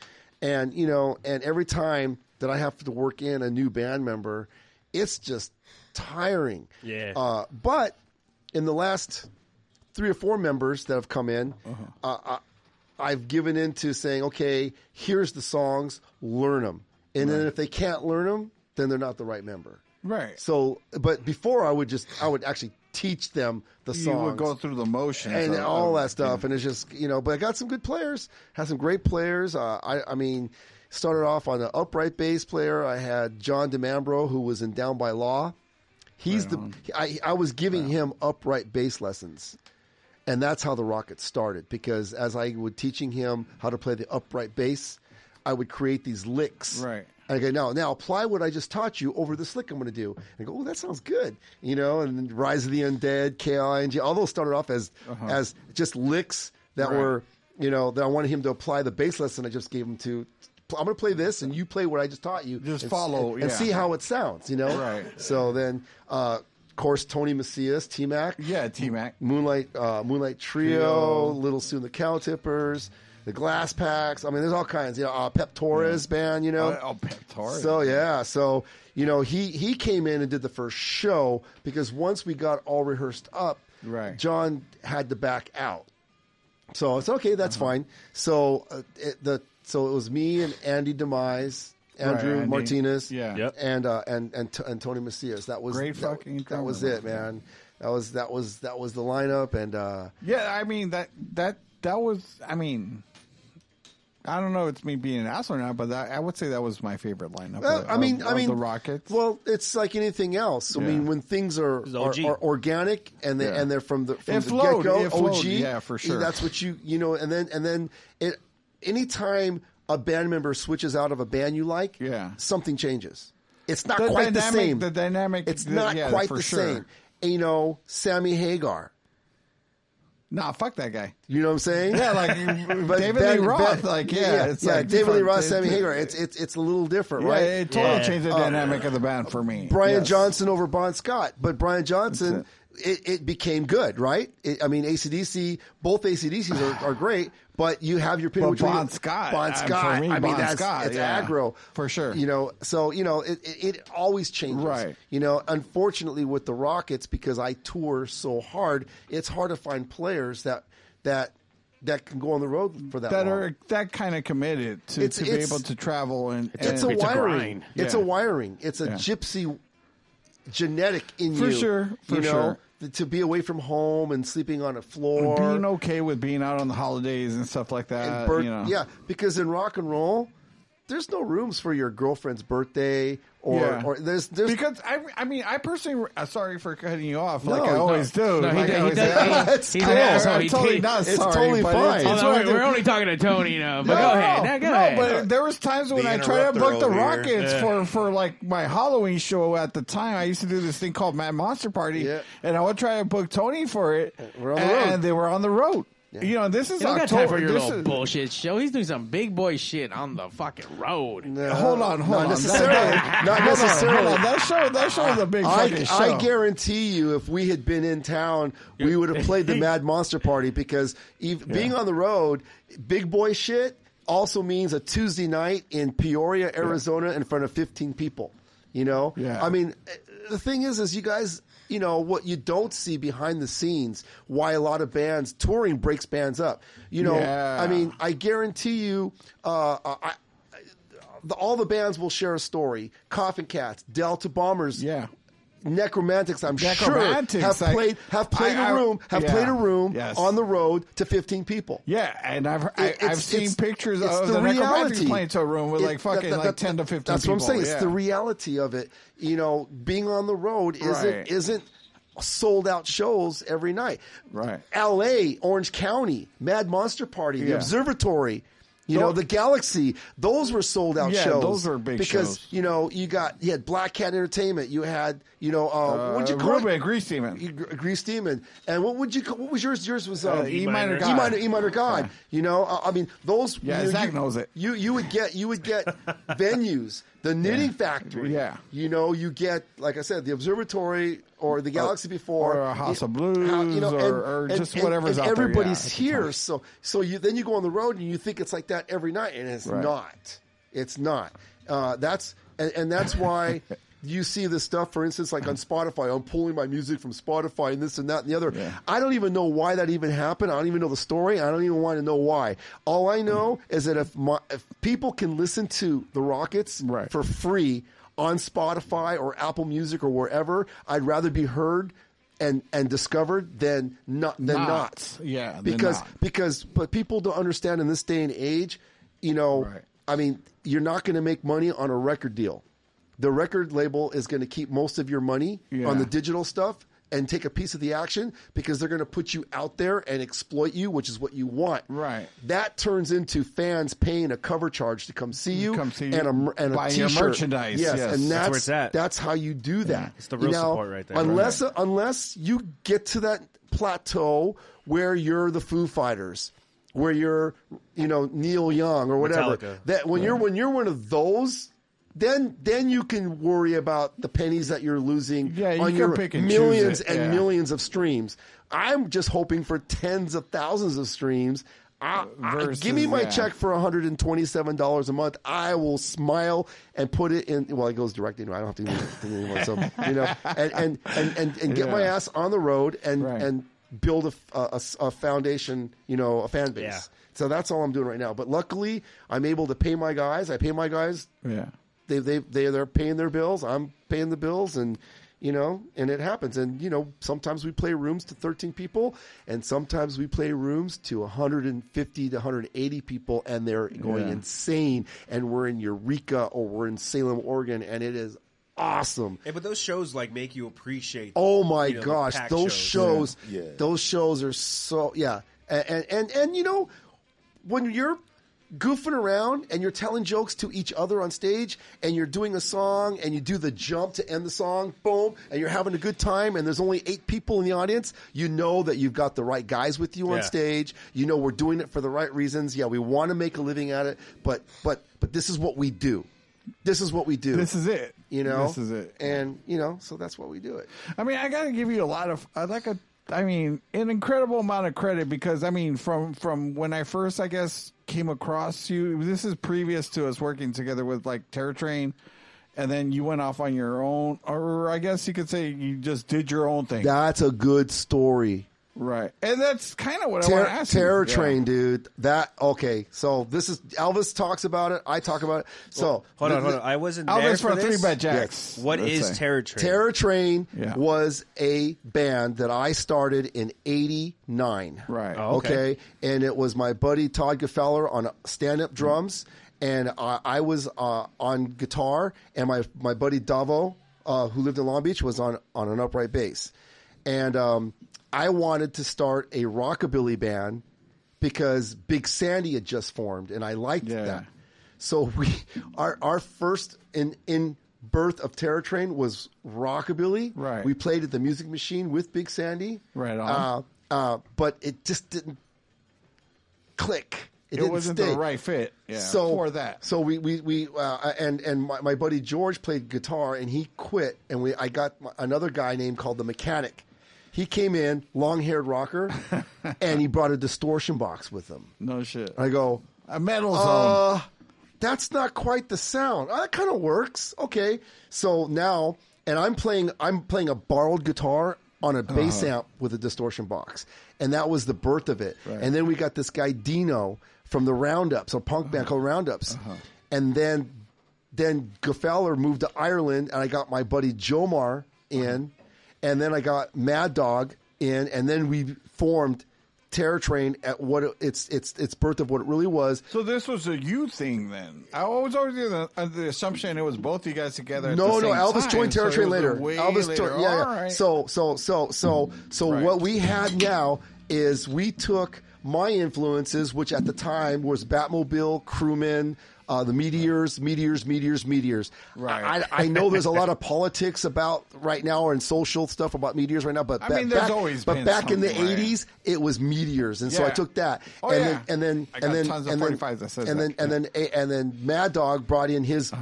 [SPEAKER 5] and you know, and every time that I have to work in a new band member, it's just tiring.
[SPEAKER 3] Yeah.
[SPEAKER 5] Uh, but in the last three or four members that have come in,
[SPEAKER 8] Uh-huh.
[SPEAKER 5] uh I, I've given in to saying, okay, here's the songs, learn them. And then if they can't learn them, then they're not the right member.
[SPEAKER 8] Right.
[SPEAKER 5] So, but before I would just, I would actually teach them the songs
[SPEAKER 8] You would go through the motions
[SPEAKER 5] and
[SPEAKER 8] of-
[SPEAKER 5] all
[SPEAKER 8] of-
[SPEAKER 5] that stuff. And it's just you know, but I got some good players. Had some great players. Uh, I I mean, started off on an upright bass player. I had John DeMambro, who was in Down by Law. He's the I I was giving him upright bass lessons. And that's how the Rockets started because as I would teaching him how to play the upright bass, I would create these licks.
[SPEAKER 8] Right.
[SPEAKER 5] And I go, now, now apply what I just taught you over this lick I'm going to do. And I go, oh, that sounds good. You know, and then Rise of the Undead, K.I.N.G., all those started off as
[SPEAKER 8] Uh-huh.
[SPEAKER 5] as just licks that
[SPEAKER 8] Right.
[SPEAKER 5] were, you know, that I wanted him to apply the bass lesson I just gave him to. I'm going to play this, and you play what I just taught you.
[SPEAKER 8] Just
[SPEAKER 5] and,
[SPEAKER 8] follow,
[SPEAKER 5] and, and
[SPEAKER 8] yeah.
[SPEAKER 5] see how it sounds. You know, right? So then, uh, of course, Tony Macias, T Mac,
[SPEAKER 8] Yeah, T Mac.
[SPEAKER 5] Moonlight, uh, Moonlight Trio,
[SPEAKER 8] Trio.
[SPEAKER 5] Little Soon the Cow Tippers, the Glass Packs. I mean, there's all kinds. You know, uh, Pep Torres band. You know,
[SPEAKER 8] Oh, oh, Pep Torres.
[SPEAKER 5] So yeah, so you know, he he came in and did the first show because once we got all rehearsed up,
[SPEAKER 8] Right.
[SPEAKER 5] John had to back out. So it's okay, that's
[SPEAKER 8] Uh-huh.
[SPEAKER 5] fine. So uh, it, the so it was me and Andy Demise, Andrew
[SPEAKER 8] Right, Andy.
[SPEAKER 5] Martinez,
[SPEAKER 8] Yeah. Yep.
[SPEAKER 5] and uh, and and T- and Tony Macias. That was
[SPEAKER 8] Great
[SPEAKER 5] that,
[SPEAKER 8] fucking
[SPEAKER 5] That was
[SPEAKER 8] drummer,
[SPEAKER 5] it, man. That was that was that was the lineup, and uh,
[SPEAKER 8] Yeah, I mean that that that was. I mean, I don't know. It's me being an asshole now, but that, I would say that was my favorite lineup.
[SPEAKER 5] Well, I
[SPEAKER 8] of-
[SPEAKER 5] mean,
[SPEAKER 8] of
[SPEAKER 5] I mean,
[SPEAKER 8] the Rockets.
[SPEAKER 5] Well, it's like anything else. I
[SPEAKER 8] Yeah.
[SPEAKER 5] mean, when things are are,
[SPEAKER 8] OG.
[SPEAKER 5] are organic and they
[SPEAKER 8] Yeah.
[SPEAKER 5] and they're from the from
[SPEAKER 8] It
[SPEAKER 5] the
[SPEAKER 8] flowed.
[SPEAKER 5] get go,
[SPEAKER 8] It
[SPEAKER 5] OG.
[SPEAKER 8] flowed. Yeah, for sure.
[SPEAKER 5] That's what you you know. And then and then it anytime a band member switches out of a band you like, yeah, something changes. It's not
[SPEAKER 8] The
[SPEAKER 5] quite the
[SPEAKER 8] dynamic-
[SPEAKER 5] same.
[SPEAKER 8] the dynamic-
[SPEAKER 5] It's
[SPEAKER 8] the-
[SPEAKER 5] not
[SPEAKER 8] yeah,
[SPEAKER 5] quite
[SPEAKER 8] for
[SPEAKER 5] the
[SPEAKER 8] sure.
[SPEAKER 5] same. And, you know, Sammy Hagar.
[SPEAKER 8] Nah, fuck that guy.
[SPEAKER 5] You know what I'm saying?
[SPEAKER 8] Yeah, like, David Lee Roth, like, yeah, it's
[SPEAKER 5] yeah,
[SPEAKER 8] like
[SPEAKER 5] David Lee
[SPEAKER 8] different.
[SPEAKER 5] Roth, Sammy
[SPEAKER 8] It-
[SPEAKER 5] Hagar. It's it's it's a little different,
[SPEAKER 8] Yeah,
[SPEAKER 5] right?
[SPEAKER 8] it totally changed the
[SPEAKER 5] Uh,
[SPEAKER 8] dynamic of the band for me.
[SPEAKER 5] Brian
[SPEAKER 8] Yes.
[SPEAKER 5] Johnson over Bon Scott, but Brian Johnson, it. It, became good, right? It, I mean, ACDC, both ACDCs are, are great, but you have your opinion.
[SPEAKER 8] But
[SPEAKER 5] which one-
[SPEAKER 8] Bon Scott,
[SPEAKER 5] Bon
[SPEAKER 8] uh, for
[SPEAKER 5] Scott.
[SPEAKER 8] me,
[SPEAKER 5] I mean,
[SPEAKER 8] Bon
[SPEAKER 5] that's
[SPEAKER 8] Scott,
[SPEAKER 5] it's
[SPEAKER 8] yeah,
[SPEAKER 5] aggro for sure. You know, so you know, it, it, it always changes,
[SPEAKER 8] Right.
[SPEAKER 5] You know, unfortunately, with the Rockets, because I tour so hard, it's hard to find players that that that can go on the road for that.
[SPEAKER 8] that
[SPEAKER 5] long.
[SPEAKER 8] are that kind of committed to,
[SPEAKER 5] It's-
[SPEAKER 8] to be
[SPEAKER 5] it's-
[SPEAKER 8] able to travel and
[SPEAKER 5] It's a
[SPEAKER 8] and-
[SPEAKER 5] wiring. It's a
[SPEAKER 8] Yeah.
[SPEAKER 5] wiring. It's a
[SPEAKER 8] Yeah.
[SPEAKER 5] gypsy genetic in
[SPEAKER 8] For
[SPEAKER 5] you.
[SPEAKER 8] sure, for
[SPEAKER 5] you know,
[SPEAKER 8] sure.
[SPEAKER 5] th- To be away from home and sleeping on a floor.
[SPEAKER 8] being okay with being out on the holidays and stuff like that.
[SPEAKER 5] and birth-
[SPEAKER 8] you know.
[SPEAKER 5] Yeah, because in rock and roll, there's no rooms for your girlfriend's birthday or,
[SPEAKER 8] Yeah.
[SPEAKER 5] or there's, there's
[SPEAKER 8] because I, I mean I personally uh, sorry for cutting you off like
[SPEAKER 5] No,
[SPEAKER 8] I
[SPEAKER 5] no.
[SPEAKER 8] always do.
[SPEAKER 5] No,
[SPEAKER 8] Like,
[SPEAKER 5] he did-
[SPEAKER 8] I
[SPEAKER 5] he
[SPEAKER 8] always
[SPEAKER 5] does-
[SPEAKER 8] say,
[SPEAKER 5] he-
[SPEAKER 8] "Ah, it's
[SPEAKER 5] he's
[SPEAKER 8] cool."
[SPEAKER 5] an asshole.
[SPEAKER 8] I'm
[SPEAKER 5] He-
[SPEAKER 8] totally not
[SPEAKER 5] it's
[SPEAKER 8] sorry,
[SPEAKER 5] totally
[SPEAKER 8] but
[SPEAKER 5] fine.
[SPEAKER 8] it's- it's
[SPEAKER 5] Although we're-
[SPEAKER 8] what I do.
[SPEAKER 5] we're only
[SPEAKER 4] talking to Tony now, but go ahead. Now go
[SPEAKER 8] no,
[SPEAKER 4] ahead.
[SPEAKER 8] But there was times when
[SPEAKER 4] The
[SPEAKER 8] I tried to book
[SPEAKER 4] interrupter
[SPEAKER 8] the
[SPEAKER 4] over here.
[SPEAKER 8] Rockets
[SPEAKER 4] Yeah.
[SPEAKER 8] for for like my Halloween show at the time. I used to do this thing called Mad Monster Party, and I would try to book Tony for it.
[SPEAKER 4] We're on the
[SPEAKER 8] and
[SPEAKER 4] road.
[SPEAKER 8] they were on the road. You know, this is
[SPEAKER 4] You don't got
[SPEAKER 8] October.
[SPEAKER 4] time for your
[SPEAKER 8] this
[SPEAKER 4] little
[SPEAKER 8] is-
[SPEAKER 4] bullshit show. He's doing some big boy shit on the fucking road.
[SPEAKER 8] hold on, hold on. That- that-
[SPEAKER 5] Not
[SPEAKER 8] hold on,
[SPEAKER 5] necessarily.
[SPEAKER 8] hold on. That show, that show was a big
[SPEAKER 5] I,
[SPEAKER 8] fucking
[SPEAKER 5] I
[SPEAKER 8] show.
[SPEAKER 5] guarantee you, if we had been in town, we would have played the Mad Monster Party because ev being on the road, big boy shit also means a Tuesday night in Peoria, Arizona, in front of 15 people. You know,
[SPEAKER 8] Yeah.
[SPEAKER 5] I mean, eh, the thing is, is you guys, you know, what you don't see behind the scenes, why a lot of bands touring breaks bands up. You know,
[SPEAKER 8] Yeah.
[SPEAKER 5] I mean, I guarantee you, uh, I, the, all the bands will share a story. Coffin Cats, Delta Bombers, yeah. Necromantics, I'm sure
[SPEAKER 8] Necromantics,
[SPEAKER 5] have
[SPEAKER 8] I-
[SPEAKER 5] played have played
[SPEAKER 8] I-
[SPEAKER 5] a
[SPEAKER 8] I-
[SPEAKER 5] room have
[SPEAKER 8] yeah.
[SPEAKER 5] played a room
[SPEAKER 8] Yes.
[SPEAKER 5] on the road to 15 people.
[SPEAKER 8] Yeah, and I've I,
[SPEAKER 5] It-
[SPEAKER 8] I've
[SPEAKER 5] it's-
[SPEAKER 8] seen
[SPEAKER 5] it's-
[SPEAKER 8] pictures
[SPEAKER 5] it's
[SPEAKER 8] of the, Necromantics playing to a room with
[SPEAKER 5] It-
[SPEAKER 8] like fucking
[SPEAKER 5] that-
[SPEAKER 8] like
[SPEAKER 5] that-
[SPEAKER 8] ten to fifteen.
[SPEAKER 5] That's what I'm
[SPEAKER 8] people,
[SPEAKER 5] saying. It's the
[SPEAKER 8] yeah.
[SPEAKER 5] reality of it. You know, being on the road isn't
[SPEAKER 8] Right.
[SPEAKER 5] isn't sold out shows every night.
[SPEAKER 8] Right.
[SPEAKER 5] L.A., Orange County, Mad Monster Party, the
[SPEAKER 8] Yeah.
[SPEAKER 5] Observatory. You
[SPEAKER 8] Tho-
[SPEAKER 5] know, the Galaxy, those were sold out
[SPEAKER 8] Yeah,
[SPEAKER 5] shows.
[SPEAKER 8] those were big
[SPEAKER 5] because,
[SPEAKER 8] shows.
[SPEAKER 5] you know, you got, you had Black Cat Entertainment, you had, you know, uh, what would you
[SPEAKER 8] Uh,
[SPEAKER 5] call
[SPEAKER 8] Ruben,
[SPEAKER 5] it?
[SPEAKER 8] Grease Demon.
[SPEAKER 5] You- Gr- Grease Demon. And what would you call, what was yours? Yours was uh,
[SPEAKER 8] Uh, E minor
[SPEAKER 5] E
[SPEAKER 8] God.
[SPEAKER 5] minor, E minor God. You know, uh, I mean, those.
[SPEAKER 8] Yeah,
[SPEAKER 5] you,
[SPEAKER 8] Zach
[SPEAKER 5] you,
[SPEAKER 8] knows it.
[SPEAKER 5] You you would get you would get venues, the Knitting Factory.
[SPEAKER 8] Yeah.
[SPEAKER 5] you know, you get like I said, the Observatory or the Galaxy before,
[SPEAKER 8] Uh, or a House of
[SPEAKER 5] How-
[SPEAKER 8] Blues or- or just whatever's
[SPEAKER 5] and
[SPEAKER 8] out there, yeah,
[SPEAKER 5] Everybody's
[SPEAKER 8] at the
[SPEAKER 5] here,
[SPEAKER 8] time.
[SPEAKER 5] so so you then you go on the road and you think it's like that every night, and it's
[SPEAKER 8] Right.
[SPEAKER 5] not. It's not. Uh, that's and, and that's why. You see this stuff, for instance, like on Spotify. I'm pulling my music from Spotify and this and that and the other. I don't even know why that even happened. I don't even know the story. I don't even want to know why. All I know is that if, my, if people can listen to the Rockets for free on Spotify or Apple Music or wherever, I'd rather be heard and and discovered than not than
[SPEAKER 8] Not.
[SPEAKER 5] not.
[SPEAKER 8] Yeah, than
[SPEAKER 5] because
[SPEAKER 8] not.
[SPEAKER 5] because but people don't understand in this day and age. You know, I mean, you're not going to make money on a record deal. The record label is going to keep most of your money
[SPEAKER 8] Yeah.
[SPEAKER 5] on the digital stuff and take a piece of the action because they're going to put you out there and exploit you, which is what you want. Right. That turns into fans paying a cover charge to come see you,
[SPEAKER 8] Come see you,
[SPEAKER 5] and a mer- and a
[SPEAKER 8] buy your
[SPEAKER 5] t-shirt.
[SPEAKER 8] merchandise, yes.
[SPEAKER 5] and that's
[SPEAKER 8] That's
[SPEAKER 5] that's,
[SPEAKER 8] where it's at.
[SPEAKER 5] how you do that.
[SPEAKER 3] It's the real
[SPEAKER 5] Now,
[SPEAKER 3] support right there.
[SPEAKER 5] Unless unless you get to that plateau where you're the Foo Fighters, where you're you know Neil Young or whatever.
[SPEAKER 3] Metallica.
[SPEAKER 5] That when you're when you're one of those. Then, then you can worry about the pennies that you're losing
[SPEAKER 8] you
[SPEAKER 5] on
[SPEAKER 8] can
[SPEAKER 5] your
[SPEAKER 8] pick and choose
[SPEAKER 5] millions
[SPEAKER 8] it,
[SPEAKER 5] and
[SPEAKER 8] yeah.
[SPEAKER 5] millions of streams. I'm just hoping for tens of thousands of streams. I, I- give me
[SPEAKER 8] Versus,
[SPEAKER 5] my
[SPEAKER 8] yeah.
[SPEAKER 5] check for $127 a month. I will smile and put it in. Well, it goes direct anyway. I don't have to do anything anymore. So, you know, and, and, and, and, and get my
[SPEAKER 8] Yeah.
[SPEAKER 5] ass on the road and, and build a, f- a- a s- a foundation, you know, a fan base.
[SPEAKER 8] Yeah.
[SPEAKER 5] So that's all I'm doing right now. But luckily, I'm able to pay my guys. I pay my guys.
[SPEAKER 8] Yeah.
[SPEAKER 5] They, they, they, they're paying their bills. I'm paying the bills. And, you know, and it happens. And, you know, sometimes we play rooms to 13 people and sometimes we play rooms to 150 to 180 people and they're going
[SPEAKER 8] Yeah.
[SPEAKER 5] insane. And we're in Eureka or we're in Salem, Oregon. And it is awesome.
[SPEAKER 3] Yeah, but those shows like make you appreciate.
[SPEAKER 5] Oh my
[SPEAKER 3] you know, the
[SPEAKER 5] gosh,
[SPEAKER 3] packed
[SPEAKER 5] those shows,
[SPEAKER 3] Yeah.
[SPEAKER 5] those shows are so yeah, and, and and and you know when you're goofing around and you're telling jokes to each other on stage and you're doing a song and you do the jump to end the song, boom, and you're having a good time and there's only eight people in the audience, you know that you've got the right guys with you on
[SPEAKER 8] Yeah.
[SPEAKER 5] stage. You know we're doing it for the right reasons. Yeah, we want to make a living at it, but but but this is what we do. This is what we do.
[SPEAKER 8] This is it.
[SPEAKER 5] You know?
[SPEAKER 8] This is it.
[SPEAKER 5] And you know, so that's why we do it.
[SPEAKER 8] I mean, I got to give you a lot of I like a I mean, an incredible amount of credit because I mean, from from when I first I guess came across you, this is previous to us working together with like Terror Train and then you went off on your own or I guess you could say you just did your own thing.
[SPEAKER 5] That's a good story.
[SPEAKER 8] Right. And that's kind of what I
[SPEAKER 5] Terror,
[SPEAKER 8] want to ask. you.
[SPEAKER 5] Terror
[SPEAKER 8] Yeah.
[SPEAKER 5] Train, dude. That okay. So this is Elvis talks about it. I talk about it. So
[SPEAKER 3] Well, hold on,
[SPEAKER 5] the-
[SPEAKER 3] hold on. I wasn't
[SPEAKER 5] Elvis
[SPEAKER 3] there
[SPEAKER 5] for a
[SPEAKER 3] this.
[SPEAKER 5] three-bet jacks.
[SPEAKER 3] Yeah. What
[SPEAKER 5] Let's
[SPEAKER 3] is
[SPEAKER 5] say.
[SPEAKER 3] Terror Train?
[SPEAKER 5] Terror Train
[SPEAKER 3] Yeah.
[SPEAKER 5] was a band that I started in '89. Right.
[SPEAKER 3] Oh, okay.
[SPEAKER 5] And it was my buddy Todd Gefeller on stand-up drums, and I, I was uh, on guitar, and my my buddy Davo, uh, who lived in Long Beach, was on on an upright bass, and um, I wanted to start a rockabilly band because Big Sandy had just formed, and I liked that. So we our our first in in birth of Terror Train was rockabilly. Right. We played at the Music Machine with Big Sandy. Right
[SPEAKER 8] on.
[SPEAKER 5] Uh, uh, but it just didn't click. It,
[SPEAKER 8] It
[SPEAKER 5] didn't
[SPEAKER 8] wasn't
[SPEAKER 5] stick.
[SPEAKER 8] the right fit, yeah,
[SPEAKER 5] so,
[SPEAKER 8] for that.
[SPEAKER 5] So we we we uh, and and my, my buddy George played guitar and he quit and we I got my- another guy named called the Mechanic. He came in, long haired rocker, and he brought a distortion box with him.
[SPEAKER 8] No shit.
[SPEAKER 5] I go
[SPEAKER 8] a metal
[SPEAKER 5] uh, That's not quite the sound. Uh, that kind of works. Okay, so now and I'm playing. I'm playing a borrowed guitar on a bass
[SPEAKER 8] Uh-huh.
[SPEAKER 5] amp with a distortion box, and that was the birth of it.
[SPEAKER 8] Right.
[SPEAKER 5] And then we got this guy Dino from the Roundups, a punk
[SPEAKER 8] Uh-huh.
[SPEAKER 5] band called Roundups, and then then Gefeller moved to Ireland, and I got my buddy Jomar in, and then I got Mad Dog in, and then we formed. Terror Train at what it, it's it's it's birth of what it really was,
[SPEAKER 8] So this was a you thing then. I was always under the, under the assumption it was both you guys together. at
[SPEAKER 5] No,
[SPEAKER 8] the
[SPEAKER 5] no,
[SPEAKER 8] same
[SPEAKER 5] Elvis
[SPEAKER 8] time,
[SPEAKER 5] joined Terror
[SPEAKER 8] so it
[SPEAKER 5] Train
[SPEAKER 8] was a
[SPEAKER 5] later.
[SPEAKER 8] way
[SPEAKER 5] Elvis
[SPEAKER 8] later.
[SPEAKER 5] joined, yeah, yeah.
[SPEAKER 8] All right.
[SPEAKER 5] So, so, so, so, so
[SPEAKER 8] Right.
[SPEAKER 5] what we had now is we took my influences, which at the time was Batmobile, Crewmen, uh, the Meteors, Meteors, Meteors, Meteors. Right. I, I know there's a lot of politics about right now and social stuff about meteors right now, but
[SPEAKER 8] I
[SPEAKER 5] ba-
[SPEAKER 8] mean, there's
[SPEAKER 5] back,
[SPEAKER 8] always
[SPEAKER 5] but
[SPEAKER 8] been
[SPEAKER 5] back in the
[SPEAKER 8] something, right?
[SPEAKER 5] '80s, it was meteors, and so I
[SPEAKER 8] Yeah.
[SPEAKER 5] took that,
[SPEAKER 8] Oh,
[SPEAKER 5] and
[SPEAKER 8] yeah.
[SPEAKER 5] then and then
[SPEAKER 8] I got
[SPEAKER 5] and then
[SPEAKER 8] tons of
[SPEAKER 5] and then
[SPEAKER 8] 45s that says
[SPEAKER 5] and
[SPEAKER 8] that. Uh-huh.
[SPEAKER 5] then and then a- and then Mad Dog brought in his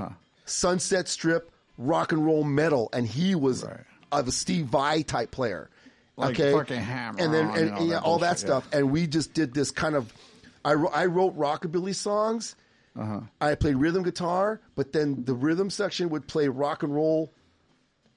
[SPEAKER 5] Sunset Strip rock and roll metal, and he was of a Steve Vai type player.
[SPEAKER 8] Like
[SPEAKER 5] okay,
[SPEAKER 8] fucking Hammer
[SPEAKER 5] and then
[SPEAKER 8] on
[SPEAKER 5] and,
[SPEAKER 8] and all
[SPEAKER 5] yeah,
[SPEAKER 8] that
[SPEAKER 5] all that
[SPEAKER 8] bullshit, yeah.
[SPEAKER 5] stuff, and we just did this kind of. I wrote, I wrote rockabilly songs.
[SPEAKER 8] Uh-huh.
[SPEAKER 5] I played rhythm guitar, but then the rhythm section would play rock and roll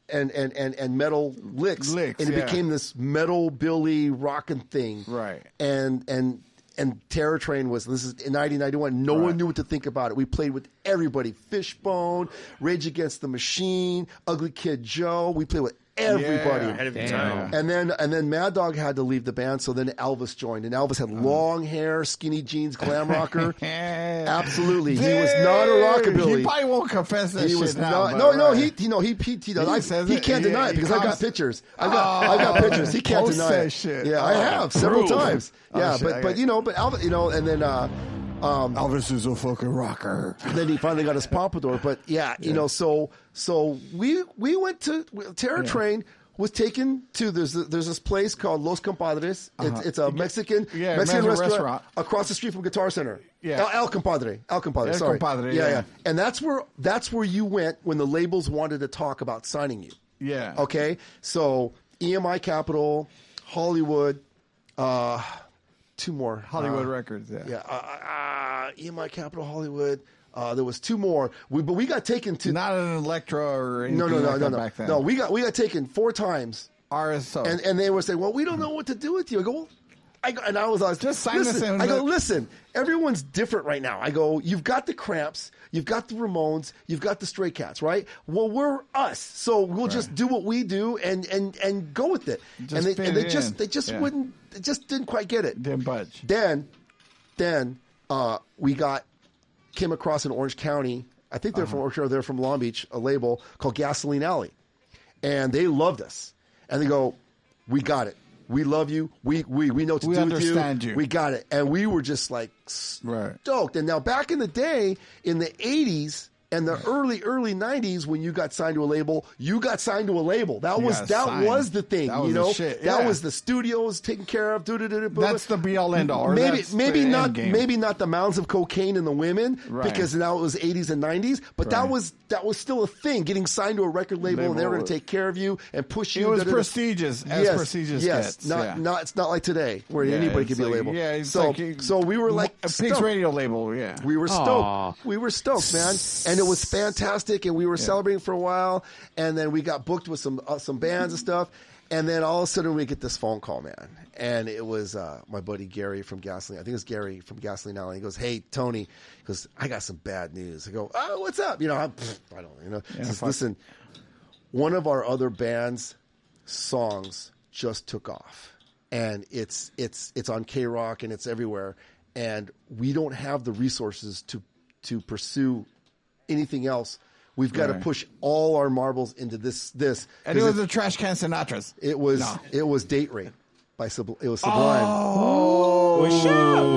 [SPEAKER 5] and and and, and metal licks,
[SPEAKER 8] Licks,
[SPEAKER 5] and it
[SPEAKER 8] yeah.
[SPEAKER 5] became this metal Billy rockin' thing, right? And and and Terror Train was this is in 1991. No one knew what to think about it. We played with everybody: Fishbone, Rage Against the Machine, Ugly Kid Joe. We played with everybody
[SPEAKER 3] Yeah, ahead of your Damn. time.
[SPEAKER 5] and then and then Mad Dog had to leave the band, so then Elvis joined, and Elvis had
[SPEAKER 3] Oh.
[SPEAKER 5] long hair, skinny jeans, glam rocker. Absolutely, he was not a
[SPEAKER 8] Dude,
[SPEAKER 5] rockabilly.
[SPEAKER 8] He probably won't confess that
[SPEAKER 5] He
[SPEAKER 8] shit
[SPEAKER 5] was
[SPEAKER 8] now,
[SPEAKER 5] not-
[SPEAKER 8] but
[SPEAKER 5] no, no,
[SPEAKER 8] right.
[SPEAKER 5] he, he, no, he, he, he does.
[SPEAKER 8] He
[SPEAKER 5] I-
[SPEAKER 8] says
[SPEAKER 5] he
[SPEAKER 8] it.
[SPEAKER 5] can't
[SPEAKER 8] Yeah,
[SPEAKER 5] deny
[SPEAKER 8] he
[SPEAKER 5] it because I've got
[SPEAKER 8] comes-
[SPEAKER 5] pictures. I got,
[SPEAKER 8] Oh.
[SPEAKER 5] I got pictures. He can't
[SPEAKER 8] Post
[SPEAKER 5] deny
[SPEAKER 8] that
[SPEAKER 5] it.
[SPEAKER 8] shit.
[SPEAKER 5] Yeah, I
[SPEAKER 8] Oh.
[SPEAKER 5] have several
[SPEAKER 8] Prove.
[SPEAKER 5] times.
[SPEAKER 8] Oh,
[SPEAKER 5] Yeah,
[SPEAKER 8] shit, I
[SPEAKER 5] but but
[SPEAKER 8] got-
[SPEAKER 5] you know, but Elvis, you know, and then uh, um,
[SPEAKER 8] Elvis is a fucking rocker.
[SPEAKER 5] Then he finally got his pompadour, but yeah, you know, so so we we went to Terror
[SPEAKER 8] Yeah.
[SPEAKER 5] Train. Was taken to there's there's this place called Los Compadres.
[SPEAKER 8] Uh-huh.
[SPEAKER 5] It's, it's a Mexican
[SPEAKER 8] Yeah,
[SPEAKER 5] Mexican
[SPEAKER 8] Mexican
[SPEAKER 5] restaurant,
[SPEAKER 8] restaurant.
[SPEAKER 5] across the street from Guitar Center.
[SPEAKER 8] Yeah.
[SPEAKER 5] El, El Compadre. El Compadre.
[SPEAKER 8] El
[SPEAKER 5] sorry.
[SPEAKER 8] Compadre,
[SPEAKER 5] yeah,
[SPEAKER 8] yeah.
[SPEAKER 5] yeah. And that's where that's where you went when the labels wanted to talk about signing you.
[SPEAKER 8] Yeah.
[SPEAKER 5] Okay. So EMI Capital, Hollywood, uh, two more
[SPEAKER 8] Hollywood
[SPEAKER 5] Uh,
[SPEAKER 8] Records, yeah.
[SPEAKER 5] yeah, uh, uh, EMI Capital Hollywood. Uh, there was two more, we, but we got taken to
[SPEAKER 8] Not an Electra or anything
[SPEAKER 5] no, no,
[SPEAKER 8] like
[SPEAKER 5] no, no,
[SPEAKER 8] that
[SPEAKER 5] no.
[SPEAKER 8] back then.
[SPEAKER 5] No, we got we got taken four times.
[SPEAKER 8] RSO.
[SPEAKER 5] and and they were saying, "Well, we don't know what to do with you." I go, well, I go and I was like, "Just
[SPEAKER 8] sign us in.
[SPEAKER 5] I go, "Listen, everyone's different right now." I go, "You've got the Cramps, you've got the Ramones, you've got the Stray Cats, right? Well, we're us, so we'll just do what we do and and and go with it."
[SPEAKER 8] Just
[SPEAKER 5] and they,
[SPEAKER 8] fit
[SPEAKER 5] and they
[SPEAKER 8] in.
[SPEAKER 5] just they just
[SPEAKER 8] Yeah.
[SPEAKER 5] wouldn't they just didn't quite get it. Didn't budge. Then, then uh, we got came across in Orange County. I think they're from
[SPEAKER 8] Uh-huh.
[SPEAKER 5] Orange County. They're from Long Beach. A label called Gasoline Alley, and they loved us. And they go, "We got it. We love you. We we we know what to
[SPEAKER 8] We
[SPEAKER 5] do
[SPEAKER 8] understand
[SPEAKER 5] with you.
[SPEAKER 8] you."
[SPEAKER 5] We got it." And we were just like stoked. And now back in the day, in the '80s. And the early, early '90s, when you got signed to a label, you got signed to a label. That
[SPEAKER 8] You
[SPEAKER 5] was
[SPEAKER 8] got
[SPEAKER 5] that
[SPEAKER 8] signed.
[SPEAKER 5] was the thing,
[SPEAKER 8] That
[SPEAKER 5] you
[SPEAKER 8] was the
[SPEAKER 5] know.
[SPEAKER 8] shit,
[SPEAKER 5] That
[SPEAKER 8] yeah.
[SPEAKER 5] was the studios taken care of.
[SPEAKER 8] That's the be-all, end-all, or
[SPEAKER 5] Maybe,
[SPEAKER 8] that's
[SPEAKER 5] maybe
[SPEAKER 8] the
[SPEAKER 5] not.
[SPEAKER 8] end game.
[SPEAKER 5] Maybe not the mounds of cocaine in the women,
[SPEAKER 8] Right.
[SPEAKER 5] because now it was 80s and 90s. But that
[SPEAKER 8] Right.
[SPEAKER 5] was that was still a thing. Getting signed to a record label, and they were
[SPEAKER 8] Label.
[SPEAKER 5] going to take care of you and push
[SPEAKER 8] It
[SPEAKER 5] you.
[SPEAKER 8] was prestigious, as prestigious
[SPEAKER 5] Yes,
[SPEAKER 8] gets,
[SPEAKER 5] not
[SPEAKER 8] yeah.
[SPEAKER 5] not. It's not like today where
[SPEAKER 8] Yeah,
[SPEAKER 5] anybody
[SPEAKER 8] it's
[SPEAKER 5] can be
[SPEAKER 8] like-
[SPEAKER 5] a label.
[SPEAKER 8] yeah, it's
[SPEAKER 5] so
[SPEAKER 8] like you-
[SPEAKER 5] so we were like
[SPEAKER 8] a Pigs
[SPEAKER 5] stoked.
[SPEAKER 8] Radio label, yeah.
[SPEAKER 5] We were stoked.
[SPEAKER 8] Aw.
[SPEAKER 5] We were stoked, man. And and it was fantastic. And we were celebrating for a while, and then we got booked with some uh, some bands and stuff. And then all of a sudden, we get this phone call, man, and it was uh, my buddy Gary from Gasoline. I think it was Gary from Gasoline Alley. He goes, "Hey, Tony," he goes, "I got some bad news." I go, "Oh, what's up?" You know, I'm, pfft, I don't, you know.
[SPEAKER 8] Yeah,
[SPEAKER 5] He says,
[SPEAKER 8] fuck.
[SPEAKER 5] Listen, one of our other band's songs just took off and it's it's it's on K Rock and it's everywhere and we don't have the resources to to pursue anything else we've got
[SPEAKER 8] Right.
[SPEAKER 5] to push all our marbles into this this
[SPEAKER 8] And it was
[SPEAKER 5] a
[SPEAKER 8] the trash can Sinatras.
[SPEAKER 5] it was
[SPEAKER 8] No.
[SPEAKER 5] it was date rape by Subl- it was sublime
[SPEAKER 8] Oh,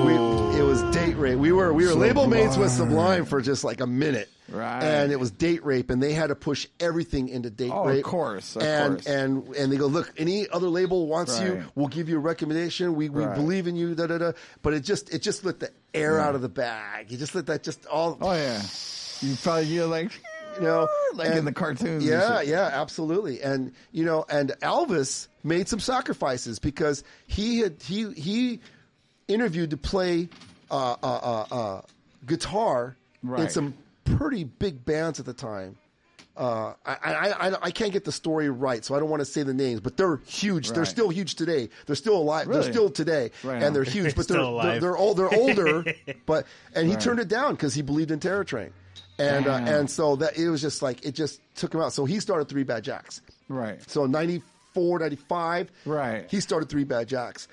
[SPEAKER 5] we, it was date rape we were we were label mates with
[SPEAKER 8] Sublime.
[SPEAKER 5] sublime for just like a minute
[SPEAKER 8] Right.
[SPEAKER 5] and it was date rape, and they had to push everything into date
[SPEAKER 8] Oh, of
[SPEAKER 5] rape.
[SPEAKER 8] course, of
[SPEAKER 5] and
[SPEAKER 8] course.
[SPEAKER 5] and and they go, look, any other label wants you,
[SPEAKER 8] Right.
[SPEAKER 5] we'll give you a recommendation. We we
[SPEAKER 8] Right.
[SPEAKER 5] believe in you. Da da da. But it just it just let the air out of the bag. You just let that just all.
[SPEAKER 8] Oh yeah, you felt you like
[SPEAKER 5] you know
[SPEAKER 8] like in the cartoons and
[SPEAKER 5] Yeah,
[SPEAKER 8] shit.
[SPEAKER 5] yeah, absolutely. And you know, and Elvis made some sacrifices because he had he he interviewed to play uh, uh, uh, uh, guitar in
[SPEAKER 8] Right.
[SPEAKER 5] some pretty big bands at the time. Uh, I, I, I, I can't get the story right, so I don't want to say the names, but they're huge. They're
[SPEAKER 8] Right.
[SPEAKER 5] still huge today. They're still alive.
[SPEAKER 8] Really?
[SPEAKER 5] They're still today,
[SPEAKER 8] Right on.
[SPEAKER 5] and they're huge.
[SPEAKER 8] They're
[SPEAKER 5] But
[SPEAKER 8] still
[SPEAKER 5] they're
[SPEAKER 8] alive.
[SPEAKER 5] they're, they're old. They're older. but and he
[SPEAKER 8] Right.
[SPEAKER 5] turned it down because he believed in Terror Train, and uh,
[SPEAKER 8] Damn.
[SPEAKER 5] and so that it was just like it just took him out. So he started Three Bad Jacks.
[SPEAKER 8] Right.
[SPEAKER 5] So 94, 95,
[SPEAKER 8] Right.
[SPEAKER 5] He started Three Bad Jacks,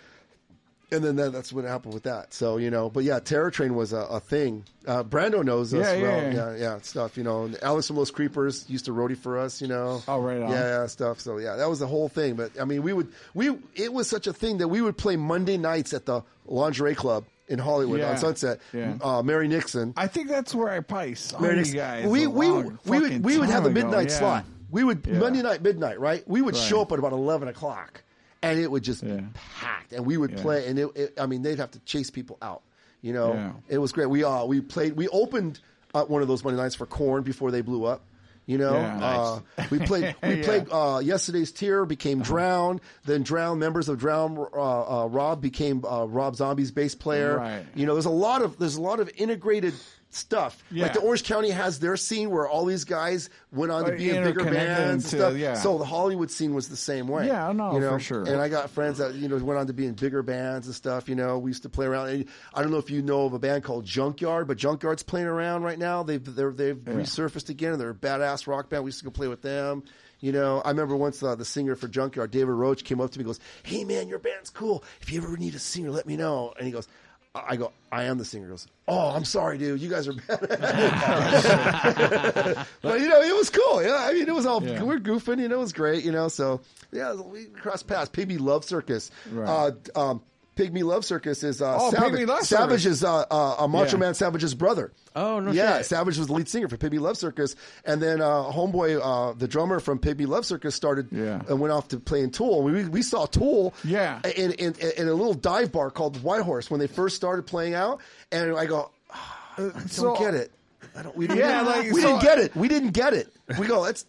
[SPEAKER 5] and then that, that's what happened with that. So you know, but yeah, Terror Train was a, a thing. Uh, Brando knows us
[SPEAKER 8] Yeah, yeah,
[SPEAKER 5] well.
[SPEAKER 8] yeah.
[SPEAKER 5] yeah, stuff. You know, and Alice from Los Creepers used to roadie for us. You know,
[SPEAKER 8] Oh, right on.
[SPEAKER 5] yeah, yeah, stuff. So yeah, that was the whole thing. But I mean, we would we it was such a thing that we would play Monday nights at the lingerie club in Hollywood
[SPEAKER 8] Yeah.
[SPEAKER 5] on Sunset.
[SPEAKER 8] Yeah.
[SPEAKER 5] Uh, Mary Nixon.
[SPEAKER 8] I think that's where I probably saw
[SPEAKER 5] Mary
[SPEAKER 8] you
[SPEAKER 5] Nixon.
[SPEAKER 8] guys.
[SPEAKER 5] we
[SPEAKER 8] a
[SPEAKER 5] we
[SPEAKER 8] long
[SPEAKER 5] we
[SPEAKER 8] fucking
[SPEAKER 5] would we would have the
[SPEAKER 8] time ago,
[SPEAKER 5] midnight
[SPEAKER 8] yeah.
[SPEAKER 5] slot. We would
[SPEAKER 8] Yeah.
[SPEAKER 5] Monday night midnight right. We would
[SPEAKER 8] Right.
[SPEAKER 5] show up at about eleven o'clock, and it would just be packed. And we would
[SPEAKER 8] Yeah.
[SPEAKER 5] play, and it, it, I mean they'd have to chase people out. You know,
[SPEAKER 8] Yeah.
[SPEAKER 5] it was great. We all we played. We opened uh, one of those Monday nights for Corn before they blew up. You know,
[SPEAKER 8] Yeah. Nice.
[SPEAKER 5] uh, we played. We
[SPEAKER 8] Yeah. Uh-huh.
[SPEAKER 5] played. Uh, Yesterday's tear became Drown. Then Drown members of Drown. Uh, uh, Rob became uh, Rob Zombie's bass player.
[SPEAKER 8] Right.
[SPEAKER 5] You know, there's a lot of there's a lot of integrated stuff.
[SPEAKER 8] Yeah.
[SPEAKER 5] Like the Orange County has their scene where all these guys went on to
[SPEAKER 8] Like
[SPEAKER 5] be in bigger
[SPEAKER 8] interconnected
[SPEAKER 5] bands and
[SPEAKER 8] to-
[SPEAKER 5] stuff.
[SPEAKER 8] yeah.
[SPEAKER 5] So the Hollywood scene was the same way.
[SPEAKER 8] Yeah, no,
[SPEAKER 5] you know?
[SPEAKER 8] for sure.
[SPEAKER 5] And I got friends that you know went on to be in bigger bands and stuff. You know, we used to play around. And I don't know if you know of a band called Junkyard, but Junkyard's playing around right now. They've they're, they've resurfaced again. and They're a badass rock band. We used to go play with them. You know, I remember once uh, the singer for Junkyard, David Roach, came up to me and goes, "Hey man, your band's cool. If you ever need a singer, let me know." And he goes. I I go, I am the singer. He goes, oh, I'm sorry, dude. You guys are bad. but, you know, it was cool. Yeah, I mean, it was all,
[SPEAKER 8] Yeah.
[SPEAKER 5] we're goofing, you know, it was great, you know. So, yeah, we crossed paths. Pygmy Love Circus.
[SPEAKER 8] Right.
[SPEAKER 5] Uh, d- um, Pygmy Love Circus is uh,
[SPEAKER 8] Oh,
[SPEAKER 5] Savage,
[SPEAKER 8] Pygmy Love Circus.
[SPEAKER 5] Savage is uh, uh, uh, Macho
[SPEAKER 8] Yeah.
[SPEAKER 5] Man Savage's brother.
[SPEAKER 4] Oh, no
[SPEAKER 5] Yeah,
[SPEAKER 4] shit.
[SPEAKER 5] Savage was the lead singer for Pygmy Love Circus. And then uh, Homeboy, uh, the drummer from Pygmy Love Circus, started
[SPEAKER 8] Yeah.
[SPEAKER 5] and went off to play in Tool. We, we saw Tool
[SPEAKER 8] Yeah.
[SPEAKER 5] in, in, in a little dive bar called White Horse when they first started playing out, and I go, "Ah, I don't
[SPEAKER 8] so-
[SPEAKER 5] get it. I don't, we didn't,
[SPEAKER 8] Yeah, like,
[SPEAKER 5] we
[SPEAKER 8] so-
[SPEAKER 5] didn't get it. We didn't get it. We go, that's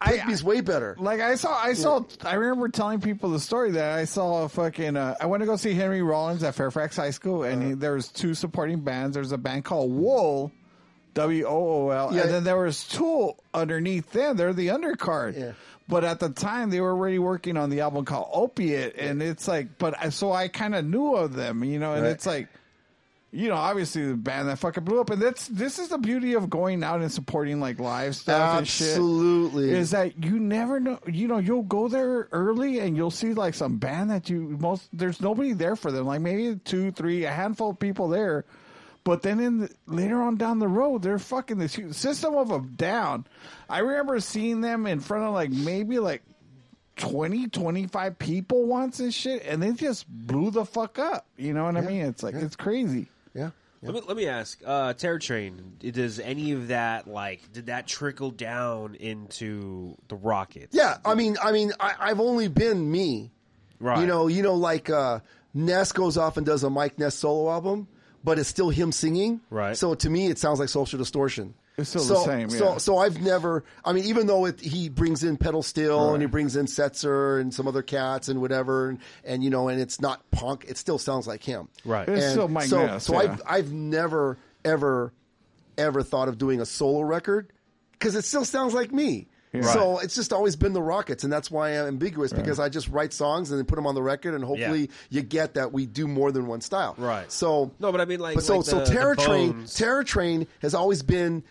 [SPEAKER 5] Pygmy's way better.
[SPEAKER 8] Like I saw, I saw. I remember telling people the story that I saw a fucking. Uh, I went to go see Henry Rollins at Fairfax High School, and he, there was two supporting bands. There's a band called Wool, W O O L,
[SPEAKER 5] Yeah.
[SPEAKER 8] and then there was Tool underneath them. They're the undercard. But at the time, they were already working on the album called Opiate, and it's like, but I, so I kind of knew of them, you know, and
[SPEAKER 5] Right.
[SPEAKER 8] it's like. You know, obviously the band that fucking blew up, and that's this is the beauty of going out and supporting like live stuff and
[SPEAKER 5] Absolutely.
[SPEAKER 8] shit. Is that you never know? You know, you'll go there early and you'll see like some band that you most there's nobody there for them. Like maybe two, three, a handful of people there. But then in the, later on down the road, they're fucking this huge system of a down. I remember seeing them in front of like maybe like 20, 25 people once and shit, and they just blew the fuck up. You know what I mean? It's like it's crazy.
[SPEAKER 5] Yeah.
[SPEAKER 3] Let me let me ask. Uh, Terror Train. Does any of that like did that trickle down into the Rockets?
[SPEAKER 5] Yeah, I mean, I mean, I, I've only been me.
[SPEAKER 3] Right.
[SPEAKER 5] You know, you know, like uh, Ness goes off and does a Mike Ness solo album, but it's still him singing.
[SPEAKER 8] Right.
[SPEAKER 5] So to me, it sounds like Social Distortion.
[SPEAKER 8] It's still the
[SPEAKER 5] so,
[SPEAKER 8] same, yeah.
[SPEAKER 5] So, so I've never. I mean, even though it, he brings in Pedal Steel and he brings in Setzer and some other cats and whatever, and, and you know, and it's not punk. It still sounds like him.
[SPEAKER 8] Right. It's
[SPEAKER 5] And
[SPEAKER 8] still Mike
[SPEAKER 5] so,
[SPEAKER 8] Ness,
[SPEAKER 5] So
[SPEAKER 8] yeah.
[SPEAKER 5] I've I've never ever ever thought of doing a solo record because it still sounds like me.
[SPEAKER 2] Yeah.
[SPEAKER 5] So it's just always been the Rockets, and that's why I'm ambiguous because I just write songs and then put them on the record, and hopefully you get that we do more than one style. Right. So
[SPEAKER 3] No, but I mean, like,
[SPEAKER 5] but so
[SPEAKER 3] like
[SPEAKER 5] so
[SPEAKER 3] the- the
[SPEAKER 5] Terror Train
[SPEAKER 3] Bones.
[SPEAKER 5] Terror Train has always been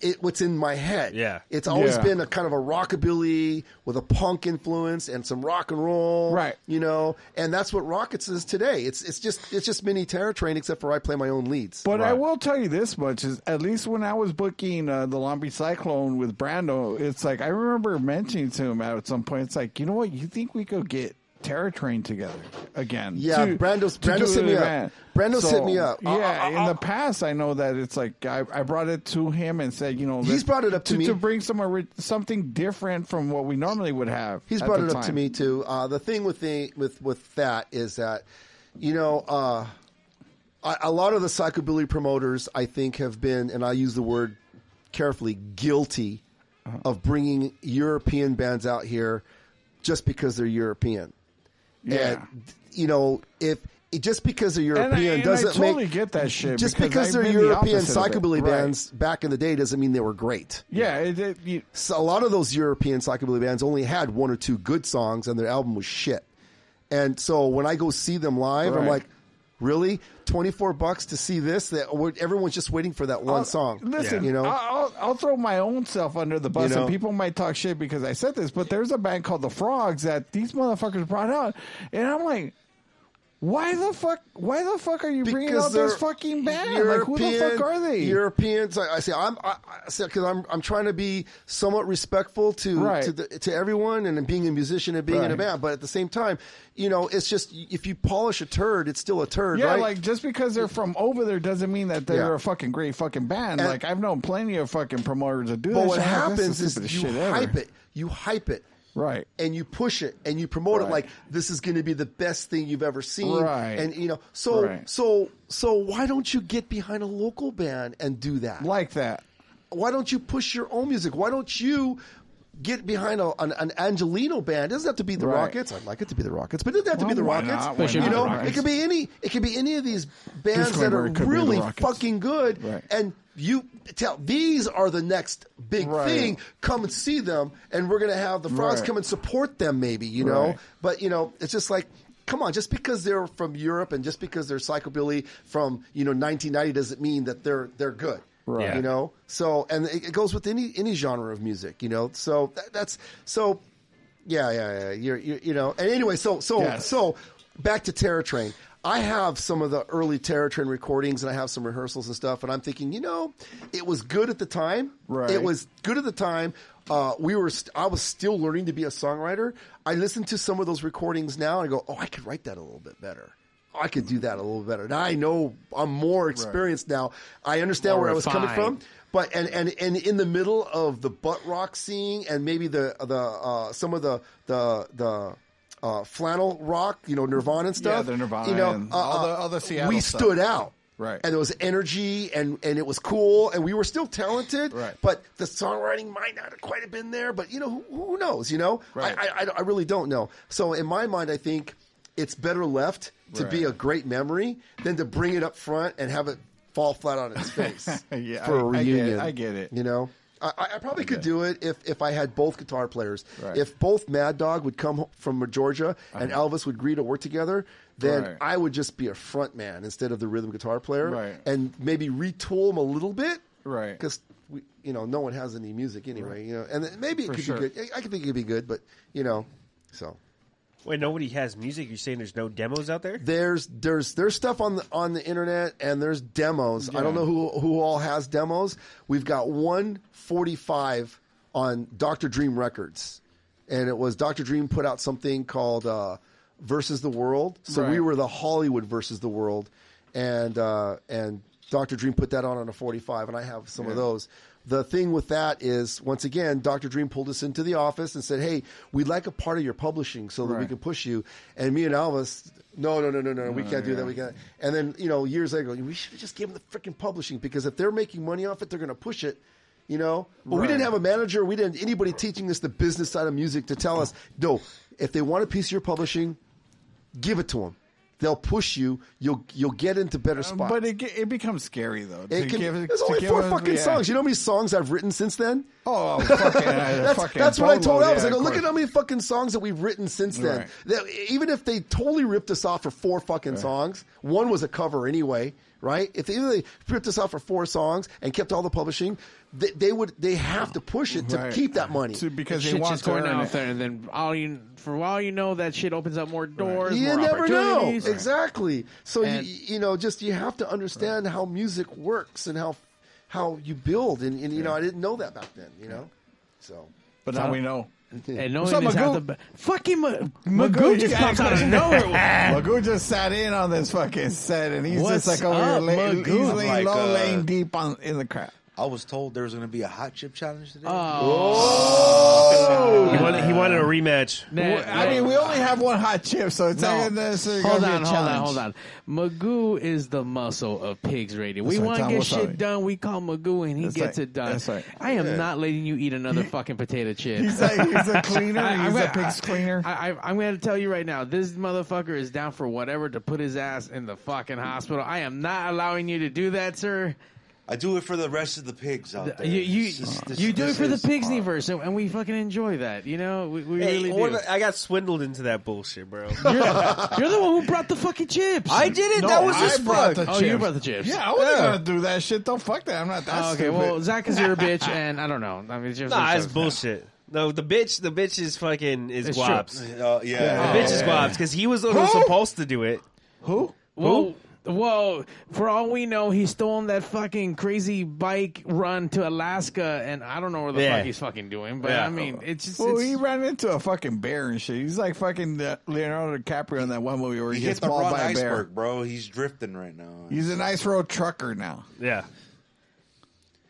[SPEAKER 5] it, what's in my head.
[SPEAKER 3] Yeah.
[SPEAKER 5] It's always
[SPEAKER 3] Yeah.
[SPEAKER 5] been a kind of a rockabilly with a punk influence and some rock and roll. Right. You know, and that's what Rockets is today. It's it's just it's just mini Terror Train except for I play my own leads.
[SPEAKER 8] But I will tell you this much: is at least when I was booking uh, the Long Beach Cyclone with Brando, it's like I remember mentioning to him at some point. It's like, you know what? You think we could get Terror Train together again?
[SPEAKER 5] Yeah,
[SPEAKER 8] to-
[SPEAKER 5] Brando's-
[SPEAKER 8] to
[SPEAKER 5] Brando's
[SPEAKER 8] do
[SPEAKER 5] hit
[SPEAKER 8] an
[SPEAKER 5] me up.
[SPEAKER 8] event.
[SPEAKER 5] Brando's hit me up. Uh,
[SPEAKER 8] Yeah, in the past, I know that it's like I, I brought it to him and said, you know,
[SPEAKER 5] He's
[SPEAKER 8] that-
[SPEAKER 5] brought it up to me.
[SPEAKER 8] to bring some ori- something different from what we normally would have.
[SPEAKER 5] He's
[SPEAKER 8] at
[SPEAKER 5] brought
[SPEAKER 8] the
[SPEAKER 5] it up to
[SPEAKER 8] time.
[SPEAKER 5] me too. Uh, the thing with the with with that is that, you know, uh, a, a lot of the psychobilly promoters I think have been, and I use the word carefully, guilty
[SPEAKER 8] Uh-huh.
[SPEAKER 5] of bringing European bands out here just because they're European.
[SPEAKER 8] Yeah.
[SPEAKER 5] And, you know, if just because they're
[SPEAKER 8] And I-
[SPEAKER 5] European
[SPEAKER 8] and I
[SPEAKER 5] doesn't
[SPEAKER 8] totally
[SPEAKER 5] make
[SPEAKER 8] get that shit
[SPEAKER 5] Just
[SPEAKER 8] because
[SPEAKER 5] because,
[SPEAKER 8] I've
[SPEAKER 5] they're
[SPEAKER 8] been the
[SPEAKER 5] European
[SPEAKER 8] opposite of it.
[SPEAKER 5] psychobilly
[SPEAKER 8] Right.
[SPEAKER 5] bands back in the day doesn't mean they were great.
[SPEAKER 8] Yeah, it, it, you,
[SPEAKER 5] So a lot of those European psychobilly bands only had one or two good songs, and their album was shit. And so when I go see them live, I'm
[SPEAKER 8] Right.
[SPEAKER 5] like, really, twenty four bucks to see this? That we're- everyone's just waiting for that one
[SPEAKER 8] I'll-
[SPEAKER 5] song.
[SPEAKER 8] Listen,
[SPEAKER 5] you know,
[SPEAKER 8] I'll, I'll- I'll throw my own self under the bus,
[SPEAKER 5] You know?
[SPEAKER 8] and people might talk shit because I said this. But there's a band called the Frogs that these motherfuckers brought out, and I'm like, why the fuck? Why the fuck are you bringing out
[SPEAKER 5] they're
[SPEAKER 8] this fucking band? like, who the fuck are they?
[SPEAKER 5] Europeans. I, I say I'm I, I say because I'm I'm trying to be somewhat respectful to
[SPEAKER 8] Right.
[SPEAKER 5] to, the, to everyone and being a musician and being in a
[SPEAKER 8] Right.
[SPEAKER 5] band, but at the same time, you know, it's just if you polish a turd, it's still a turd,
[SPEAKER 8] yeah,
[SPEAKER 5] right?
[SPEAKER 8] like just because they're from over there doesn't mean that they're
[SPEAKER 5] Yeah.
[SPEAKER 8] a fucking great fucking band.
[SPEAKER 5] And-
[SPEAKER 8] like I've known plenty of fucking promoters that do
[SPEAKER 5] But
[SPEAKER 8] that.
[SPEAKER 5] what
[SPEAKER 8] shit. I'm like, this
[SPEAKER 5] happens
[SPEAKER 8] the
[SPEAKER 5] is
[SPEAKER 8] stupidest
[SPEAKER 5] you
[SPEAKER 8] shit ever.
[SPEAKER 5] hype it. You hype it.
[SPEAKER 8] Right.
[SPEAKER 5] And you push it and you promote it
[SPEAKER 8] Right.
[SPEAKER 5] like this is going to be the best thing you've ever seen.
[SPEAKER 8] Right.
[SPEAKER 5] And you know, so
[SPEAKER 8] Right.
[SPEAKER 5] so so why don't you get behind a local band and do that?
[SPEAKER 8] Like that.
[SPEAKER 5] Why don't you push your own music? Why don't you get behind a, an, an Angelino band? It doesn't have to be the
[SPEAKER 8] Right.
[SPEAKER 5] Rockets. I'd like it to be the Rockets, but it doesn't have to be
[SPEAKER 8] Well,
[SPEAKER 5] the
[SPEAKER 8] why
[SPEAKER 5] Rockets.
[SPEAKER 8] not? Why
[SPEAKER 5] you
[SPEAKER 8] not?
[SPEAKER 5] know, it
[SPEAKER 8] Rockets.
[SPEAKER 5] could be any it could be any of these bands that
[SPEAKER 8] Disclaimer,
[SPEAKER 5] are
[SPEAKER 8] it could be the
[SPEAKER 5] really
[SPEAKER 8] Rockets.
[SPEAKER 5] fucking good
[SPEAKER 8] Right.
[SPEAKER 5] and you tell these are the next big
[SPEAKER 8] Right.
[SPEAKER 5] thing. Come and see them, and we're gonna have the frogs
[SPEAKER 8] Right.
[SPEAKER 5] come and support them. Maybe you know,
[SPEAKER 8] Right.
[SPEAKER 5] but you know, it's just like. Come on, just because they're from Europe and just because they're psychobilly from you know 1990 doesn't mean that they're they're good,
[SPEAKER 8] Right.
[SPEAKER 5] You know, so and it, it goes with any any genre of music, you know. So that, that's so, yeah, yeah, yeah. You're, you're you know. And anyway, so so
[SPEAKER 8] Yes.
[SPEAKER 5] so back to Terror Train. I have some of the early Terror Train recordings, and I have some rehearsals and stuff. And I'm thinking, you know, it was good at the time.
[SPEAKER 8] Right.
[SPEAKER 5] It was good at the time. Uh, we were. St- I was still learning to be a songwriter. I listen to some of those recordings now, and I go, "Oh, I could write that a little bit better. Oh, I could do that a little better." Now I know I'm more experienced now. I understand
[SPEAKER 4] More
[SPEAKER 5] where I was coming
[SPEAKER 4] refined.
[SPEAKER 5] from. But and, and, and in the middle of the butt rock scene and maybe the the uh, some of the the the uh, flannel rock, you know, Nirvana and stuff.
[SPEAKER 8] Yeah, the Nirvana
[SPEAKER 5] You know, uh,
[SPEAKER 8] and all the- all the Seattle
[SPEAKER 5] We
[SPEAKER 8] stuff.
[SPEAKER 5] stood out,
[SPEAKER 8] Right.
[SPEAKER 5] And there was energy, and and it was cool, and we were still talented, right? But the songwriting might not have quite have been there. But you know, who, who knows? You know,
[SPEAKER 8] Right.
[SPEAKER 5] I, I I- I really don't know. So in my mind, I think it's better left to be
[SPEAKER 8] Right.
[SPEAKER 5] a great memory than to bring it up front and have it fall flat on its face
[SPEAKER 8] Yeah,
[SPEAKER 5] for a
[SPEAKER 8] I- I get it.
[SPEAKER 5] reunion.
[SPEAKER 8] I get it.
[SPEAKER 5] You know, I, I- I probably could do it if, if I had both guitar players.
[SPEAKER 8] Right.
[SPEAKER 5] If both Mad Dog would come from Georgia and
[SPEAKER 8] Uh-huh.
[SPEAKER 5] Elvis would agree to work together, then
[SPEAKER 8] Right.
[SPEAKER 5] I would just be a front man instead of the rhythm guitar player,
[SPEAKER 8] Right.
[SPEAKER 5] and maybe retool him a little bit,
[SPEAKER 8] Right.
[SPEAKER 5] Because we, you know, no one has any music anyway, you know, and then maybe it
[SPEAKER 8] For
[SPEAKER 5] could
[SPEAKER 8] sure.
[SPEAKER 5] be good. I I could think it could be good, but you know, so.
[SPEAKER 3] Wait, nobody has music. You're saying there's no demos out there?
[SPEAKER 5] There's there's there's stuff on the on the internet and there's demos. I don't
[SPEAKER 3] Yeah.
[SPEAKER 5] know who who all has demos. We've got 145 on Doctor Dream Records, and it was Doctor Dream put out something called uh, Versus the World. So we
[SPEAKER 8] Right.
[SPEAKER 5] were the Hollywood versus the world, and uh, and Doctor Dream put that on on a 45, and I have some of
[SPEAKER 8] Yeah.
[SPEAKER 5] those. The thing with that is, once again, Dr. Dream pulled us into the office and said, Hey, we'd like a part of your publishing so that we
[SPEAKER 8] Right.
[SPEAKER 5] can push you. And me and Elvis, no, no, no, no, no, we
[SPEAKER 8] No,
[SPEAKER 5] can't do
[SPEAKER 8] yeah.
[SPEAKER 5] that. We can't. And then, you know, years later, we should have just given the freaking publishing because if they're making money off it, they're going to push it, you know? But we
[SPEAKER 8] Right.
[SPEAKER 5] didn't have a manager. We didn't have anybody teaching us the business side of music to tell us, No, if they want a piece of your publishing, give it to them. They'll push you. You'll you'll get into better spots.
[SPEAKER 8] Um, But it, ge- it becomes scary though. to
[SPEAKER 5] It can,
[SPEAKER 8] give-
[SPEAKER 5] there's
[SPEAKER 8] to
[SPEAKER 5] only
[SPEAKER 8] give
[SPEAKER 5] four
[SPEAKER 8] us-
[SPEAKER 5] fucking
[SPEAKER 8] yeah.
[SPEAKER 5] songs. You know how many songs I've written since then?
[SPEAKER 8] Oh, fucking,
[SPEAKER 5] that's
[SPEAKER 8] fucking
[SPEAKER 5] that's what I
[SPEAKER 8] boatload,
[SPEAKER 5] told Alex.
[SPEAKER 8] yeah,
[SPEAKER 5] I go,
[SPEAKER 8] of
[SPEAKER 5] look at
[SPEAKER 8] course."
[SPEAKER 5] how many fucking songs that we've written since then.
[SPEAKER 8] Right.
[SPEAKER 5] That- even if they totally ripped us off for four fucking songs, one was a cover anyway, right? If they, even they ripped us off for four songs and kept all the publishing, they, they would they have to push it to
[SPEAKER 8] Right.
[SPEAKER 5] keep that money
[SPEAKER 8] To- because
[SPEAKER 4] Shit's just going out there, and then all you for all you know, that shit opens up more doors.
[SPEAKER 5] You
[SPEAKER 4] more
[SPEAKER 5] never know.
[SPEAKER 4] opportunities.
[SPEAKER 5] Exactly. So
[SPEAKER 4] And-
[SPEAKER 5] you, you know, just you have to understand how music works and how how you build. And, and you know, I didn't know that back then. You know, so
[SPEAKER 8] But now we know.
[SPEAKER 5] And
[SPEAKER 4] knowing is how the fucking Ma- Magoo
[SPEAKER 8] Magoo
[SPEAKER 4] just
[SPEAKER 8] just
[SPEAKER 4] pops out of nowhere.
[SPEAKER 8] Magoo just sat in on this fucking set, and he's
[SPEAKER 14] What's
[SPEAKER 8] just like over here,
[SPEAKER 14] up,
[SPEAKER 8] lay,
[SPEAKER 14] Magoo?
[SPEAKER 8] he's laying
[SPEAKER 14] Like,
[SPEAKER 8] low,
[SPEAKER 14] uh,
[SPEAKER 8] laying deep on in the crowd.
[SPEAKER 14] I was told there was going to be a hot chip challenge today.
[SPEAKER 8] Oh.
[SPEAKER 3] He wanted, he wanted a rematch.
[SPEAKER 8] Well, I mean, we only have one hot chip, so it's not necessarily
[SPEAKER 4] hold
[SPEAKER 8] gonna
[SPEAKER 4] on,
[SPEAKER 8] be a
[SPEAKER 4] hold on,
[SPEAKER 8] challenge.
[SPEAKER 4] hold on. Magoo is the muscle of Pigs Radio.
[SPEAKER 8] That's
[SPEAKER 4] we
[SPEAKER 8] right,
[SPEAKER 4] want to
[SPEAKER 8] Tom,
[SPEAKER 4] get
[SPEAKER 8] we're
[SPEAKER 4] shit
[SPEAKER 8] sorry.
[SPEAKER 4] done. We call Magoo and he
[SPEAKER 8] That's
[SPEAKER 4] gets
[SPEAKER 8] right,
[SPEAKER 4] it done.
[SPEAKER 8] that's right.
[SPEAKER 4] I am
[SPEAKER 8] Yeah.
[SPEAKER 4] not letting you eat another fucking potato chip.
[SPEAKER 8] He's a- he's a cleaner, he's a pig's
[SPEAKER 4] cleaner. I, I, I'm going to tell you right now, this motherfucker is down for whatever to put his ass in the fucking hospital. I am not allowing you to do that, sir.
[SPEAKER 14] I do it for the rest of the pigs out there.
[SPEAKER 4] You you,
[SPEAKER 14] This is- this-
[SPEAKER 4] you do it
[SPEAKER 14] this
[SPEAKER 4] for the
[SPEAKER 14] is-
[SPEAKER 4] pigs universe, and, and we fucking enjoy that. You know, we, we
[SPEAKER 3] Hey,
[SPEAKER 4] really do.
[SPEAKER 3] what about- I got swindled into that bullshit, bro.
[SPEAKER 4] You're, you're the one who brought the fucking chips.
[SPEAKER 3] I didn't. No, That was I his brought fuck. the
[SPEAKER 4] Oh, you
[SPEAKER 3] chips.
[SPEAKER 4] brought the chips.
[SPEAKER 8] Yeah, I wasn't gonna do that shit. Don't fuck that. I'm not that
[SPEAKER 4] Oh, okay,
[SPEAKER 8] stupid.
[SPEAKER 4] well, Zach is your bitch, and I don't know. I mean, just
[SPEAKER 3] Nah, it's
[SPEAKER 4] just-
[SPEAKER 3] bullshit. No, the bitch, the bitch is fucking is
[SPEAKER 4] It's
[SPEAKER 3] guaps.
[SPEAKER 4] true. Uh, yeah.
[SPEAKER 3] the bitch
[SPEAKER 4] Yeah.
[SPEAKER 3] is guaps because he was the one
[SPEAKER 4] Who?
[SPEAKER 3] who was supposed to do it.
[SPEAKER 8] Who?
[SPEAKER 4] Whoa, whoa! For all we know, he stole on that fucking crazy bike run to Alaska, and I don't know where the
[SPEAKER 8] Yeah.
[SPEAKER 4] fuck he's fucking doing. But I mean, it's just.
[SPEAKER 8] Well,
[SPEAKER 4] it's,
[SPEAKER 8] he ran into a fucking bear and shit. He's like fucking uh, Leonardo DiCaprio in that one movie where he,
[SPEAKER 14] He hit
[SPEAKER 8] gets
[SPEAKER 14] the
[SPEAKER 8] mauled
[SPEAKER 14] wrong
[SPEAKER 8] by a bear.
[SPEAKER 14] iceberg, bro. He's drifting right now.
[SPEAKER 8] He's an ice road trucker now.
[SPEAKER 3] Yeah.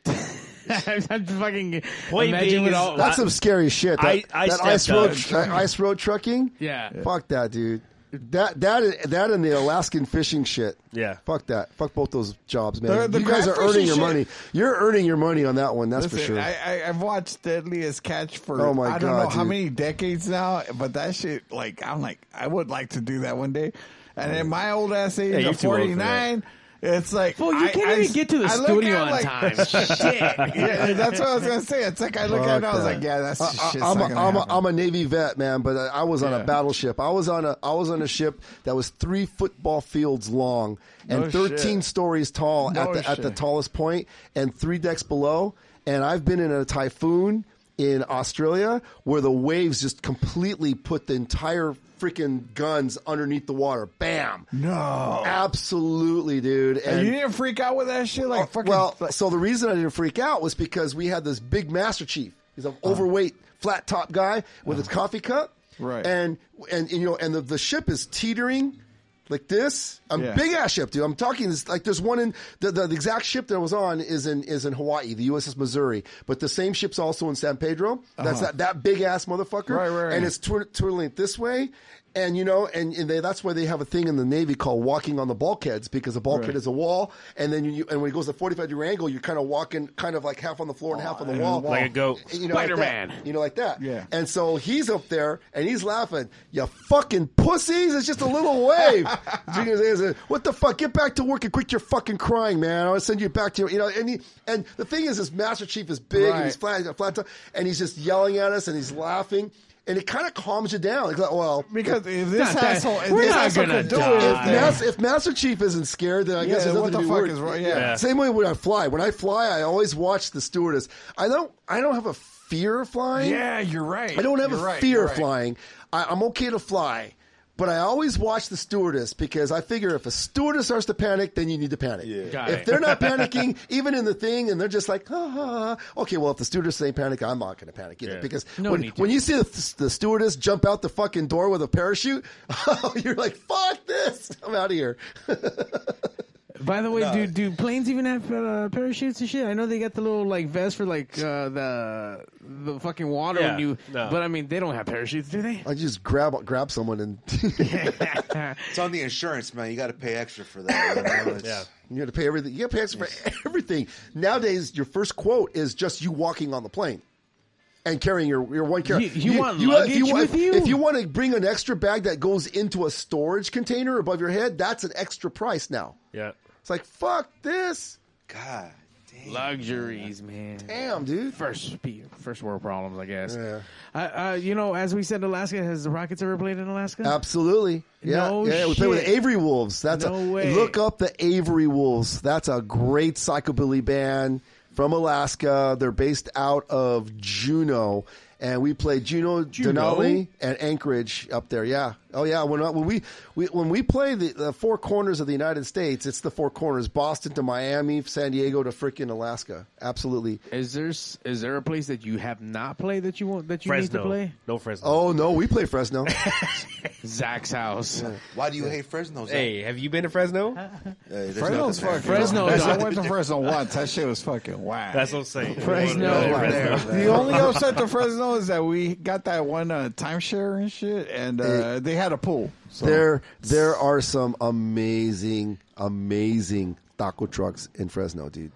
[SPEAKER 4] I'm fucking.
[SPEAKER 3] Point
[SPEAKER 4] imagine
[SPEAKER 3] being
[SPEAKER 4] what
[SPEAKER 3] is-
[SPEAKER 4] all-
[SPEAKER 5] that's some scary shit. That,
[SPEAKER 4] I- I
[SPEAKER 5] that
[SPEAKER 4] stepped
[SPEAKER 5] ice road,
[SPEAKER 4] up.
[SPEAKER 5] that ice road trucking.
[SPEAKER 4] Yeah.
[SPEAKER 5] fuck that, dude. That that that and the Alaskan fishing shit.
[SPEAKER 3] Yeah,
[SPEAKER 5] fuck that. Fuck both those jobs, man.
[SPEAKER 8] The- the
[SPEAKER 5] you guys
[SPEAKER 8] crab
[SPEAKER 5] are earning
[SPEAKER 8] fishing
[SPEAKER 5] your
[SPEAKER 8] shit-
[SPEAKER 5] money. You're earning your money on that one. That's for
[SPEAKER 8] Listen,
[SPEAKER 5] sure.
[SPEAKER 8] I, I, I've watched Deadliest Catch for
[SPEAKER 5] Oh my
[SPEAKER 8] I don't know
[SPEAKER 5] God,
[SPEAKER 8] how
[SPEAKER 5] dude.
[SPEAKER 8] many decades now, but that shit, like, I'm like, I would like to do that one day. And in my old ass
[SPEAKER 14] Yeah,
[SPEAKER 8] age
[SPEAKER 14] you're
[SPEAKER 8] of
[SPEAKER 14] too old for
[SPEAKER 8] 49, it's like,
[SPEAKER 4] Fool, you
[SPEAKER 8] I-
[SPEAKER 4] can't
[SPEAKER 8] I
[SPEAKER 4] even
[SPEAKER 8] s-
[SPEAKER 4] get to the
[SPEAKER 8] I look
[SPEAKER 4] studio
[SPEAKER 8] at it
[SPEAKER 4] on
[SPEAKER 8] like-
[SPEAKER 4] time. Shit.
[SPEAKER 8] yeah, that's what I was gonna say. It's like I look at it,
[SPEAKER 5] Fuck
[SPEAKER 8] I was
[SPEAKER 5] that.
[SPEAKER 8] like, yeah, that's
[SPEAKER 5] I,
[SPEAKER 8] shit's
[SPEAKER 5] am
[SPEAKER 8] not gonna
[SPEAKER 5] a, I'm a,
[SPEAKER 8] happen.
[SPEAKER 5] I'm a Navy vet, man, but I, I was on
[SPEAKER 8] Yeah.
[SPEAKER 5] a battleship. I was on a I was on a ship that was three football fields long and
[SPEAKER 8] No
[SPEAKER 5] 13
[SPEAKER 8] shit.
[SPEAKER 5] stories tall at
[SPEAKER 8] No
[SPEAKER 5] the at the
[SPEAKER 8] shit.
[SPEAKER 5] tallest point and three decks below. And I've been in a typhoon in Australia where the waves just completely put the entire freaking guns underneath the water. Bam.
[SPEAKER 8] No.
[SPEAKER 5] Absolutely, dude.
[SPEAKER 8] And you didn't freak out with that shit, like fucking.
[SPEAKER 5] Uh, Well, so the reason I didn't freak out was because we had this big Master Chief. He's
[SPEAKER 8] Uh-huh.
[SPEAKER 5] an overweight, flat top guy with his coffee cup,
[SPEAKER 8] Right.
[SPEAKER 5] And and, you know, and the, the ship is teetering like this. A
[SPEAKER 8] Yeah.
[SPEAKER 5] big ass ship, dude. I'm talking this, like there's one in the, the, the exact ship that I was on is in is in Hawaii, the USS Missouri, but the same ship's also in San Pedro. That's
[SPEAKER 8] Uh-huh.
[SPEAKER 5] that that big ass motherfucker,
[SPEAKER 8] Right, right, right.
[SPEAKER 5] and it's twir- twirling it this way. And you know, and, and they, that's why they have a thing in the Navy called walking on the bulkheads because the bulkhead
[SPEAKER 8] Right.
[SPEAKER 5] is a wall, and then you, you and when it goes to forty five degree angle, you're kind of walking, kind of like half on the floor and half on the wall,
[SPEAKER 3] Like a goat.
[SPEAKER 5] you know, like that.
[SPEAKER 3] Spider-Man.
[SPEAKER 5] you know, like that.
[SPEAKER 8] Yeah.
[SPEAKER 5] And so he's up there and he's laughing. You fucking pussies! It's just a little wave. Junior Zane said, what the fuck? Get back to work and quit your fucking crying, man. I'll send you back to your, you know. And he, and the thing is, this Master Chief is big and he's
[SPEAKER 8] Right.
[SPEAKER 5] flat, he's a flat top, and he's just yelling at us and he's laughing. And it kind of calms you down. It's like, well,
[SPEAKER 8] because if
[SPEAKER 5] Not
[SPEAKER 8] this
[SPEAKER 5] that-
[SPEAKER 8] asshole, if
[SPEAKER 5] we're
[SPEAKER 8] this
[SPEAKER 5] not
[SPEAKER 8] asshole
[SPEAKER 5] gonna
[SPEAKER 8] could do
[SPEAKER 5] die.
[SPEAKER 8] it,
[SPEAKER 5] If Mas- if Master Chief isn't scared, then I guess
[SPEAKER 8] Yeah,
[SPEAKER 5] there's nothing
[SPEAKER 8] what the
[SPEAKER 5] to be
[SPEAKER 8] fuck
[SPEAKER 5] worried.
[SPEAKER 8] is wrong- yeah. Yeah.
[SPEAKER 5] Same way when I fly. When I fly, I always watch the stewardess. I don't. I don't have a fear of flying.
[SPEAKER 8] Yeah, you're right.
[SPEAKER 5] I don't have a
[SPEAKER 8] You're right,
[SPEAKER 5] fear
[SPEAKER 8] you're
[SPEAKER 5] of
[SPEAKER 8] right.
[SPEAKER 5] flying. I, I'm okay to fly. But I always watch the stewardess because I figure if a stewardess starts to panic, then you need to panic.
[SPEAKER 8] Got
[SPEAKER 5] If
[SPEAKER 8] it.
[SPEAKER 5] they're not panicking, even in the thing, and they're just like, "Ha, ha, ha." okay, well, if the stewardess ain't panic, I'm not going to panic either.
[SPEAKER 8] Yeah.
[SPEAKER 5] Because
[SPEAKER 8] No
[SPEAKER 5] when,
[SPEAKER 8] need to.
[SPEAKER 5] when you see the, the stewardess jump out the fucking door with a parachute, you're like, fuck this. I'm out of here.
[SPEAKER 4] By the way,
[SPEAKER 5] No.
[SPEAKER 4] do do planes even have uh, parachutes and shit? I know they got the little like vest for like uh, the the fucking water
[SPEAKER 5] Yeah,
[SPEAKER 4] when you.
[SPEAKER 5] no.
[SPEAKER 4] But I mean, they don't have parachutes, do they?
[SPEAKER 5] I just grab grab someone and
[SPEAKER 14] It's on the insurance, man. You got to pay extra for that. you know? It's-
[SPEAKER 5] You got to pay everything. You got to pay extra for everything. Nowadays, your first quote is just you walking on the plane. and carrying your, your one carry.
[SPEAKER 4] You- you want
[SPEAKER 5] if
[SPEAKER 4] luggage with
[SPEAKER 5] if-
[SPEAKER 4] you?
[SPEAKER 5] If you want to bring an extra bag that goes into a storage container above your head, that's an extra price now.
[SPEAKER 3] Yeah.
[SPEAKER 5] It's like fuck this.
[SPEAKER 14] God.
[SPEAKER 4] Luxuries, man.
[SPEAKER 5] Damn, dude.
[SPEAKER 4] First, spe- first world problems, I guess. Uh, uh, you know, as we said, Alaska has the Rockets ever played in Alaska?
[SPEAKER 5] Absolutely. Yeah.
[SPEAKER 4] No
[SPEAKER 5] yeah, we play with
[SPEAKER 4] shit.
[SPEAKER 5] Avery Wolves. That's
[SPEAKER 4] No
[SPEAKER 5] a
[SPEAKER 4] way.
[SPEAKER 5] look up the Avery Wolves. That's a great psychobilly band from Alaska. They're based out of Juneau. And we played Juneau, Denali, and Anchorage up there. Yeah. Oh yeah. When, when we, we when we play the, the four corners of the United States, it's the four corners: Boston to Miami, San Diego to freaking Alaska. Absolutely.
[SPEAKER 4] Is there s- is there a place that you have not played that you want that you need to play?
[SPEAKER 3] No Fresno.
[SPEAKER 5] Oh no, we play Fresno.
[SPEAKER 4] Zach's house.
[SPEAKER 14] Why do you hate Fresno? Zach?
[SPEAKER 3] Hey, have you been to Fresno?
[SPEAKER 8] Fresno's fucking. I went to Fresno once. That shit was fucking whack.
[SPEAKER 3] That's what I'm saying.
[SPEAKER 8] Fresno. the only upset to Fresno is that we got that one uh, timeshare and shit, and uh, they had a pool. So
[SPEAKER 5] There, there are some amazing, amazing taco trucks in Fresno, dude.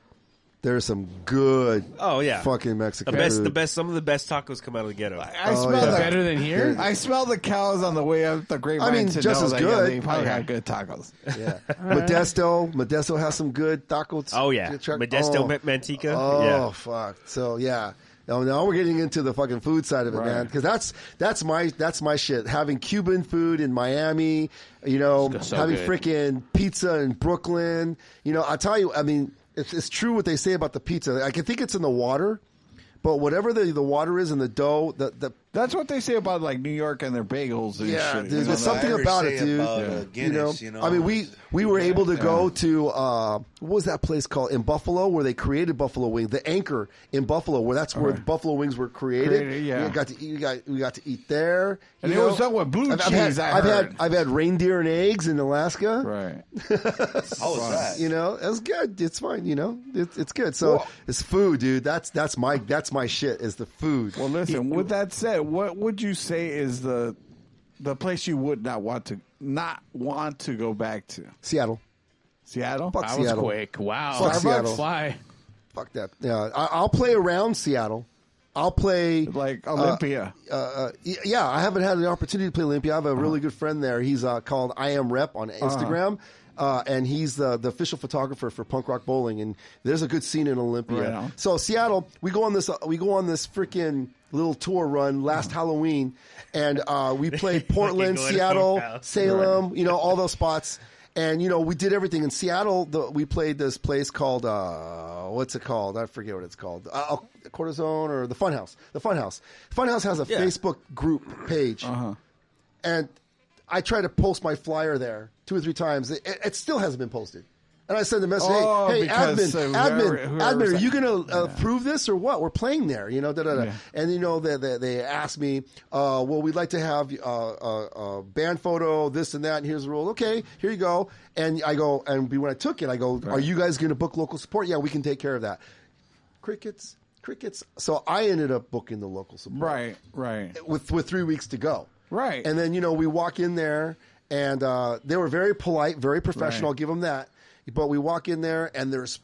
[SPEAKER 5] There are some good.
[SPEAKER 3] Oh yeah,
[SPEAKER 5] fucking Mexican
[SPEAKER 3] The best,
[SPEAKER 5] food. Oh,
[SPEAKER 3] the best. Some of the best tacos come out of the ghetto.
[SPEAKER 8] I smell the, I smell the cows on the way up the grapevine.
[SPEAKER 5] I mean,
[SPEAKER 8] to
[SPEAKER 5] just
[SPEAKER 8] know
[SPEAKER 5] as
[SPEAKER 8] that, yeah,
[SPEAKER 5] good.
[SPEAKER 8] they probably
[SPEAKER 5] Okay.
[SPEAKER 8] got good tacos.
[SPEAKER 5] Yeah, Modesto, Modesto has some good tacos.
[SPEAKER 3] Oh, yeah. Modesto Ma- Manteca,
[SPEAKER 5] Oh
[SPEAKER 3] yeah.
[SPEAKER 5] fuck. So yeah. Now, now we're getting into the fucking food side of it, man. Because that's that's my that's my shit. Having Cuban food in Miami, you know,
[SPEAKER 2] so
[SPEAKER 5] having
[SPEAKER 2] good.
[SPEAKER 5] freaking pizza in Brooklyn. You know, I tell you, I mean, it's, it's true what they say about the pizza. I can think it's in the water, but whatever the, the water is in the dough, the, the
[SPEAKER 8] that's what they say about like New York and their bagels. And
[SPEAKER 5] yeah,
[SPEAKER 8] shit.
[SPEAKER 5] dude, there's something about it, dude.
[SPEAKER 8] Yeah.
[SPEAKER 5] you, know? I mean, we we were able to go to uh, what was that place called in Buffalo where they created Buffalo Wings, the Anchor in Buffalo, where that's where
[SPEAKER 8] Alright.
[SPEAKER 5] Buffalo Wings were created.
[SPEAKER 8] Created, yeah.
[SPEAKER 5] we got to eat, we got we got to eat there,
[SPEAKER 8] And
[SPEAKER 5] you
[SPEAKER 8] it
[SPEAKER 5] know?
[SPEAKER 8] was done with blue
[SPEAKER 5] I've,
[SPEAKER 8] cheese,
[SPEAKER 5] I've
[SPEAKER 8] I
[SPEAKER 5] had, I've
[SPEAKER 8] heard.
[SPEAKER 5] had I've had reindeer and eggs in Alaska.
[SPEAKER 8] Right. Oh,
[SPEAKER 14] How was that?
[SPEAKER 5] You know, that's good. It's fine. You know, it's it's good. So it's food, dude. That's that's my that's my shit. Is the food.
[SPEAKER 8] Well, listen. With that said, what would you say is the the place you would not want to not want to go back to?
[SPEAKER 5] Seattle.
[SPEAKER 8] Seattle.
[SPEAKER 5] Fuck
[SPEAKER 8] I was
[SPEAKER 5] Seattle.
[SPEAKER 8] quick. Wow.
[SPEAKER 5] Fuck
[SPEAKER 8] Starbucks?
[SPEAKER 5] Seattle.
[SPEAKER 8] Why?
[SPEAKER 5] Fuck that. Yeah, I, I'll play around Seattle. I'll play
[SPEAKER 8] like
[SPEAKER 5] Olympia. Uh, uh, y- yeah, I haven't had an opportunity to play Olympia. I have a
[SPEAKER 8] Uh-huh.
[SPEAKER 5] really good friend there. He's uh, called I Am Rep on Instagram. uh and he's the, the official photographer for Punk Rock Bowling, and there's a good scene in
[SPEAKER 8] Right
[SPEAKER 5] Olympia.
[SPEAKER 8] on.
[SPEAKER 5] so Seattle, we go on this uh, we go on this freaking little tour run last
[SPEAKER 8] Uh-huh.
[SPEAKER 5] Halloween, and uh, we played Portland,
[SPEAKER 2] going to
[SPEAKER 5] Seattle,
[SPEAKER 2] Funkhouse.
[SPEAKER 5] Salem, you know, all those spots. And you know, we did everything in Seattle. The, we played this place called uh, what's it called? I forget what it's called. Uh, uh, Cortisone or the Funhouse. The Funhouse. Funhouse has a
[SPEAKER 2] Yeah.
[SPEAKER 5] Facebook group page, and I tried to post my flyer there two or three times. It, it still hasn't been posted. And I sent a message,
[SPEAKER 8] Oh,
[SPEAKER 5] hey, hey,
[SPEAKER 8] because,
[SPEAKER 5] admin,
[SPEAKER 8] uh, whoever-
[SPEAKER 5] admin,
[SPEAKER 8] whoever's
[SPEAKER 5] admin, are
[SPEAKER 8] at-
[SPEAKER 5] you gonna uh, approve this or what? We're playing there, you know, da da da.
[SPEAKER 8] Yeah.
[SPEAKER 5] And you know, they they, they asked me, uh, well, we'd like to have uh, a, a band photo, this and that, and here's the rule. Okay, here you go. And I go, and when I took it, I go, are you guys gonna book local support? Yeah, we can take care of that. Crickets, crickets. So I ended up booking the local support
[SPEAKER 8] Right. Right.
[SPEAKER 5] with with three weeks to go.
[SPEAKER 8] Right.
[SPEAKER 5] And then you know we walk in there, and uh, they were very polite, very professional. I'll give them that. But we walk in there, and there's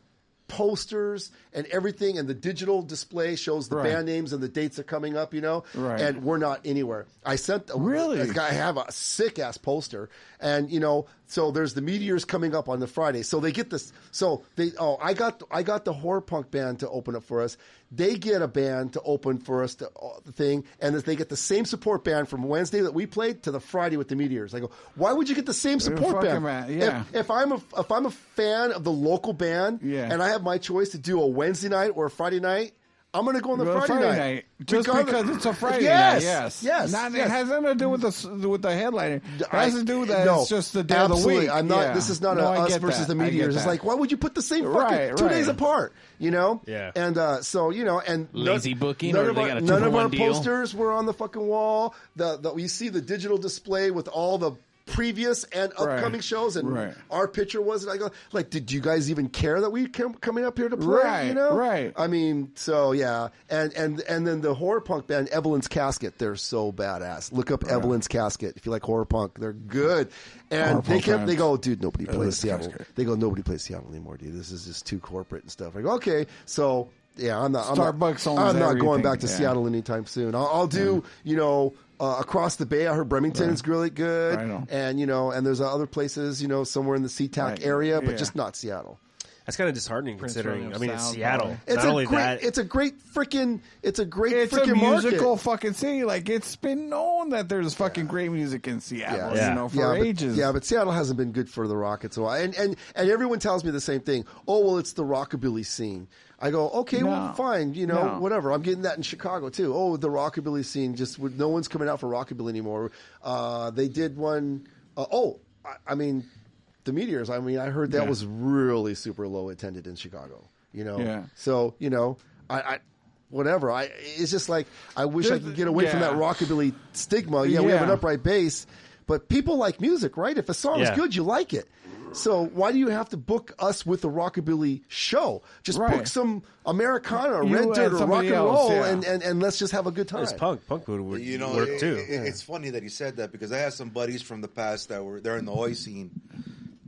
[SPEAKER 5] posters and everything, and the digital display shows the
[SPEAKER 8] Right.
[SPEAKER 5] band names and the dates are coming up. You know,
[SPEAKER 8] Right.
[SPEAKER 5] and we're not anywhere. I sent a, really. I have a sick ass poster, and you know, so there's the meteors coming up on the Friday. So they get this. So they oh, I got I got the horror punk band to open up for us. They get a band to open for us to uh, the thing, and they get the same support band from Wednesday that we played to the Friday with the meteors. I go, why would you get the same support
[SPEAKER 8] fucking
[SPEAKER 5] band?
[SPEAKER 8] right,
[SPEAKER 5] If-
[SPEAKER 8] yeah.
[SPEAKER 5] If, I'm a if I'm a fan of the local band,
[SPEAKER 8] Yeah.
[SPEAKER 5] and I have my choice to do a Wednesday night or a Friday night. I'm going to go on the
[SPEAKER 8] Well,
[SPEAKER 5] Friday,
[SPEAKER 8] Friday
[SPEAKER 5] night.
[SPEAKER 8] Just
[SPEAKER 5] Regardless-
[SPEAKER 8] because it's a Friday
[SPEAKER 5] yes,
[SPEAKER 8] night, yes,
[SPEAKER 5] yes,
[SPEAKER 8] Not,
[SPEAKER 5] yes.
[SPEAKER 8] It has nothing to do with the s- with the headliner. It
[SPEAKER 5] I-
[SPEAKER 8] has to do with that.
[SPEAKER 5] no,
[SPEAKER 8] it's just the day
[SPEAKER 5] absolutely.
[SPEAKER 8] of the week.
[SPEAKER 5] I'm not.
[SPEAKER 8] Yeah.
[SPEAKER 5] This is not
[SPEAKER 8] No,
[SPEAKER 5] a
[SPEAKER 8] I
[SPEAKER 5] us
[SPEAKER 8] get
[SPEAKER 5] versus
[SPEAKER 8] that.
[SPEAKER 5] the
[SPEAKER 8] I get
[SPEAKER 5] meteors. It's
[SPEAKER 8] that.
[SPEAKER 5] like why would you put the same fucking
[SPEAKER 8] Right,
[SPEAKER 5] two
[SPEAKER 8] right.
[SPEAKER 5] days apart? You know.
[SPEAKER 8] Yeah.
[SPEAKER 5] And uh, so you know, and none-
[SPEAKER 4] Lazy booking,
[SPEAKER 5] None
[SPEAKER 4] or
[SPEAKER 5] of
[SPEAKER 4] they
[SPEAKER 5] our,
[SPEAKER 4] got a
[SPEAKER 5] none of
[SPEAKER 4] two-for-one
[SPEAKER 5] our
[SPEAKER 4] deal?
[SPEAKER 5] posters were on the fucking wall. The, the you see the digital display with all the previous and
[SPEAKER 8] Right.
[SPEAKER 5] upcoming shows, and
[SPEAKER 8] Right.
[SPEAKER 5] our picture wasn't. I go like, did you guys even care that we came coming up here to play?
[SPEAKER 8] Right,
[SPEAKER 5] You know.
[SPEAKER 8] right.
[SPEAKER 5] I mean, so yeah, and and and then the horror punk band Evelyn's Casket. They're so badass. Look up Evelyn's Casket if you like horror punk. They're good, and
[SPEAKER 8] Horror
[SPEAKER 5] they
[SPEAKER 8] punk
[SPEAKER 5] kept they
[SPEAKER 8] bands.
[SPEAKER 5] go, dude, nobody plays
[SPEAKER 8] Evelyn's
[SPEAKER 5] Seattle.
[SPEAKER 8] Casket.
[SPEAKER 5] They go, nobody plays Seattle anymore, dude. This is just too corporate and stuff. I go, okay, so yeah, I'm not. I'm
[SPEAKER 8] Starbucks owns
[SPEAKER 5] not, I'm not going
[SPEAKER 8] everything,
[SPEAKER 5] back to
[SPEAKER 8] yeah.
[SPEAKER 5] Seattle anytime soon. I'll, I'll do, you know, uh, across the bay. I heard Bremerton is really good,
[SPEAKER 8] I know.
[SPEAKER 5] and you know, and there's other places, you know, somewhere in the SeaTac area, but just not Seattle.
[SPEAKER 3] That's kind of disheartening considering. I
[SPEAKER 5] William
[SPEAKER 3] mean, it's
[SPEAKER 5] Sound,
[SPEAKER 3] Seattle.
[SPEAKER 5] probably. It's
[SPEAKER 3] Not
[SPEAKER 5] a
[SPEAKER 3] only
[SPEAKER 5] great-
[SPEAKER 3] that,
[SPEAKER 5] it's a great freaking. It's a great.
[SPEAKER 8] It's a
[SPEAKER 5] freaking market.
[SPEAKER 8] musical fucking city. Like it's been known that there's fucking great music in Seattle. You know, for
[SPEAKER 5] but,
[SPEAKER 8] ages.
[SPEAKER 5] Yeah, but Seattle hasn't been good for the Rockets a while. And, and and everyone tells me the same thing. Oh well, it's the rockabilly scene. I go, okay, well,
[SPEAKER 8] No.
[SPEAKER 5] fine, you know,
[SPEAKER 8] No.
[SPEAKER 5] whatever. I'm getting that in Chicago too. Oh, the rockabilly scene, just with- no one's coming out for rockabilly anymore. Uh, they did one uh, oh, I, I mean, the meteors. I mean, I heard that
[SPEAKER 8] Yeah.
[SPEAKER 5] was really super low attended in Chicago. You know,
[SPEAKER 8] Yeah.
[SPEAKER 5] so you know, I. I Whatever, I it's just like I wish I
[SPEAKER 8] There's-
[SPEAKER 5] could get away from
[SPEAKER 8] yeah.
[SPEAKER 5] that rockabilly stigma. Yeah, we have an
[SPEAKER 8] Yeah.
[SPEAKER 5] upright upright bass, but people like music, right? If a song's
[SPEAKER 8] Yeah.
[SPEAKER 5] good, you like it. So why do you have to book us with a rockabilly show? Just book
[SPEAKER 3] Right.
[SPEAKER 5] some Americana,
[SPEAKER 3] You
[SPEAKER 5] Red
[SPEAKER 3] and
[SPEAKER 5] Dirt, or rock
[SPEAKER 3] somebody
[SPEAKER 5] and
[SPEAKER 3] else,
[SPEAKER 5] roll,
[SPEAKER 3] yeah.
[SPEAKER 5] and, and, and let's just have a good time.
[SPEAKER 3] it's punk. Punk would work,
[SPEAKER 14] You know,
[SPEAKER 3] work
[SPEAKER 14] it-
[SPEAKER 3] too.
[SPEAKER 14] it- it's funny that you said that because I have some buddies from the past that were they're in the oi scene,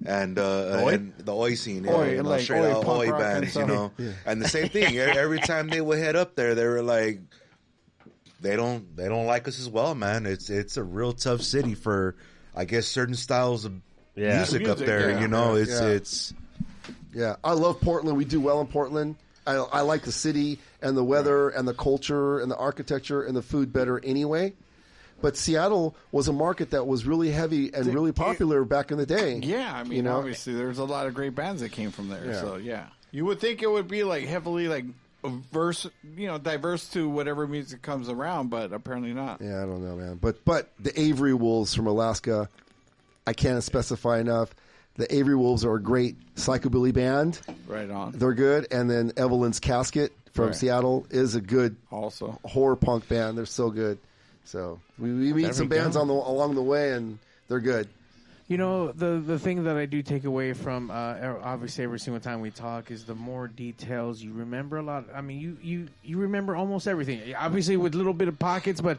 [SPEAKER 14] and, uh,
[SPEAKER 8] Oi?
[SPEAKER 14] and the oi scene, yeah,
[SPEAKER 8] Oi,
[SPEAKER 14] you know,
[SPEAKER 8] like
[SPEAKER 14] straight
[SPEAKER 8] oi,
[SPEAKER 14] out
[SPEAKER 8] punk
[SPEAKER 14] oi
[SPEAKER 8] rock and
[SPEAKER 14] bands, you
[SPEAKER 8] stuff.
[SPEAKER 14] know.
[SPEAKER 8] Yeah.
[SPEAKER 14] And the same thing, e- every time they would head up there, they were like, they don't they don't like us as well, man. It's it's a real tough city for I guess certain styles of
[SPEAKER 5] Yeah.
[SPEAKER 14] music, up
[SPEAKER 5] Music,
[SPEAKER 14] there.
[SPEAKER 5] yeah.
[SPEAKER 14] You know,
[SPEAKER 5] Yeah.
[SPEAKER 14] it's
[SPEAKER 5] Yeah.
[SPEAKER 14] it's
[SPEAKER 5] Yeah, I love Portland. We do well in Portland. I, I like the city and the weather and the culture and the architecture and the food better anyway. But Seattle was a market that was really heavy and really popular back in the day.
[SPEAKER 8] Yeah, I mean,
[SPEAKER 5] you know?
[SPEAKER 8] obviously, there's a lot of great bands that came from there.
[SPEAKER 5] Yeah.
[SPEAKER 8] So yeah, you would think it would be like heavily like verse, you know, diverse to whatever music comes around, but apparently not.
[SPEAKER 5] Yeah, I don't know, man. But but the Avery Wolves from Alaska, I can't specify enough. The Avery Wolves are a great psychobilly band.
[SPEAKER 8] Right on.
[SPEAKER 5] They're good. And then Evelyn's Casket from
[SPEAKER 8] Right.
[SPEAKER 5] Seattle is a good
[SPEAKER 8] also
[SPEAKER 5] horror punk band. They're so good. So we, we meet
[SPEAKER 4] There
[SPEAKER 5] some
[SPEAKER 4] we
[SPEAKER 5] bands
[SPEAKER 4] go.
[SPEAKER 5] on the along the way, and they're good.
[SPEAKER 4] You know, the the thing that I do take away from uh, er- obviously every single time we talk is the more details you remember a lot. I mean, you you you remember almost everything. Obviously, with little bit of pockets, but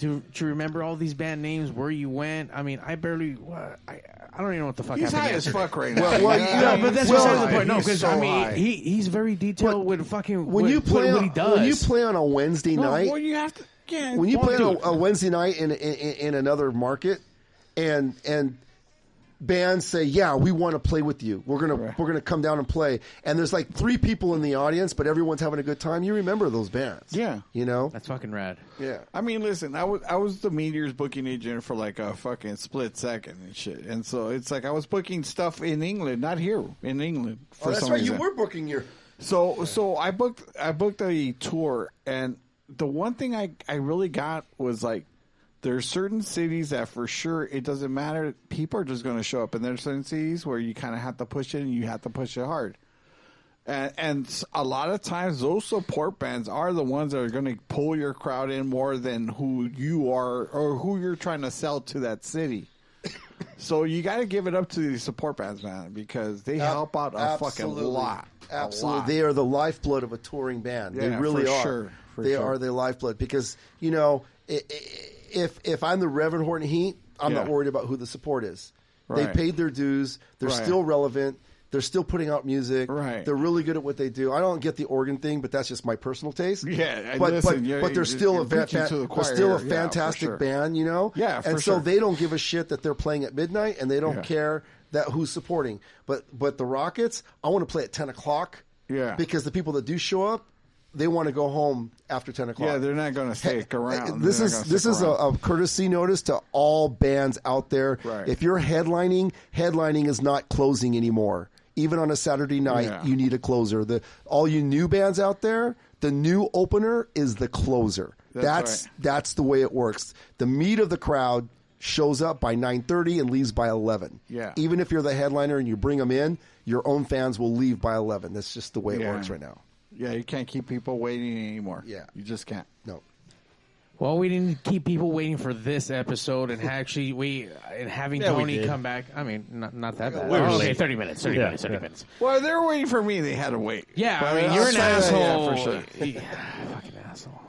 [SPEAKER 4] to to remember all these band names, where you went. I mean, I barely. What, I I don't even know what the fuck.
[SPEAKER 8] He's
[SPEAKER 4] happened
[SPEAKER 8] high as
[SPEAKER 4] yesterday.
[SPEAKER 8] fuck right now.
[SPEAKER 4] Well, well,
[SPEAKER 8] Yeah.
[SPEAKER 4] no, but that's
[SPEAKER 8] Well,
[SPEAKER 4] besides the point. No,
[SPEAKER 8] he's
[SPEAKER 4] because
[SPEAKER 8] so
[SPEAKER 4] I mean,
[SPEAKER 8] high.
[SPEAKER 4] he he's very detailed with fucking
[SPEAKER 5] When
[SPEAKER 4] with-
[SPEAKER 5] you
[SPEAKER 4] with
[SPEAKER 5] play
[SPEAKER 4] what
[SPEAKER 5] on,
[SPEAKER 4] he does.
[SPEAKER 5] when you play on a Wednesday
[SPEAKER 8] No,
[SPEAKER 5] night,
[SPEAKER 8] well, you have to. Yeah,
[SPEAKER 5] when you
[SPEAKER 8] well,
[SPEAKER 5] play on
[SPEAKER 8] dude.
[SPEAKER 5] a, a Wednesday night in, in in another market, and and bands say, "Yeah, we want to play with you. We're gonna we're gonna come down and play." And there's like three people in the audience, but everyone's having a good time. You remember those bands,
[SPEAKER 8] Yeah.
[SPEAKER 5] You know
[SPEAKER 4] that's fucking rad.
[SPEAKER 5] Yeah.
[SPEAKER 8] I mean, listen, I was I was the Meteor's booking agent for like a fucking split second and shit, and so it's like I was booking stuff in England, not here in England. For
[SPEAKER 5] Oh, that's
[SPEAKER 8] some
[SPEAKER 5] right.
[SPEAKER 8] reason.
[SPEAKER 5] You were booking your.
[SPEAKER 8] So so I booked I booked a tour and the one thing I I really got was like there are certain cities that for sure it doesn't matter people are just going to show up and there's certain cities where you kind of have to push it and you have to push it hard. And, and s- a lot of times, those support bands are the ones that are going to pull your crowd in more than who you are or who you're trying to sell to that city. so you got to give it up to the support bands, man, because they help out a
[SPEAKER 5] Absolutely.
[SPEAKER 8] fucking lot. A
[SPEAKER 5] Absolutely,
[SPEAKER 8] lot.
[SPEAKER 5] they are the lifeblood of a touring band. they
[SPEAKER 8] Yeah,
[SPEAKER 5] really
[SPEAKER 8] for
[SPEAKER 5] are.
[SPEAKER 8] sure. For
[SPEAKER 5] they
[SPEAKER 8] sure.
[SPEAKER 5] are the lifeblood because you know i- i- if if I'm the Reverend Horton Heat, I'm not
[SPEAKER 8] Yeah.
[SPEAKER 5] worried about who the support is. They
[SPEAKER 8] Right.
[SPEAKER 5] paid their dues. They're
[SPEAKER 8] Right.
[SPEAKER 5] still relevant. They're still putting out music.
[SPEAKER 8] Right.
[SPEAKER 5] They're really good at what they do. I don't get the organ thing, but that's just my personal taste.
[SPEAKER 8] Yeah, and
[SPEAKER 5] but
[SPEAKER 8] listen,
[SPEAKER 5] but,
[SPEAKER 8] you're-
[SPEAKER 5] but they're
[SPEAKER 8] you're-
[SPEAKER 5] still
[SPEAKER 8] you're
[SPEAKER 5] a va-
[SPEAKER 8] preaching
[SPEAKER 5] fa-
[SPEAKER 8] to the
[SPEAKER 5] they're
[SPEAKER 8] choir
[SPEAKER 5] still a
[SPEAKER 8] here. Yeah, for
[SPEAKER 5] fantastic
[SPEAKER 8] sure.
[SPEAKER 5] band, you know.
[SPEAKER 8] Yeah,
[SPEAKER 5] and
[SPEAKER 8] for
[SPEAKER 5] so
[SPEAKER 8] sure.
[SPEAKER 5] they don't give a shit that they're playing at midnight, and they don't
[SPEAKER 8] Yeah.
[SPEAKER 5] care that who's supporting. But but the Rockets, I want to play at ten o'clock.
[SPEAKER 8] Yeah.
[SPEAKER 5] because the people that do show up, they want to go home after ten o'clock.
[SPEAKER 8] yeah, they're not going to stick around.
[SPEAKER 5] This
[SPEAKER 8] They're not
[SPEAKER 5] is
[SPEAKER 8] gonna
[SPEAKER 5] this
[SPEAKER 8] stick
[SPEAKER 5] is a,
[SPEAKER 8] around.
[SPEAKER 5] a courtesy notice to all bands out there.
[SPEAKER 8] Right.
[SPEAKER 5] If you're headlining, headlining is not closing anymore. Even on a Saturday night,
[SPEAKER 8] Yeah.
[SPEAKER 5] you need a closer. The all you new bands out there, the new opener is the closer.
[SPEAKER 8] That's
[SPEAKER 5] That's that's,
[SPEAKER 8] right.
[SPEAKER 5] the way it works. The meat of the crowd shows up by 9:30 and leaves by 11.
[SPEAKER 8] Yeah.
[SPEAKER 5] Even if you're the headliner and you bring them in, your own fans will leave by 11. That's just the way it works right now.
[SPEAKER 8] Yeah, you can't keep people waiting anymore. Yeah, you just can't.
[SPEAKER 5] No.
[SPEAKER 4] Well, we didn't keep people waiting for this episode, and actually, we and having
[SPEAKER 8] Yeah, we
[SPEAKER 4] Tony
[SPEAKER 8] did.
[SPEAKER 4] come back. I mean, not not that bad.
[SPEAKER 8] we were
[SPEAKER 4] Oh, okay,
[SPEAKER 8] late.
[SPEAKER 4] thirty minutes, thirty
[SPEAKER 8] Yeah,
[SPEAKER 4] minutes, thirty
[SPEAKER 8] yeah.
[SPEAKER 4] minutes.
[SPEAKER 8] Well, they were waiting for me. They had to wait.
[SPEAKER 4] Yeah, I
[SPEAKER 8] But
[SPEAKER 4] mean, you're an
[SPEAKER 8] outside of that, yeah,
[SPEAKER 4] asshole.
[SPEAKER 8] for sure.
[SPEAKER 4] fucking asshole.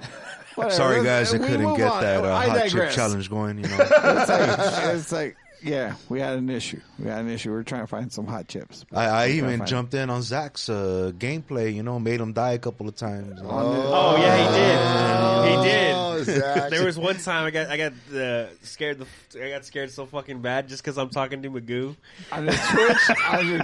[SPEAKER 8] Whatever.
[SPEAKER 14] Sorry,
[SPEAKER 8] Let's-
[SPEAKER 14] guys, I
[SPEAKER 8] we
[SPEAKER 14] couldn't
[SPEAKER 8] move
[SPEAKER 14] get
[SPEAKER 8] on.
[SPEAKER 14] that uh,
[SPEAKER 8] I
[SPEAKER 14] hot chip
[SPEAKER 8] digress.
[SPEAKER 14] challenge going. You know,
[SPEAKER 8] it's like, it's like yeah, we had an issue. We had an issue. We were trying to find some hot chips.
[SPEAKER 14] I, I
[SPEAKER 8] We're trying to
[SPEAKER 14] even
[SPEAKER 8] find-
[SPEAKER 14] jumped in on Zach's uh, gameplay. You know, made him die a couple of times. Uh,
[SPEAKER 3] Oh yeah, he did. He did.
[SPEAKER 5] Oh, Zach.
[SPEAKER 3] there was one time I got I got uh, scared. The I got scared so fucking bad just because I'm talking to Magoo
[SPEAKER 8] on your Twitch. on your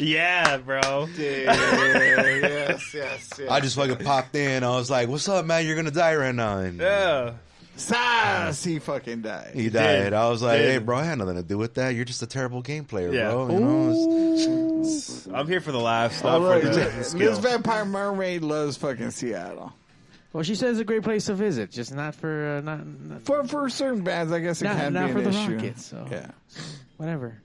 [SPEAKER 3] Yeah, bro.
[SPEAKER 5] yes, yes, yes.
[SPEAKER 14] I just fucking popped in. I was like, "What's up, man? You're gonna die right now." And
[SPEAKER 3] Yeah.
[SPEAKER 8] Sass, he fucking died.
[SPEAKER 14] Mm. he died. I was like,
[SPEAKER 8] Did.
[SPEAKER 14] "Hey, bro, I had nothing to do with that. You're just a terrible game player,
[SPEAKER 3] Yeah.
[SPEAKER 14] bro." You know, it's-
[SPEAKER 3] I'm here for the laughs,
[SPEAKER 8] All
[SPEAKER 3] not
[SPEAKER 8] right,
[SPEAKER 3] for the
[SPEAKER 8] Liz
[SPEAKER 3] skill.
[SPEAKER 8] Vampire Mermaid loves fucking Seattle.
[SPEAKER 4] Well, she says it's a great place to visit, just not for uh, not, not
[SPEAKER 8] for for certain bands. I guess it
[SPEAKER 4] not,
[SPEAKER 8] can
[SPEAKER 4] not
[SPEAKER 8] be
[SPEAKER 4] for
[SPEAKER 8] an
[SPEAKER 4] the
[SPEAKER 8] issue.
[SPEAKER 4] Rockets. So
[SPEAKER 8] Yeah.
[SPEAKER 4] whatever.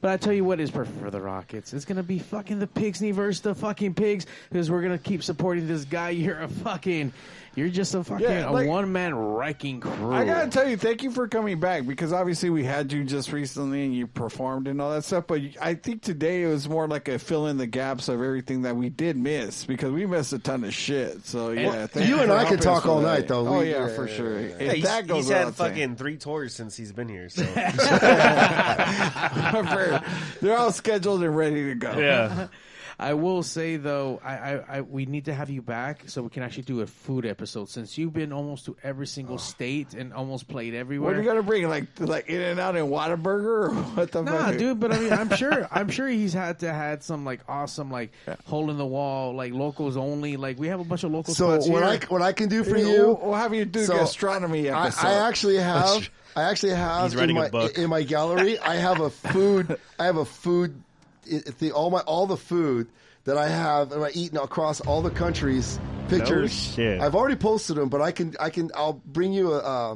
[SPEAKER 4] But I tell you what is perfect for the Rockets. It's gonna be fucking the pigs versus the fucking pigs because we're gonna keep supporting this guy. You're a fucking, you're just a fucking
[SPEAKER 8] Yeah, like-
[SPEAKER 4] a one man wrecking crew.
[SPEAKER 8] I gotta tell you, thank you for coming back because obviously we had you just recently and you performed and all that stuff. But I think today it was more like a fill in the gaps of everything that we did miss because we missed a ton of shit. So yeah, thank
[SPEAKER 5] you and
[SPEAKER 8] for
[SPEAKER 5] I could
[SPEAKER 8] helping us
[SPEAKER 5] talk
[SPEAKER 8] with
[SPEAKER 5] all
[SPEAKER 8] that.
[SPEAKER 5] night, though.
[SPEAKER 8] Oh
[SPEAKER 5] We-
[SPEAKER 8] yeah,
[SPEAKER 5] yeah,
[SPEAKER 8] for
[SPEAKER 5] yeah,
[SPEAKER 8] sure.
[SPEAKER 5] yeah, yeah.
[SPEAKER 8] If
[SPEAKER 3] Yeah, he's,
[SPEAKER 8] that goes
[SPEAKER 3] he's had
[SPEAKER 8] without saying.
[SPEAKER 3] fucking three tours since he's been here. So
[SPEAKER 8] They're- They're all scheduled and ready to go.
[SPEAKER 4] I will say though, I, I, I we need to have you back so we can actually do a food episode since you've been almost to every single
[SPEAKER 5] Oh.
[SPEAKER 4] state and almost played everywhere.
[SPEAKER 8] What are you gonna bring? Like like In and Out and Whataburger or what the
[SPEAKER 4] Nah,
[SPEAKER 8] fuck?
[SPEAKER 4] dude, but I mean, I'm sure, I'm sure he's had to had some like awesome, like hole in the wall, like locals only. Like we have a bunch of local
[SPEAKER 5] So
[SPEAKER 4] spots
[SPEAKER 5] what
[SPEAKER 4] here.
[SPEAKER 5] I what I can do for
[SPEAKER 8] We'll-
[SPEAKER 5] you?
[SPEAKER 8] we'll have you do gastronomy
[SPEAKER 5] I-
[SPEAKER 8] episode.
[SPEAKER 5] I, actually have. I actually have
[SPEAKER 8] He's
[SPEAKER 5] in
[SPEAKER 8] writing a
[SPEAKER 5] my
[SPEAKER 8] book.
[SPEAKER 5] in my gallery. I have a food. I have a food. It, it- the, all my all the food that I have and I eaten across all the countries. Pictures.
[SPEAKER 3] shit.
[SPEAKER 5] I've already posted them, but I can I can I'll bring you a. Uh,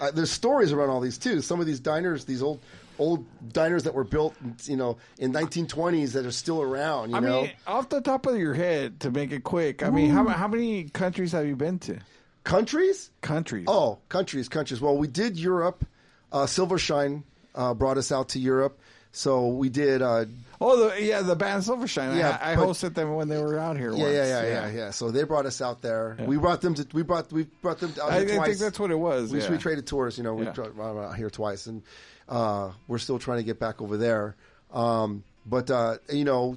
[SPEAKER 5] uh, there's stories around all these too. Some of these diners, these old old diners that were built, you know, in 1920s that are still around. You
[SPEAKER 8] I
[SPEAKER 5] know,
[SPEAKER 8] mean, off the top of your head, to make it quick, I mean, how, how many countries have you been to?
[SPEAKER 5] Countries?
[SPEAKER 8] Countries.
[SPEAKER 5] Oh, countries, countries. Well, we did Europe. Uh, Silvershine uh, brought us out to Europe, so we did. Uh,
[SPEAKER 8] Oh, the, yeah, the band Silvershine.
[SPEAKER 5] Yeah,
[SPEAKER 8] Yeah, I, I
[SPEAKER 5] but-
[SPEAKER 8] hosted them when they were out here.
[SPEAKER 5] yeah,
[SPEAKER 8] once.
[SPEAKER 5] yeah, yeah, yeah, yeah. So they brought us out there. We brought them to. We brought. We brought them out
[SPEAKER 8] I, I
[SPEAKER 5] here twice.
[SPEAKER 8] think that's what it was.
[SPEAKER 5] we,
[SPEAKER 8] yeah.
[SPEAKER 5] we traded tours. You know, we
[SPEAKER 8] Yeah.
[SPEAKER 5] tra- brought them out here twice, and uh, we're still trying to get back over there. Um, but uh, you know,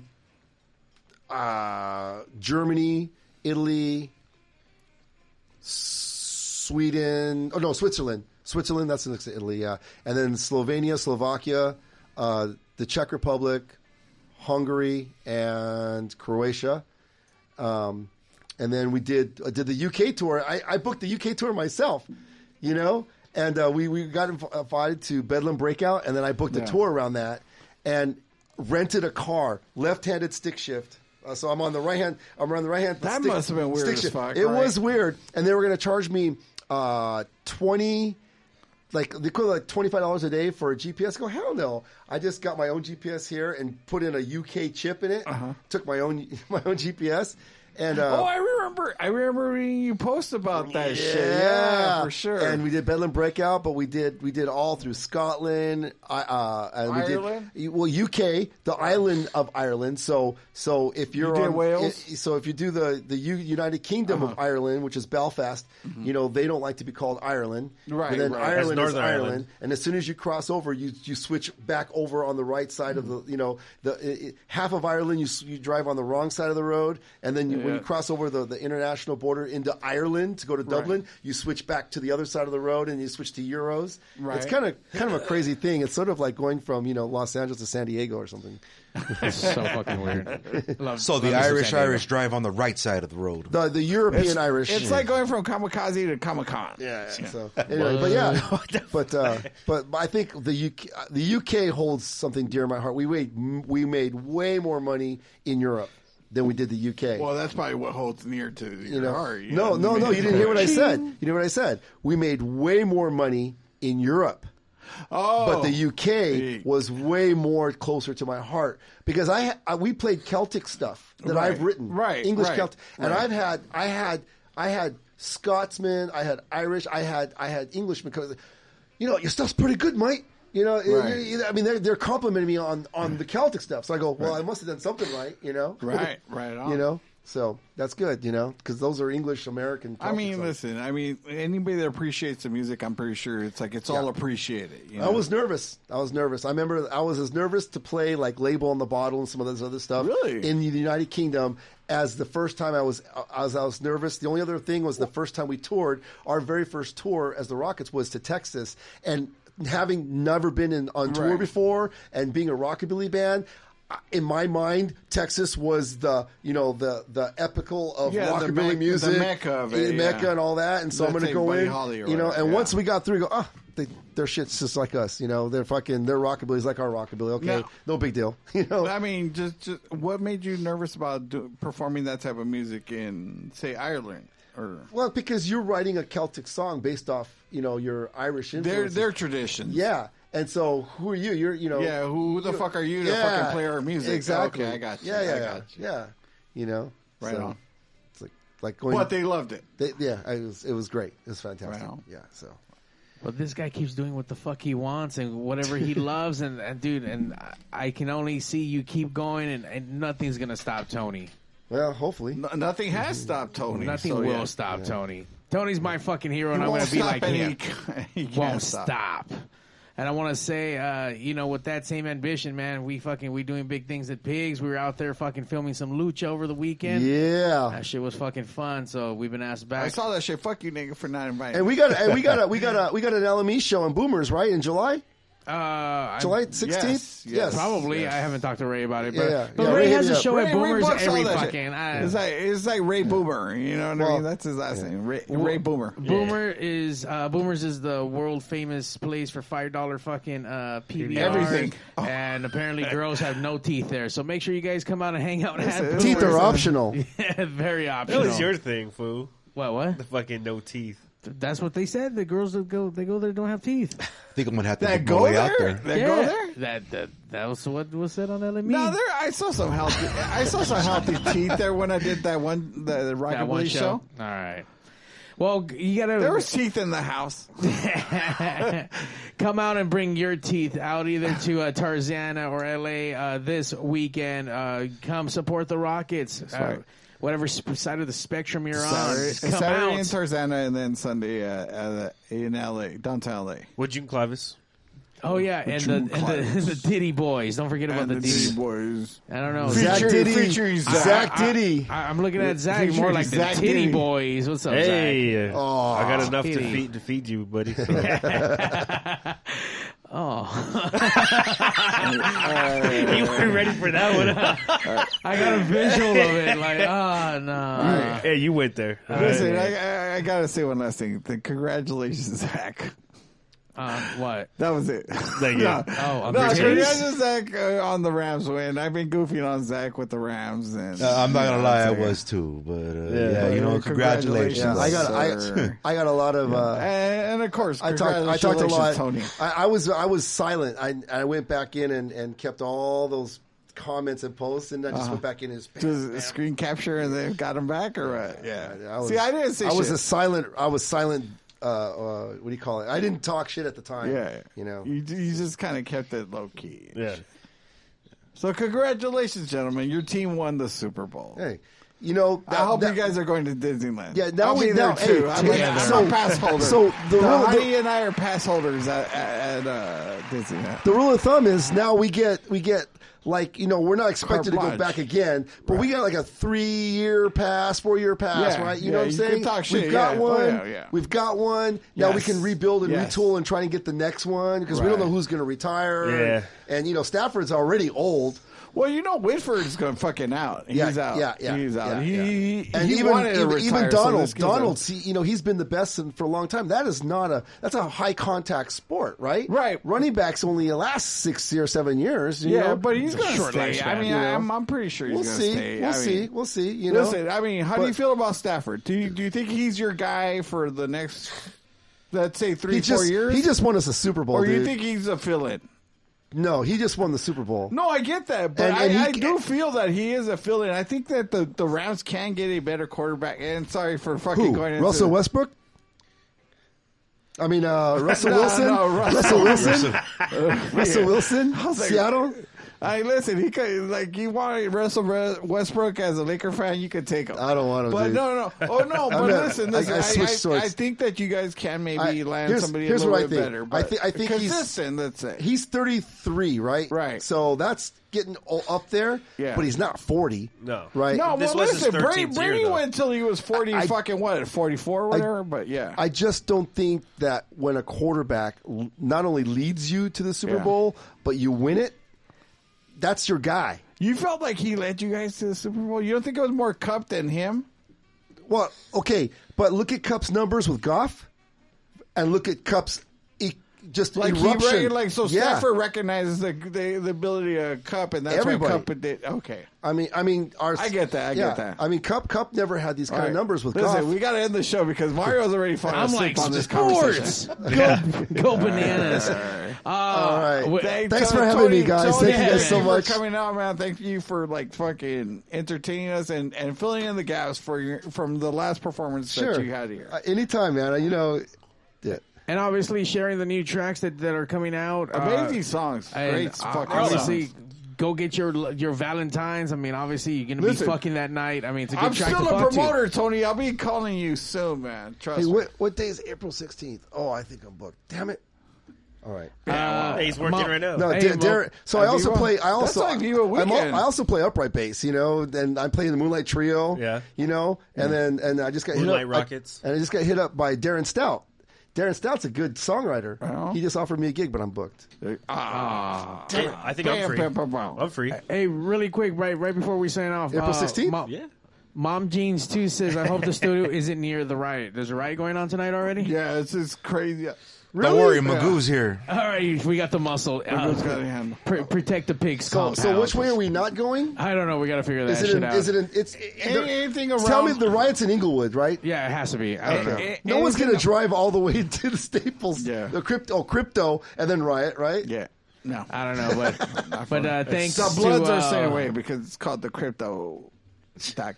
[SPEAKER 5] uh, Germany, Italy, Sweden. Oh no, Switzerland. Switzerland. That's next to Italy. Yeah, and then Slovenia, Slovakia, uh, the Czech Republic, Hungary, and Croatia. Um, and then we did I did the UK tour. I, I booked the UK tour myself, you know, and uh, we we got inv- invited to Bedlam Breakout, and then I booked
[SPEAKER 8] Yeah.
[SPEAKER 5] a tour around that, and rented a car, left-handed stick shift. Uh, so I'm on the right hand. I'm on the right hand.
[SPEAKER 8] That
[SPEAKER 5] stick-
[SPEAKER 8] must have been weird
[SPEAKER 5] stick
[SPEAKER 8] as
[SPEAKER 5] shift.
[SPEAKER 8] fuck,
[SPEAKER 5] It
[SPEAKER 8] right?
[SPEAKER 5] was weird, and they were going to charge me uh, twenty, like the equivalent like twenty five dollars a day for a GPS. I go hell no! I just got my own GPS here and put in a UK chip in it. Took my own my own GPS, and uh,
[SPEAKER 8] Uh-huh. oh, I remember. I remember reading you post about that shit. Yeah, for sure.
[SPEAKER 5] And we did Bedlam Breakout, but we did we did all through Scotland, I- uh, and we
[SPEAKER 8] Ireland?
[SPEAKER 5] did well UK, the island of Ireland. So so if you're
[SPEAKER 8] did
[SPEAKER 5] on
[SPEAKER 8] Wales? Uh-huh.
[SPEAKER 5] i- so if you do the the U, United Kingdom of Ireland, which is Belfast, you know they don't like to be called Ireland,
[SPEAKER 8] Mm-hmm. Right,
[SPEAKER 5] But then
[SPEAKER 8] right. That's
[SPEAKER 5] Ireland is
[SPEAKER 3] Northern
[SPEAKER 5] Ireland.
[SPEAKER 3] Ireland.
[SPEAKER 5] and as soon as you cross over, you you switch back over on the right side
[SPEAKER 8] Mm-hmm.
[SPEAKER 5] of the you know the i i half of Ireland you s- you drive on the wrong side of the road, and then you, when
[SPEAKER 8] Yeah.
[SPEAKER 5] you cross over the the international border into Ireland to go to Dublin, you switch back to the other side of the road and you switch to euros.
[SPEAKER 8] Right.
[SPEAKER 5] It's kind of kind of a crazy thing. It's sort of like going from you know Los Angeles to San Diego or something.
[SPEAKER 4] It's so fucking weird. Love-
[SPEAKER 14] so the
[SPEAKER 4] love Mr.
[SPEAKER 14] Irish
[SPEAKER 4] San Diego.
[SPEAKER 14] Irish drive on the right side of the road.
[SPEAKER 5] The the European
[SPEAKER 8] It's-
[SPEAKER 5] Irish.
[SPEAKER 8] It's like going from kamikaze to Comic Con.
[SPEAKER 5] Yeah. So anyway, but yeah, but uh, but I think the UK uh, the UK holds something dear to my heart. We made we made way more money in Europe than we did the UK.
[SPEAKER 8] Well, that's probably what holds near to your
[SPEAKER 5] you know,
[SPEAKER 8] heart. you
[SPEAKER 5] no,
[SPEAKER 8] know
[SPEAKER 5] no,
[SPEAKER 8] what I
[SPEAKER 5] no,
[SPEAKER 8] mean?
[SPEAKER 5] you didn't hear what I said. You know what I said. We made way more money in Europe.
[SPEAKER 8] Oh,
[SPEAKER 5] but the UK was way more closer to my heart because I, ha- I we played Celtic stuff that
[SPEAKER 8] Right.
[SPEAKER 5] I've written,
[SPEAKER 8] Right,
[SPEAKER 5] English
[SPEAKER 8] right,
[SPEAKER 5] Celtic, and
[SPEAKER 8] right.
[SPEAKER 5] I've had I had I had Scotsman, I had Irish, I had I had Englishmen. Because, you know, your stuff's pretty good, mate. You know,
[SPEAKER 8] Right.
[SPEAKER 5] you- you- I mean, they're, they're complimenting me on, on the Celtic stuff. So I go, well, I must have done something right, you know?
[SPEAKER 8] Right, right on.
[SPEAKER 5] You know? So that's good, you know, because those are English American.
[SPEAKER 8] I mean, listen. I mean, anybody that appreciates the music, I'm pretty sure it's like it's all appreciated. You know?
[SPEAKER 5] I was nervous. I was nervous. I remember I was as nervous to play like Label on the Bottle and some of this other stuff really? in the United Kingdom as the first time I was uh, as I was nervous. The only other thing was the first time we toured, our very first tour as the Rockets was to Texas and having never been in, on tour
[SPEAKER 8] Right.
[SPEAKER 5] before and being a rockabilly band, I- in my mind, Texas was the you know the the epical of
[SPEAKER 8] Yeah, the mec-
[SPEAKER 5] rockabilly
[SPEAKER 8] the
[SPEAKER 5] music,
[SPEAKER 8] mecca of it,
[SPEAKER 5] the
[SPEAKER 8] yeah.
[SPEAKER 5] mecca and all that. And so I'm
[SPEAKER 8] Let's
[SPEAKER 5] going to
[SPEAKER 8] say
[SPEAKER 5] go
[SPEAKER 8] Buddy
[SPEAKER 5] in,
[SPEAKER 8] Holly or
[SPEAKER 5] you know.
[SPEAKER 8] whatever,
[SPEAKER 5] And
[SPEAKER 8] yeah.
[SPEAKER 5] once we got through, we go, ah, they, their shit's just like us, you know. They're fucking, their rockabilly's like our rockabilly. Okay,
[SPEAKER 8] No.
[SPEAKER 5] no big deal, you know.
[SPEAKER 8] I mean, just, just what made you nervous about do, performing that type of music in, say, Ireland or
[SPEAKER 5] Well, because you're writing a Celtic song based off, you know, your Irish
[SPEAKER 8] their
[SPEAKER 5] influence.
[SPEAKER 8] their traditions?
[SPEAKER 5] yeah. And so, who are you? You're, you know,
[SPEAKER 8] Yeah, who the fuck are you to fucking play our music?
[SPEAKER 5] Exactly.
[SPEAKER 8] Okay, I got you.
[SPEAKER 5] Yeah, yeah,
[SPEAKER 8] I
[SPEAKER 5] yeah.
[SPEAKER 8] got you.
[SPEAKER 5] Yeah, you know,
[SPEAKER 8] Right
[SPEAKER 5] so
[SPEAKER 8] on.
[SPEAKER 5] It's like like going.
[SPEAKER 8] But they loved it.
[SPEAKER 5] They, yeah, it was it was great. It was fantastic.
[SPEAKER 4] Right on.
[SPEAKER 5] Yeah, so
[SPEAKER 4] But this guy keeps doing what the fuck he wants and whatever he loves, and, and dude, and I- I can only see you keep going, and, and nothing's gonna stop Tony. Mhm.
[SPEAKER 5] Well, hopefully,
[SPEAKER 8] nothing has stopped Tony.
[SPEAKER 4] Nothing
[SPEAKER 8] so,
[SPEAKER 4] will
[SPEAKER 8] yeah.
[SPEAKER 4] stop
[SPEAKER 8] Yeah.
[SPEAKER 4] Tony. Tony's my fucking hero,
[SPEAKER 8] He
[SPEAKER 4] and I want
[SPEAKER 8] won't
[SPEAKER 4] to be
[SPEAKER 8] stop
[SPEAKER 4] like
[SPEAKER 8] and
[SPEAKER 4] him.
[SPEAKER 8] he- he
[SPEAKER 4] He
[SPEAKER 8] can't
[SPEAKER 4] won't
[SPEAKER 8] stop.
[SPEAKER 4] stop. And I want to say, uh, you know, with that same ambition, man, we fucking we doing big things at Pigs. We were out there fucking filming some lucha over the weekend.
[SPEAKER 5] Yeah,
[SPEAKER 4] that shit was fucking fun. So we've been asked back.
[SPEAKER 8] I saw that shit. Fuck you, nigga, for not inviting.
[SPEAKER 5] and we got and we got a, we got a, we got an LME show in Boomers right in July.
[SPEAKER 4] Uh, I-
[SPEAKER 5] July 16th? Yes, yes,
[SPEAKER 4] probably.
[SPEAKER 5] yes.
[SPEAKER 4] I haven't talked to Ray about it, but,
[SPEAKER 5] Yeah, yeah,
[SPEAKER 4] but
[SPEAKER 5] yeah,
[SPEAKER 4] Ray,
[SPEAKER 5] Ray
[SPEAKER 4] has
[SPEAKER 5] hit
[SPEAKER 4] a
[SPEAKER 5] me up.
[SPEAKER 4] show
[SPEAKER 5] Ray-
[SPEAKER 4] at
[SPEAKER 5] Ray
[SPEAKER 4] Boomers
[SPEAKER 8] Bucks
[SPEAKER 4] every
[SPEAKER 8] all that shit.
[SPEAKER 4] fucking. uh, I,
[SPEAKER 8] uh, It's like it's like Ray Boomer. You know what I mean? That's his last name. Ray, Ray Boomer.
[SPEAKER 4] Boomer is uh, Boomers is the world famous place for five dollar fucking uh, PBR.
[SPEAKER 8] Everything.
[SPEAKER 4] and apparently girls have no teeth there. So make sure you guys come out and hang out. At
[SPEAKER 5] Teeth
[SPEAKER 4] Boomers.
[SPEAKER 5] are optional.
[SPEAKER 4] Yeah, very
[SPEAKER 3] That
[SPEAKER 4] optional.
[SPEAKER 3] was your thing, fool.
[SPEAKER 4] What? What?
[SPEAKER 3] The fucking no teeth.
[SPEAKER 4] That's what they said. The girls that go they go there don't have teeth.
[SPEAKER 14] I think I'm gonna have to
[SPEAKER 4] That
[SPEAKER 14] make
[SPEAKER 4] go
[SPEAKER 14] my way out
[SPEAKER 4] there?
[SPEAKER 14] there.
[SPEAKER 4] That go Yeah. there? That that that was what was said on E. LME.
[SPEAKER 8] No, there. I saw some healthy. I saw some healthy teeth there when I did that one the, the rockabilly
[SPEAKER 4] That one
[SPEAKER 8] show.
[SPEAKER 4] show. All right. Well, g- you gotta.
[SPEAKER 8] There was teeth in the house.
[SPEAKER 4] Come out and bring your teeth out either to uh, Tarzana or LA uh, this weekend. Uh, come support the Rockets. Uh,
[SPEAKER 8] right.
[SPEAKER 4] Whatever sp- side of the spectrum you're on,
[SPEAKER 8] Saturday,
[SPEAKER 4] just come
[SPEAKER 8] Saturday
[SPEAKER 4] out.
[SPEAKER 8] in Tarzana, and then Sunday uh, uh, in LA, downtown LA.
[SPEAKER 3] With June Clavis.
[SPEAKER 4] oh yeah, and the, and the, the Diddy Boys. Don't forget about
[SPEAKER 8] And
[SPEAKER 4] the,
[SPEAKER 8] the
[SPEAKER 4] Diddy.
[SPEAKER 8] Diddy Boys.
[SPEAKER 4] I don't know.
[SPEAKER 8] Zach Featuring- Diddy. featuring Zach
[SPEAKER 4] I- I-
[SPEAKER 8] Diddy.
[SPEAKER 4] I, am looking at Zach more
[SPEAKER 8] Featuring
[SPEAKER 4] like the
[SPEAKER 8] Zach
[SPEAKER 4] Titty
[SPEAKER 8] Diddy.
[SPEAKER 4] Boys. What's up,
[SPEAKER 3] Hey, uh, I
[SPEAKER 4] Zach?
[SPEAKER 3] got
[SPEAKER 4] Aw,
[SPEAKER 3] enough to
[SPEAKER 4] Diddy.
[SPEAKER 3] feed, to feed you, buddy. So.
[SPEAKER 4] Uh, Oh.
[SPEAKER 3] you weren't ready for that one. huh?
[SPEAKER 4] I got a visual of it. Like, oh, no.
[SPEAKER 3] Hey, you went there.
[SPEAKER 8] Listen, I, I, I gotta say one last thing. The congratulations, Zach.
[SPEAKER 4] Um, what?
[SPEAKER 8] That was it.
[SPEAKER 3] Thank you.
[SPEAKER 8] no,
[SPEAKER 4] Oh, on
[SPEAKER 8] no,
[SPEAKER 4] the
[SPEAKER 8] congratulations, Zach, uh, on the Rams win. I've been goofing on Zach with the Rams, and
[SPEAKER 14] Uh, I'm not
[SPEAKER 8] you
[SPEAKER 14] gonna
[SPEAKER 8] know,
[SPEAKER 14] lie, I
[SPEAKER 8] it's like-
[SPEAKER 14] was too, but uh,
[SPEAKER 8] Yeah.
[SPEAKER 14] yeah, you know, congratulations.
[SPEAKER 5] Yeah, I got
[SPEAKER 8] sir.
[SPEAKER 5] I, I got a lot of. Uh,
[SPEAKER 8] and, and of course,
[SPEAKER 5] I talked. I talked a lot.
[SPEAKER 8] congratulations, Tony.
[SPEAKER 5] I, I was. I was silent. I I went back in and, and kept all those comments and posts, and I just
[SPEAKER 8] Uh-huh.
[SPEAKER 5] went back in his.
[SPEAKER 8] Does it screen capture and they got him back or what? Yeah. See, I didn't say
[SPEAKER 5] I was
[SPEAKER 8] shit.
[SPEAKER 5] a silent. I was silent. Uh, uh, what do you call it? I didn't talk shit at the time.
[SPEAKER 8] Yeah.
[SPEAKER 5] you know.
[SPEAKER 8] You, you just kind of kept it low key.
[SPEAKER 3] Yeah.
[SPEAKER 8] So congratulations, gentlemen. Your team won the Super Bowl.
[SPEAKER 5] Hey, you know,
[SPEAKER 8] I hope you guys are going to Disneyland.
[SPEAKER 5] Yeah, now
[SPEAKER 8] I'll
[SPEAKER 5] we-
[SPEAKER 8] be there
[SPEAKER 5] now-
[SPEAKER 8] too.
[SPEAKER 5] hey,
[SPEAKER 8] I'm,
[SPEAKER 5] yeah,
[SPEAKER 8] a, I'm
[SPEAKER 5] so-
[SPEAKER 8] a pass holder.
[SPEAKER 5] so the
[SPEAKER 8] the
[SPEAKER 5] real- the-
[SPEAKER 8] Heidi and I are pass holders at, at, at uh, Disneyland.
[SPEAKER 5] the rule of thumb is now we get we get like you know we're not expected to
[SPEAKER 8] Carte
[SPEAKER 5] go
[SPEAKER 8] blanche.
[SPEAKER 5] back again, but we got like a three year pass, four year pass,
[SPEAKER 8] Yeah,
[SPEAKER 5] right? You
[SPEAKER 8] yeah,
[SPEAKER 5] know what I'm
[SPEAKER 8] you
[SPEAKER 5] saying?
[SPEAKER 8] can talk
[SPEAKER 5] We've
[SPEAKER 8] shit,
[SPEAKER 5] got
[SPEAKER 8] yeah. Oh,
[SPEAKER 5] one.
[SPEAKER 8] yeah, yeah.
[SPEAKER 5] We've got one. Now we
[SPEAKER 8] Yes.
[SPEAKER 5] can rebuild and
[SPEAKER 8] Yes.
[SPEAKER 5] retool and try and get the next one because we don't
[SPEAKER 8] Right.
[SPEAKER 5] know who's going to retire.
[SPEAKER 8] Yeah.
[SPEAKER 5] And, and, you know Stafford's already old.
[SPEAKER 8] Well, you know Whitford's going fucking out. He's
[SPEAKER 5] Yeah,
[SPEAKER 8] out.
[SPEAKER 5] yeah, yeah,
[SPEAKER 8] He's out.
[SPEAKER 5] yeah,
[SPEAKER 8] he,
[SPEAKER 5] yeah.
[SPEAKER 8] he-
[SPEAKER 5] And
[SPEAKER 8] he
[SPEAKER 5] even
[SPEAKER 8] wanted to
[SPEAKER 5] even,
[SPEAKER 8] retire,
[SPEAKER 5] even
[SPEAKER 8] so
[SPEAKER 5] Donald,
[SPEAKER 8] this gives him-
[SPEAKER 5] Donald, see, you know, he's been the best in, for a long time. That is not a that's a high contact sport, right? Right. Running backs only last six or seven years. you
[SPEAKER 8] yeah,
[SPEAKER 5] know?
[SPEAKER 8] but he's
[SPEAKER 5] It's a
[SPEAKER 8] going to
[SPEAKER 5] short
[SPEAKER 8] stay.
[SPEAKER 5] lifespan,
[SPEAKER 8] I mean,
[SPEAKER 5] you know?
[SPEAKER 8] I'm, I'm pretty sure he's
[SPEAKER 5] We'll
[SPEAKER 8] going to
[SPEAKER 5] see.
[SPEAKER 8] stay.
[SPEAKER 5] We'll
[SPEAKER 8] I
[SPEAKER 5] see.
[SPEAKER 8] mean-
[SPEAKER 5] We'll see, you know?
[SPEAKER 8] listen. I mean, how do
[SPEAKER 5] But-
[SPEAKER 8] you feel about Stafford? Do you do you think he's your guy for the next, let's say, three
[SPEAKER 5] he
[SPEAKER 8] four
[SPEAKER 5] just,
[SPEAKER 8] years?
[SPEAKER 5] He just won us a Super Bowl.
[SPEAKER 8] or you
[SPEAKER 5] dude.
[SPEAKER 8] think he's a fill-in?
[SPEAKER 5] No, he just won the Super Bowl.
[SPEAKER 8] No, I get that, but
[SPEAKER 5] And- and he-
[SPEAKER 8] I, I do feel that he is a fill-in. I think that the, the Rams can get a better quarterback. And sorry for fucking
[SPEAKER 5] Who?
[SPEAKER 8] going into
[SPEAKER 5] Russell Westbrook? I mean, uh, Russell
[SPEAKER 8] No,
[SPEAKER 5] Wilson.
[SPEAKER 8] no, Russell.
[SPEAKER 5] Russell Wilson.
[SPEAKER 8] Russell.
[SPEAKER 5] Russell Wilson.
[SPEAKER 8] I was like-
[SPEAKER 5] Seattle.
[SPEAKER 8] I listen. He could like you want Russell Re- Westbrook as a Laker fan, you could take him. I
[SPEAKER 5] don't want him,
[SPEAKER 8] But
[SPEAKER 5] dude.
[SPEAKER 8] no, no, no. Oh no. But
[SPEAKER 5] I'm not-
[SPEAKER 8] listen,
[SPEAKER 5] I-
[SPEAKER 8] listen.
[SPEAKER 5] I
[SPEAKER 8] I,
[SPEAKER 5] switched
[SPEAKER 8] I, I,
[SPEAKER 5] swords.
[SPEAKER 8] think that you guys can maybe
[SPEAKER 5] I-
[SPEAKER 8] land somebit a
[SPEAKER 5] what
[SPEAKER 8] little
[SPEAKER 5] I
[SPEAKER 8] bit
[SPEAKER 5] think.
[SPEAKER 8] better.
[SPEAKER 5] I,
[SPEAKER 8] But
[SPEAKER 5] thi- I think
[SPEAKER 8] consistent.
[SPEAKER 5] He's,
[SPEAKER 8] let's say
[SPEAKER 5] he's 33, right? Right. So that's getting o- up there.
[SPEAKER 8] Yeah.
[SPEAKER 5] But he's not 40.
[SPEAKER 3] No.
[SPEAKER 5] Right.
[SPEAKER 8] No, well, listen. Brady, Brady went until he was forty. fucking what? Forty four, whatever. but yeah.
[SPEAKER 5] I just don't think that when a quarterback l- not only leads you to the Super
[SPEAKER 8] Yeah.
[SPEAKER 5] Bowl but you win it, that's your guy.
[SPEAKER 8] You felt like he led you guys to the Super Bowl. You don't think it was more Cup than him?
[SPEAKER 5] Well, okay, but look at Cup's numbers with Goff, and look at Cup's e- just
[SPEAKER 8] Like
[SPEAKER 5] eruption.
[SPEAKER 8] he rec- like so
[SPEAKER 5] Yeah.
[SPEAKER 8] Stafford recognizes the, the the ability of Cup, and that's
[SPEAKER 5] Everybody.
[SPEAKER 8] why Cup did. Okay,
[SPEAKER 5] I mean, I mean, our,
[SPEAKER 8] I get that. I
[SPEAKER 5] yeah,
[SPEAKER 8] get that.
[SPEAKER 5] I mean, Cup Cup never had these
[SPEAKER 8] All
[SPEAKER 5] kind
[SPEAKER 8] right.
[SPEAKER 5] of numbers with
[SPEAKER 8] Listen,
[SPEAKER 5] Goff.
[SPEAKER 8] we got to end the show because Mario's already falling
[SPEAKER 5] I'm
[SPEAKER 8] asleep
[SPEAKER 5] like,
[SPEAKER 8] on this
[SPEAKER 5] sports!
[SPEAKER 8] conversation.
[SPEAKER 5] Go-
[SPEAKER 4] go bananas. Uh,
[SPEAKER 8] All right.
[SPEAKER 4] wait.
[SPEAKER 5] Thanks for having me, guys. Thank you guys so much.
[SPEAKER 8] for coming out, man. Thank you for like fucking entertaining us and, and filling in the gaps for your, from the last performance
[SPEAKER 5] Sure.
[SPEAKER 8] that you had here.
[SPEAKER 5] Uh, anytime, man. You know, yeah.
[SPEAKER 4] And obviously sharing the new tracks that, that are coming out. Uh,
[SPEAKER 8] Amazing songs.
[SPEAKER 4] ah. and,
[SPEAKER 8] Great
[SPEAKER 4] uh,
[SPEAKER 8] fucking
[SPEAKER 4] Obviously,
[SPEAKER 8] songs.
[SPEAKER 4] go get your your Valentines. I mean, obviously, you're going to be
[SPEAKER 8] Listen,
[SPEAKER 4] fucking that night. I mean, it's a good
[SPEAKER 8] I'm
[SPEAKER 4] track
[SPEAKER 8] still
[SPEAKER 4] to
[SPEAKER 8] a
[SPEAKER 4] fuck
[SPEAKER 8] promoter, Tony. I'll be calling you soon, man. Trust
[SPEAKER 5] Hey,
[SPEAKER 8] me.
[SPEAKER 5] what what day is April sixteenth? Oh, I think I'm booked. Damn it. All right.
[SPEAKER 8] Yeah, well, Hey, he's working Mo- right now.
[SPEAKER 5] No,
[SPEAKER 8] Hey,
[SPEAKER 5] Da-
[SPEAKER 8] Mo-
[SPEAKER 5] Darren. So I
[SPEAKER 8] Hey,
[SPEAKER 5] also
[SPEAKER 8] Viva.
[SPEAKER 5] play. I
[SPEAKER 8] That's
[SPEAKER 5] also
[SPEAKER 8] like Viva
[SPEAKER 5] I'm al-
[SPEAKER 8] Weekend.
[SPEAKER 5] I also play upright bass. You know, and I play in the Moonlight Trio. Yeah. You know, and then and I just got hit
[SPEAKER 3] Moonlight
[SPEAKER 5] up,
[SPEAKER 3] Rockets.
[SPEAKER 5] I, and I just got hit up by Darren Stout. Darren Stout's a good songwriter. He just offered me a gig, but I'm booked.
[SPEAKER 4] Ah,
[SPEAKER 3] Hey, I think I'm free. I'm free.
[SPEAKER 4] Hey, really quick, right right before we sign off.
[SPEAKER 3] April 16th?
[SPEAKER 4] yeah. Mom Jeans 2 says, I hope the studio isn't near the riot. There's a riot going on tonight already?
[SPEAKER 8] Yeah, it's just crazy.
[SPEAKER 14] Don't worry, Magoo's here.
[SPEAKER 4] All right, we got the muscle. Uh,
[SPEAKER 8] Magoo's got it handled.
[SPEAKER 4] pr- protect the pigs.
[SPEAKER 5] So, so which way are we not going?
[SPEAKER 4] I don't know. We got to figure that
[SPEAKER 5] Is it?
[SPEAKER 4] shit
[SPEAKER 5] in,
[SPEAKER 4] out.
[SPEAKER 5] is it? In, it's
[SPEAKER 8] Any- anything
[SPEAKER 5] Tell
[SPEAKER 8] around-
[SPEAKER 5] me the riots in Inglewood, right?
[SPEAKER 4] Yeah, it has to be.
[SPEAKER 5] Okay.
[SPEAKER 8] A-
[SPEAKER 5] no one's
[SPEAKER 8] anything
[SPEAKER 5] going to drive all the way to the Staples, the crypto, oh, crypto, and then riot, right?
[SPEAKER 8] Yeah. No,
[SPEAKER 4] I don't know, but but uh, thanks
[SPEAKER 8] the Bloods
[SPEAKER 4] to,
[SPEAKER 8] are staying
[SPEAKER 4] uh,
[SPEAKER 8] away because it's called the crypto. dot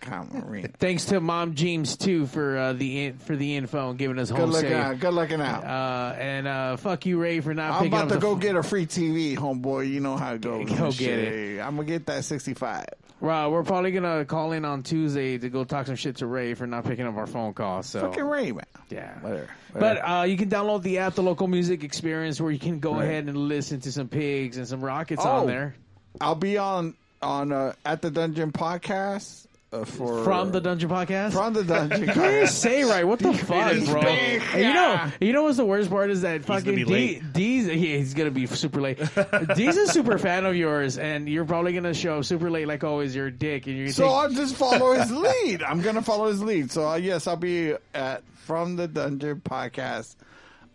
[SPEAKER 8] com arena.
[SPEAKER 4] Thanks to Mom Jeans too for uh, the in- for the info and giving us
[SPEAKER 8] Good
[SPEAKER 4] home
[SPEAKER 8] looking
[SPEAKER 4] safe.
[SPEAKER 8] out. Good looking out.
[SPEAKER 4] Uh, and uh, fuck you, Ray, for not
[SPEAKER 8] I'm
[SPEAKER 4] picking up
[SPEAKER 8] about to
[SPEAKER 4] the
[SPEAKER 8] go get a free TV, homeboy. You know how it goes.
[SPEAKER 4] Go get it.
[SPEAKER 8] I'm gonna get that 65.
[SPEAKER 4] Well, we're probably gonna call in on Tuesday to go talk some shit to Ray for not picking up our phone call. So
[SPEAKER 8] Fucking Ray, man.
[SPEAKER 4] Yeah,
[SPEAKER 8] whatever.
[SPEAKER 4] But uh, you can download the app, the local music experience, where you can go ahead and listen to some pigs and some rockets on
[SPEAKER 8] Oh,
[SPEAKER 4] there
[SPEAKER 8] I'll be on on uh, at the Dungeon podcast uh, for
[SPEAKER 4] from the Dungeon Podcast.
[SPEAKER 8] from the Dungeon.
[SPEAKER 4] You
[SPEAKER 8] podcast.
[SPEAKER 4] say right? What the fuck,
[SPEAKER 8] He's
[SPEAKER 4] bro?
[SPEAKER 8] big.
[SPEAKER 4] And you know, you know what's the worst part is that fucking D,
[SPEAKER 8] be late.
[SPEAKER 4] D's. Yeah, he's gonna be super late. D's a super fan of yours, and you're probably gonna show up super late, like always. Your dick, and you're
[SPEAKER 8] So I'll just follow his lead. I'm gonna follow his lead. So uh, yes, I'll be at from the Dungeon podcast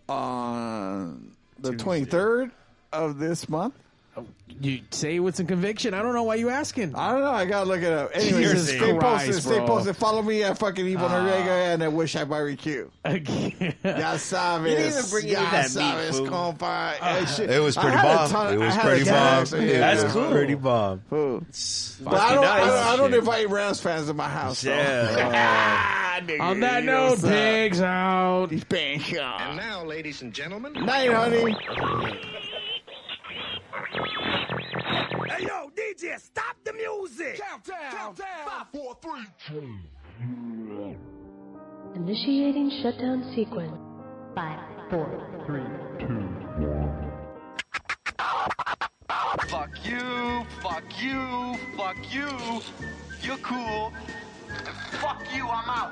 [SPEAKER 8] on the 23rd of this month.
[SPEAKER 4] Oh, You say with some conviction. I don't know why you asking.
[SPEAKER 8] I don't know. I gotta look it up. Anyways,
[SPEAKER 4] Jesus
[SPEAKER 8] stay
[SPEAKER 4] Christ,
[SPEAKER 8] posted. Stay
[SPEAKER 4] bro.
[SPEAKER 8] posted. Follow me at fucking Evil
[SPEAKER 4] Ah.
[SPEAKER 8] Noriega and I wish I barbecue. Ya sabes.
[SPEAKER 4] You didn't even bring
[SPEAKER 8] ya
[SPEAKER 4] any of that meat,
[SPEAKER 8] sabes,
[SPEAKER 4] fool. Ah.
[SPEAKER 8] compa. Eh, shit.
[SPEAKER 14] It was
[SPEAKER 8] I
[SPEAKER 14] pretty
[SPEAKER 8] had a
[SPEAKER 14] bomb.
[SPEAKER 8] ton-
[SPEAKER 14] it
[SPEAKER 8] I
[SPEAKER 14] was
[SPEAKER 8] had a
[SPEAKER 14] pretty
[SPEAKER 8] ton
[SPEAKER 14] bomb.
[SPEAKER 8] of shit.
[SPEAKER 14] It
[SPEAKER 8] That's
[SPEAKER 14] was
[SPEAKER 8] cool.
[SPEAKER 14] pretty bomb.
[SPEAKER 8] But I don't, I don't, I don't
[SPEAKER 14] Shit.
[SPEAKER 8] invite Rams fans in my house. though. Ah,
[SPEAKER 14] Yeah.
[SPEAKER 8] Nigga,
[SPEAKER 4] On that
[SPEAKER 8] you know
[SPEAKER 4] note,
[SPEAKER 8] what's up.
[SPEAKER 4] pigs out.
[SPEAKER 8] He's bang shot.
[SPEAKER 15] And now, ladies and gentlemen.
[SPEAKER 8] Night, honey.
[SPEAKER 15] Hey, yo, DJ, stop the music. Countdown. Countdown. Five, four, three, two.
[SPEAKER 16] Initiating shutdown sequence. Five, four, three,
[SPEAKER 15] Fuck you. Fuck you. Fuck you. You're cool. Fuck you. I'm out.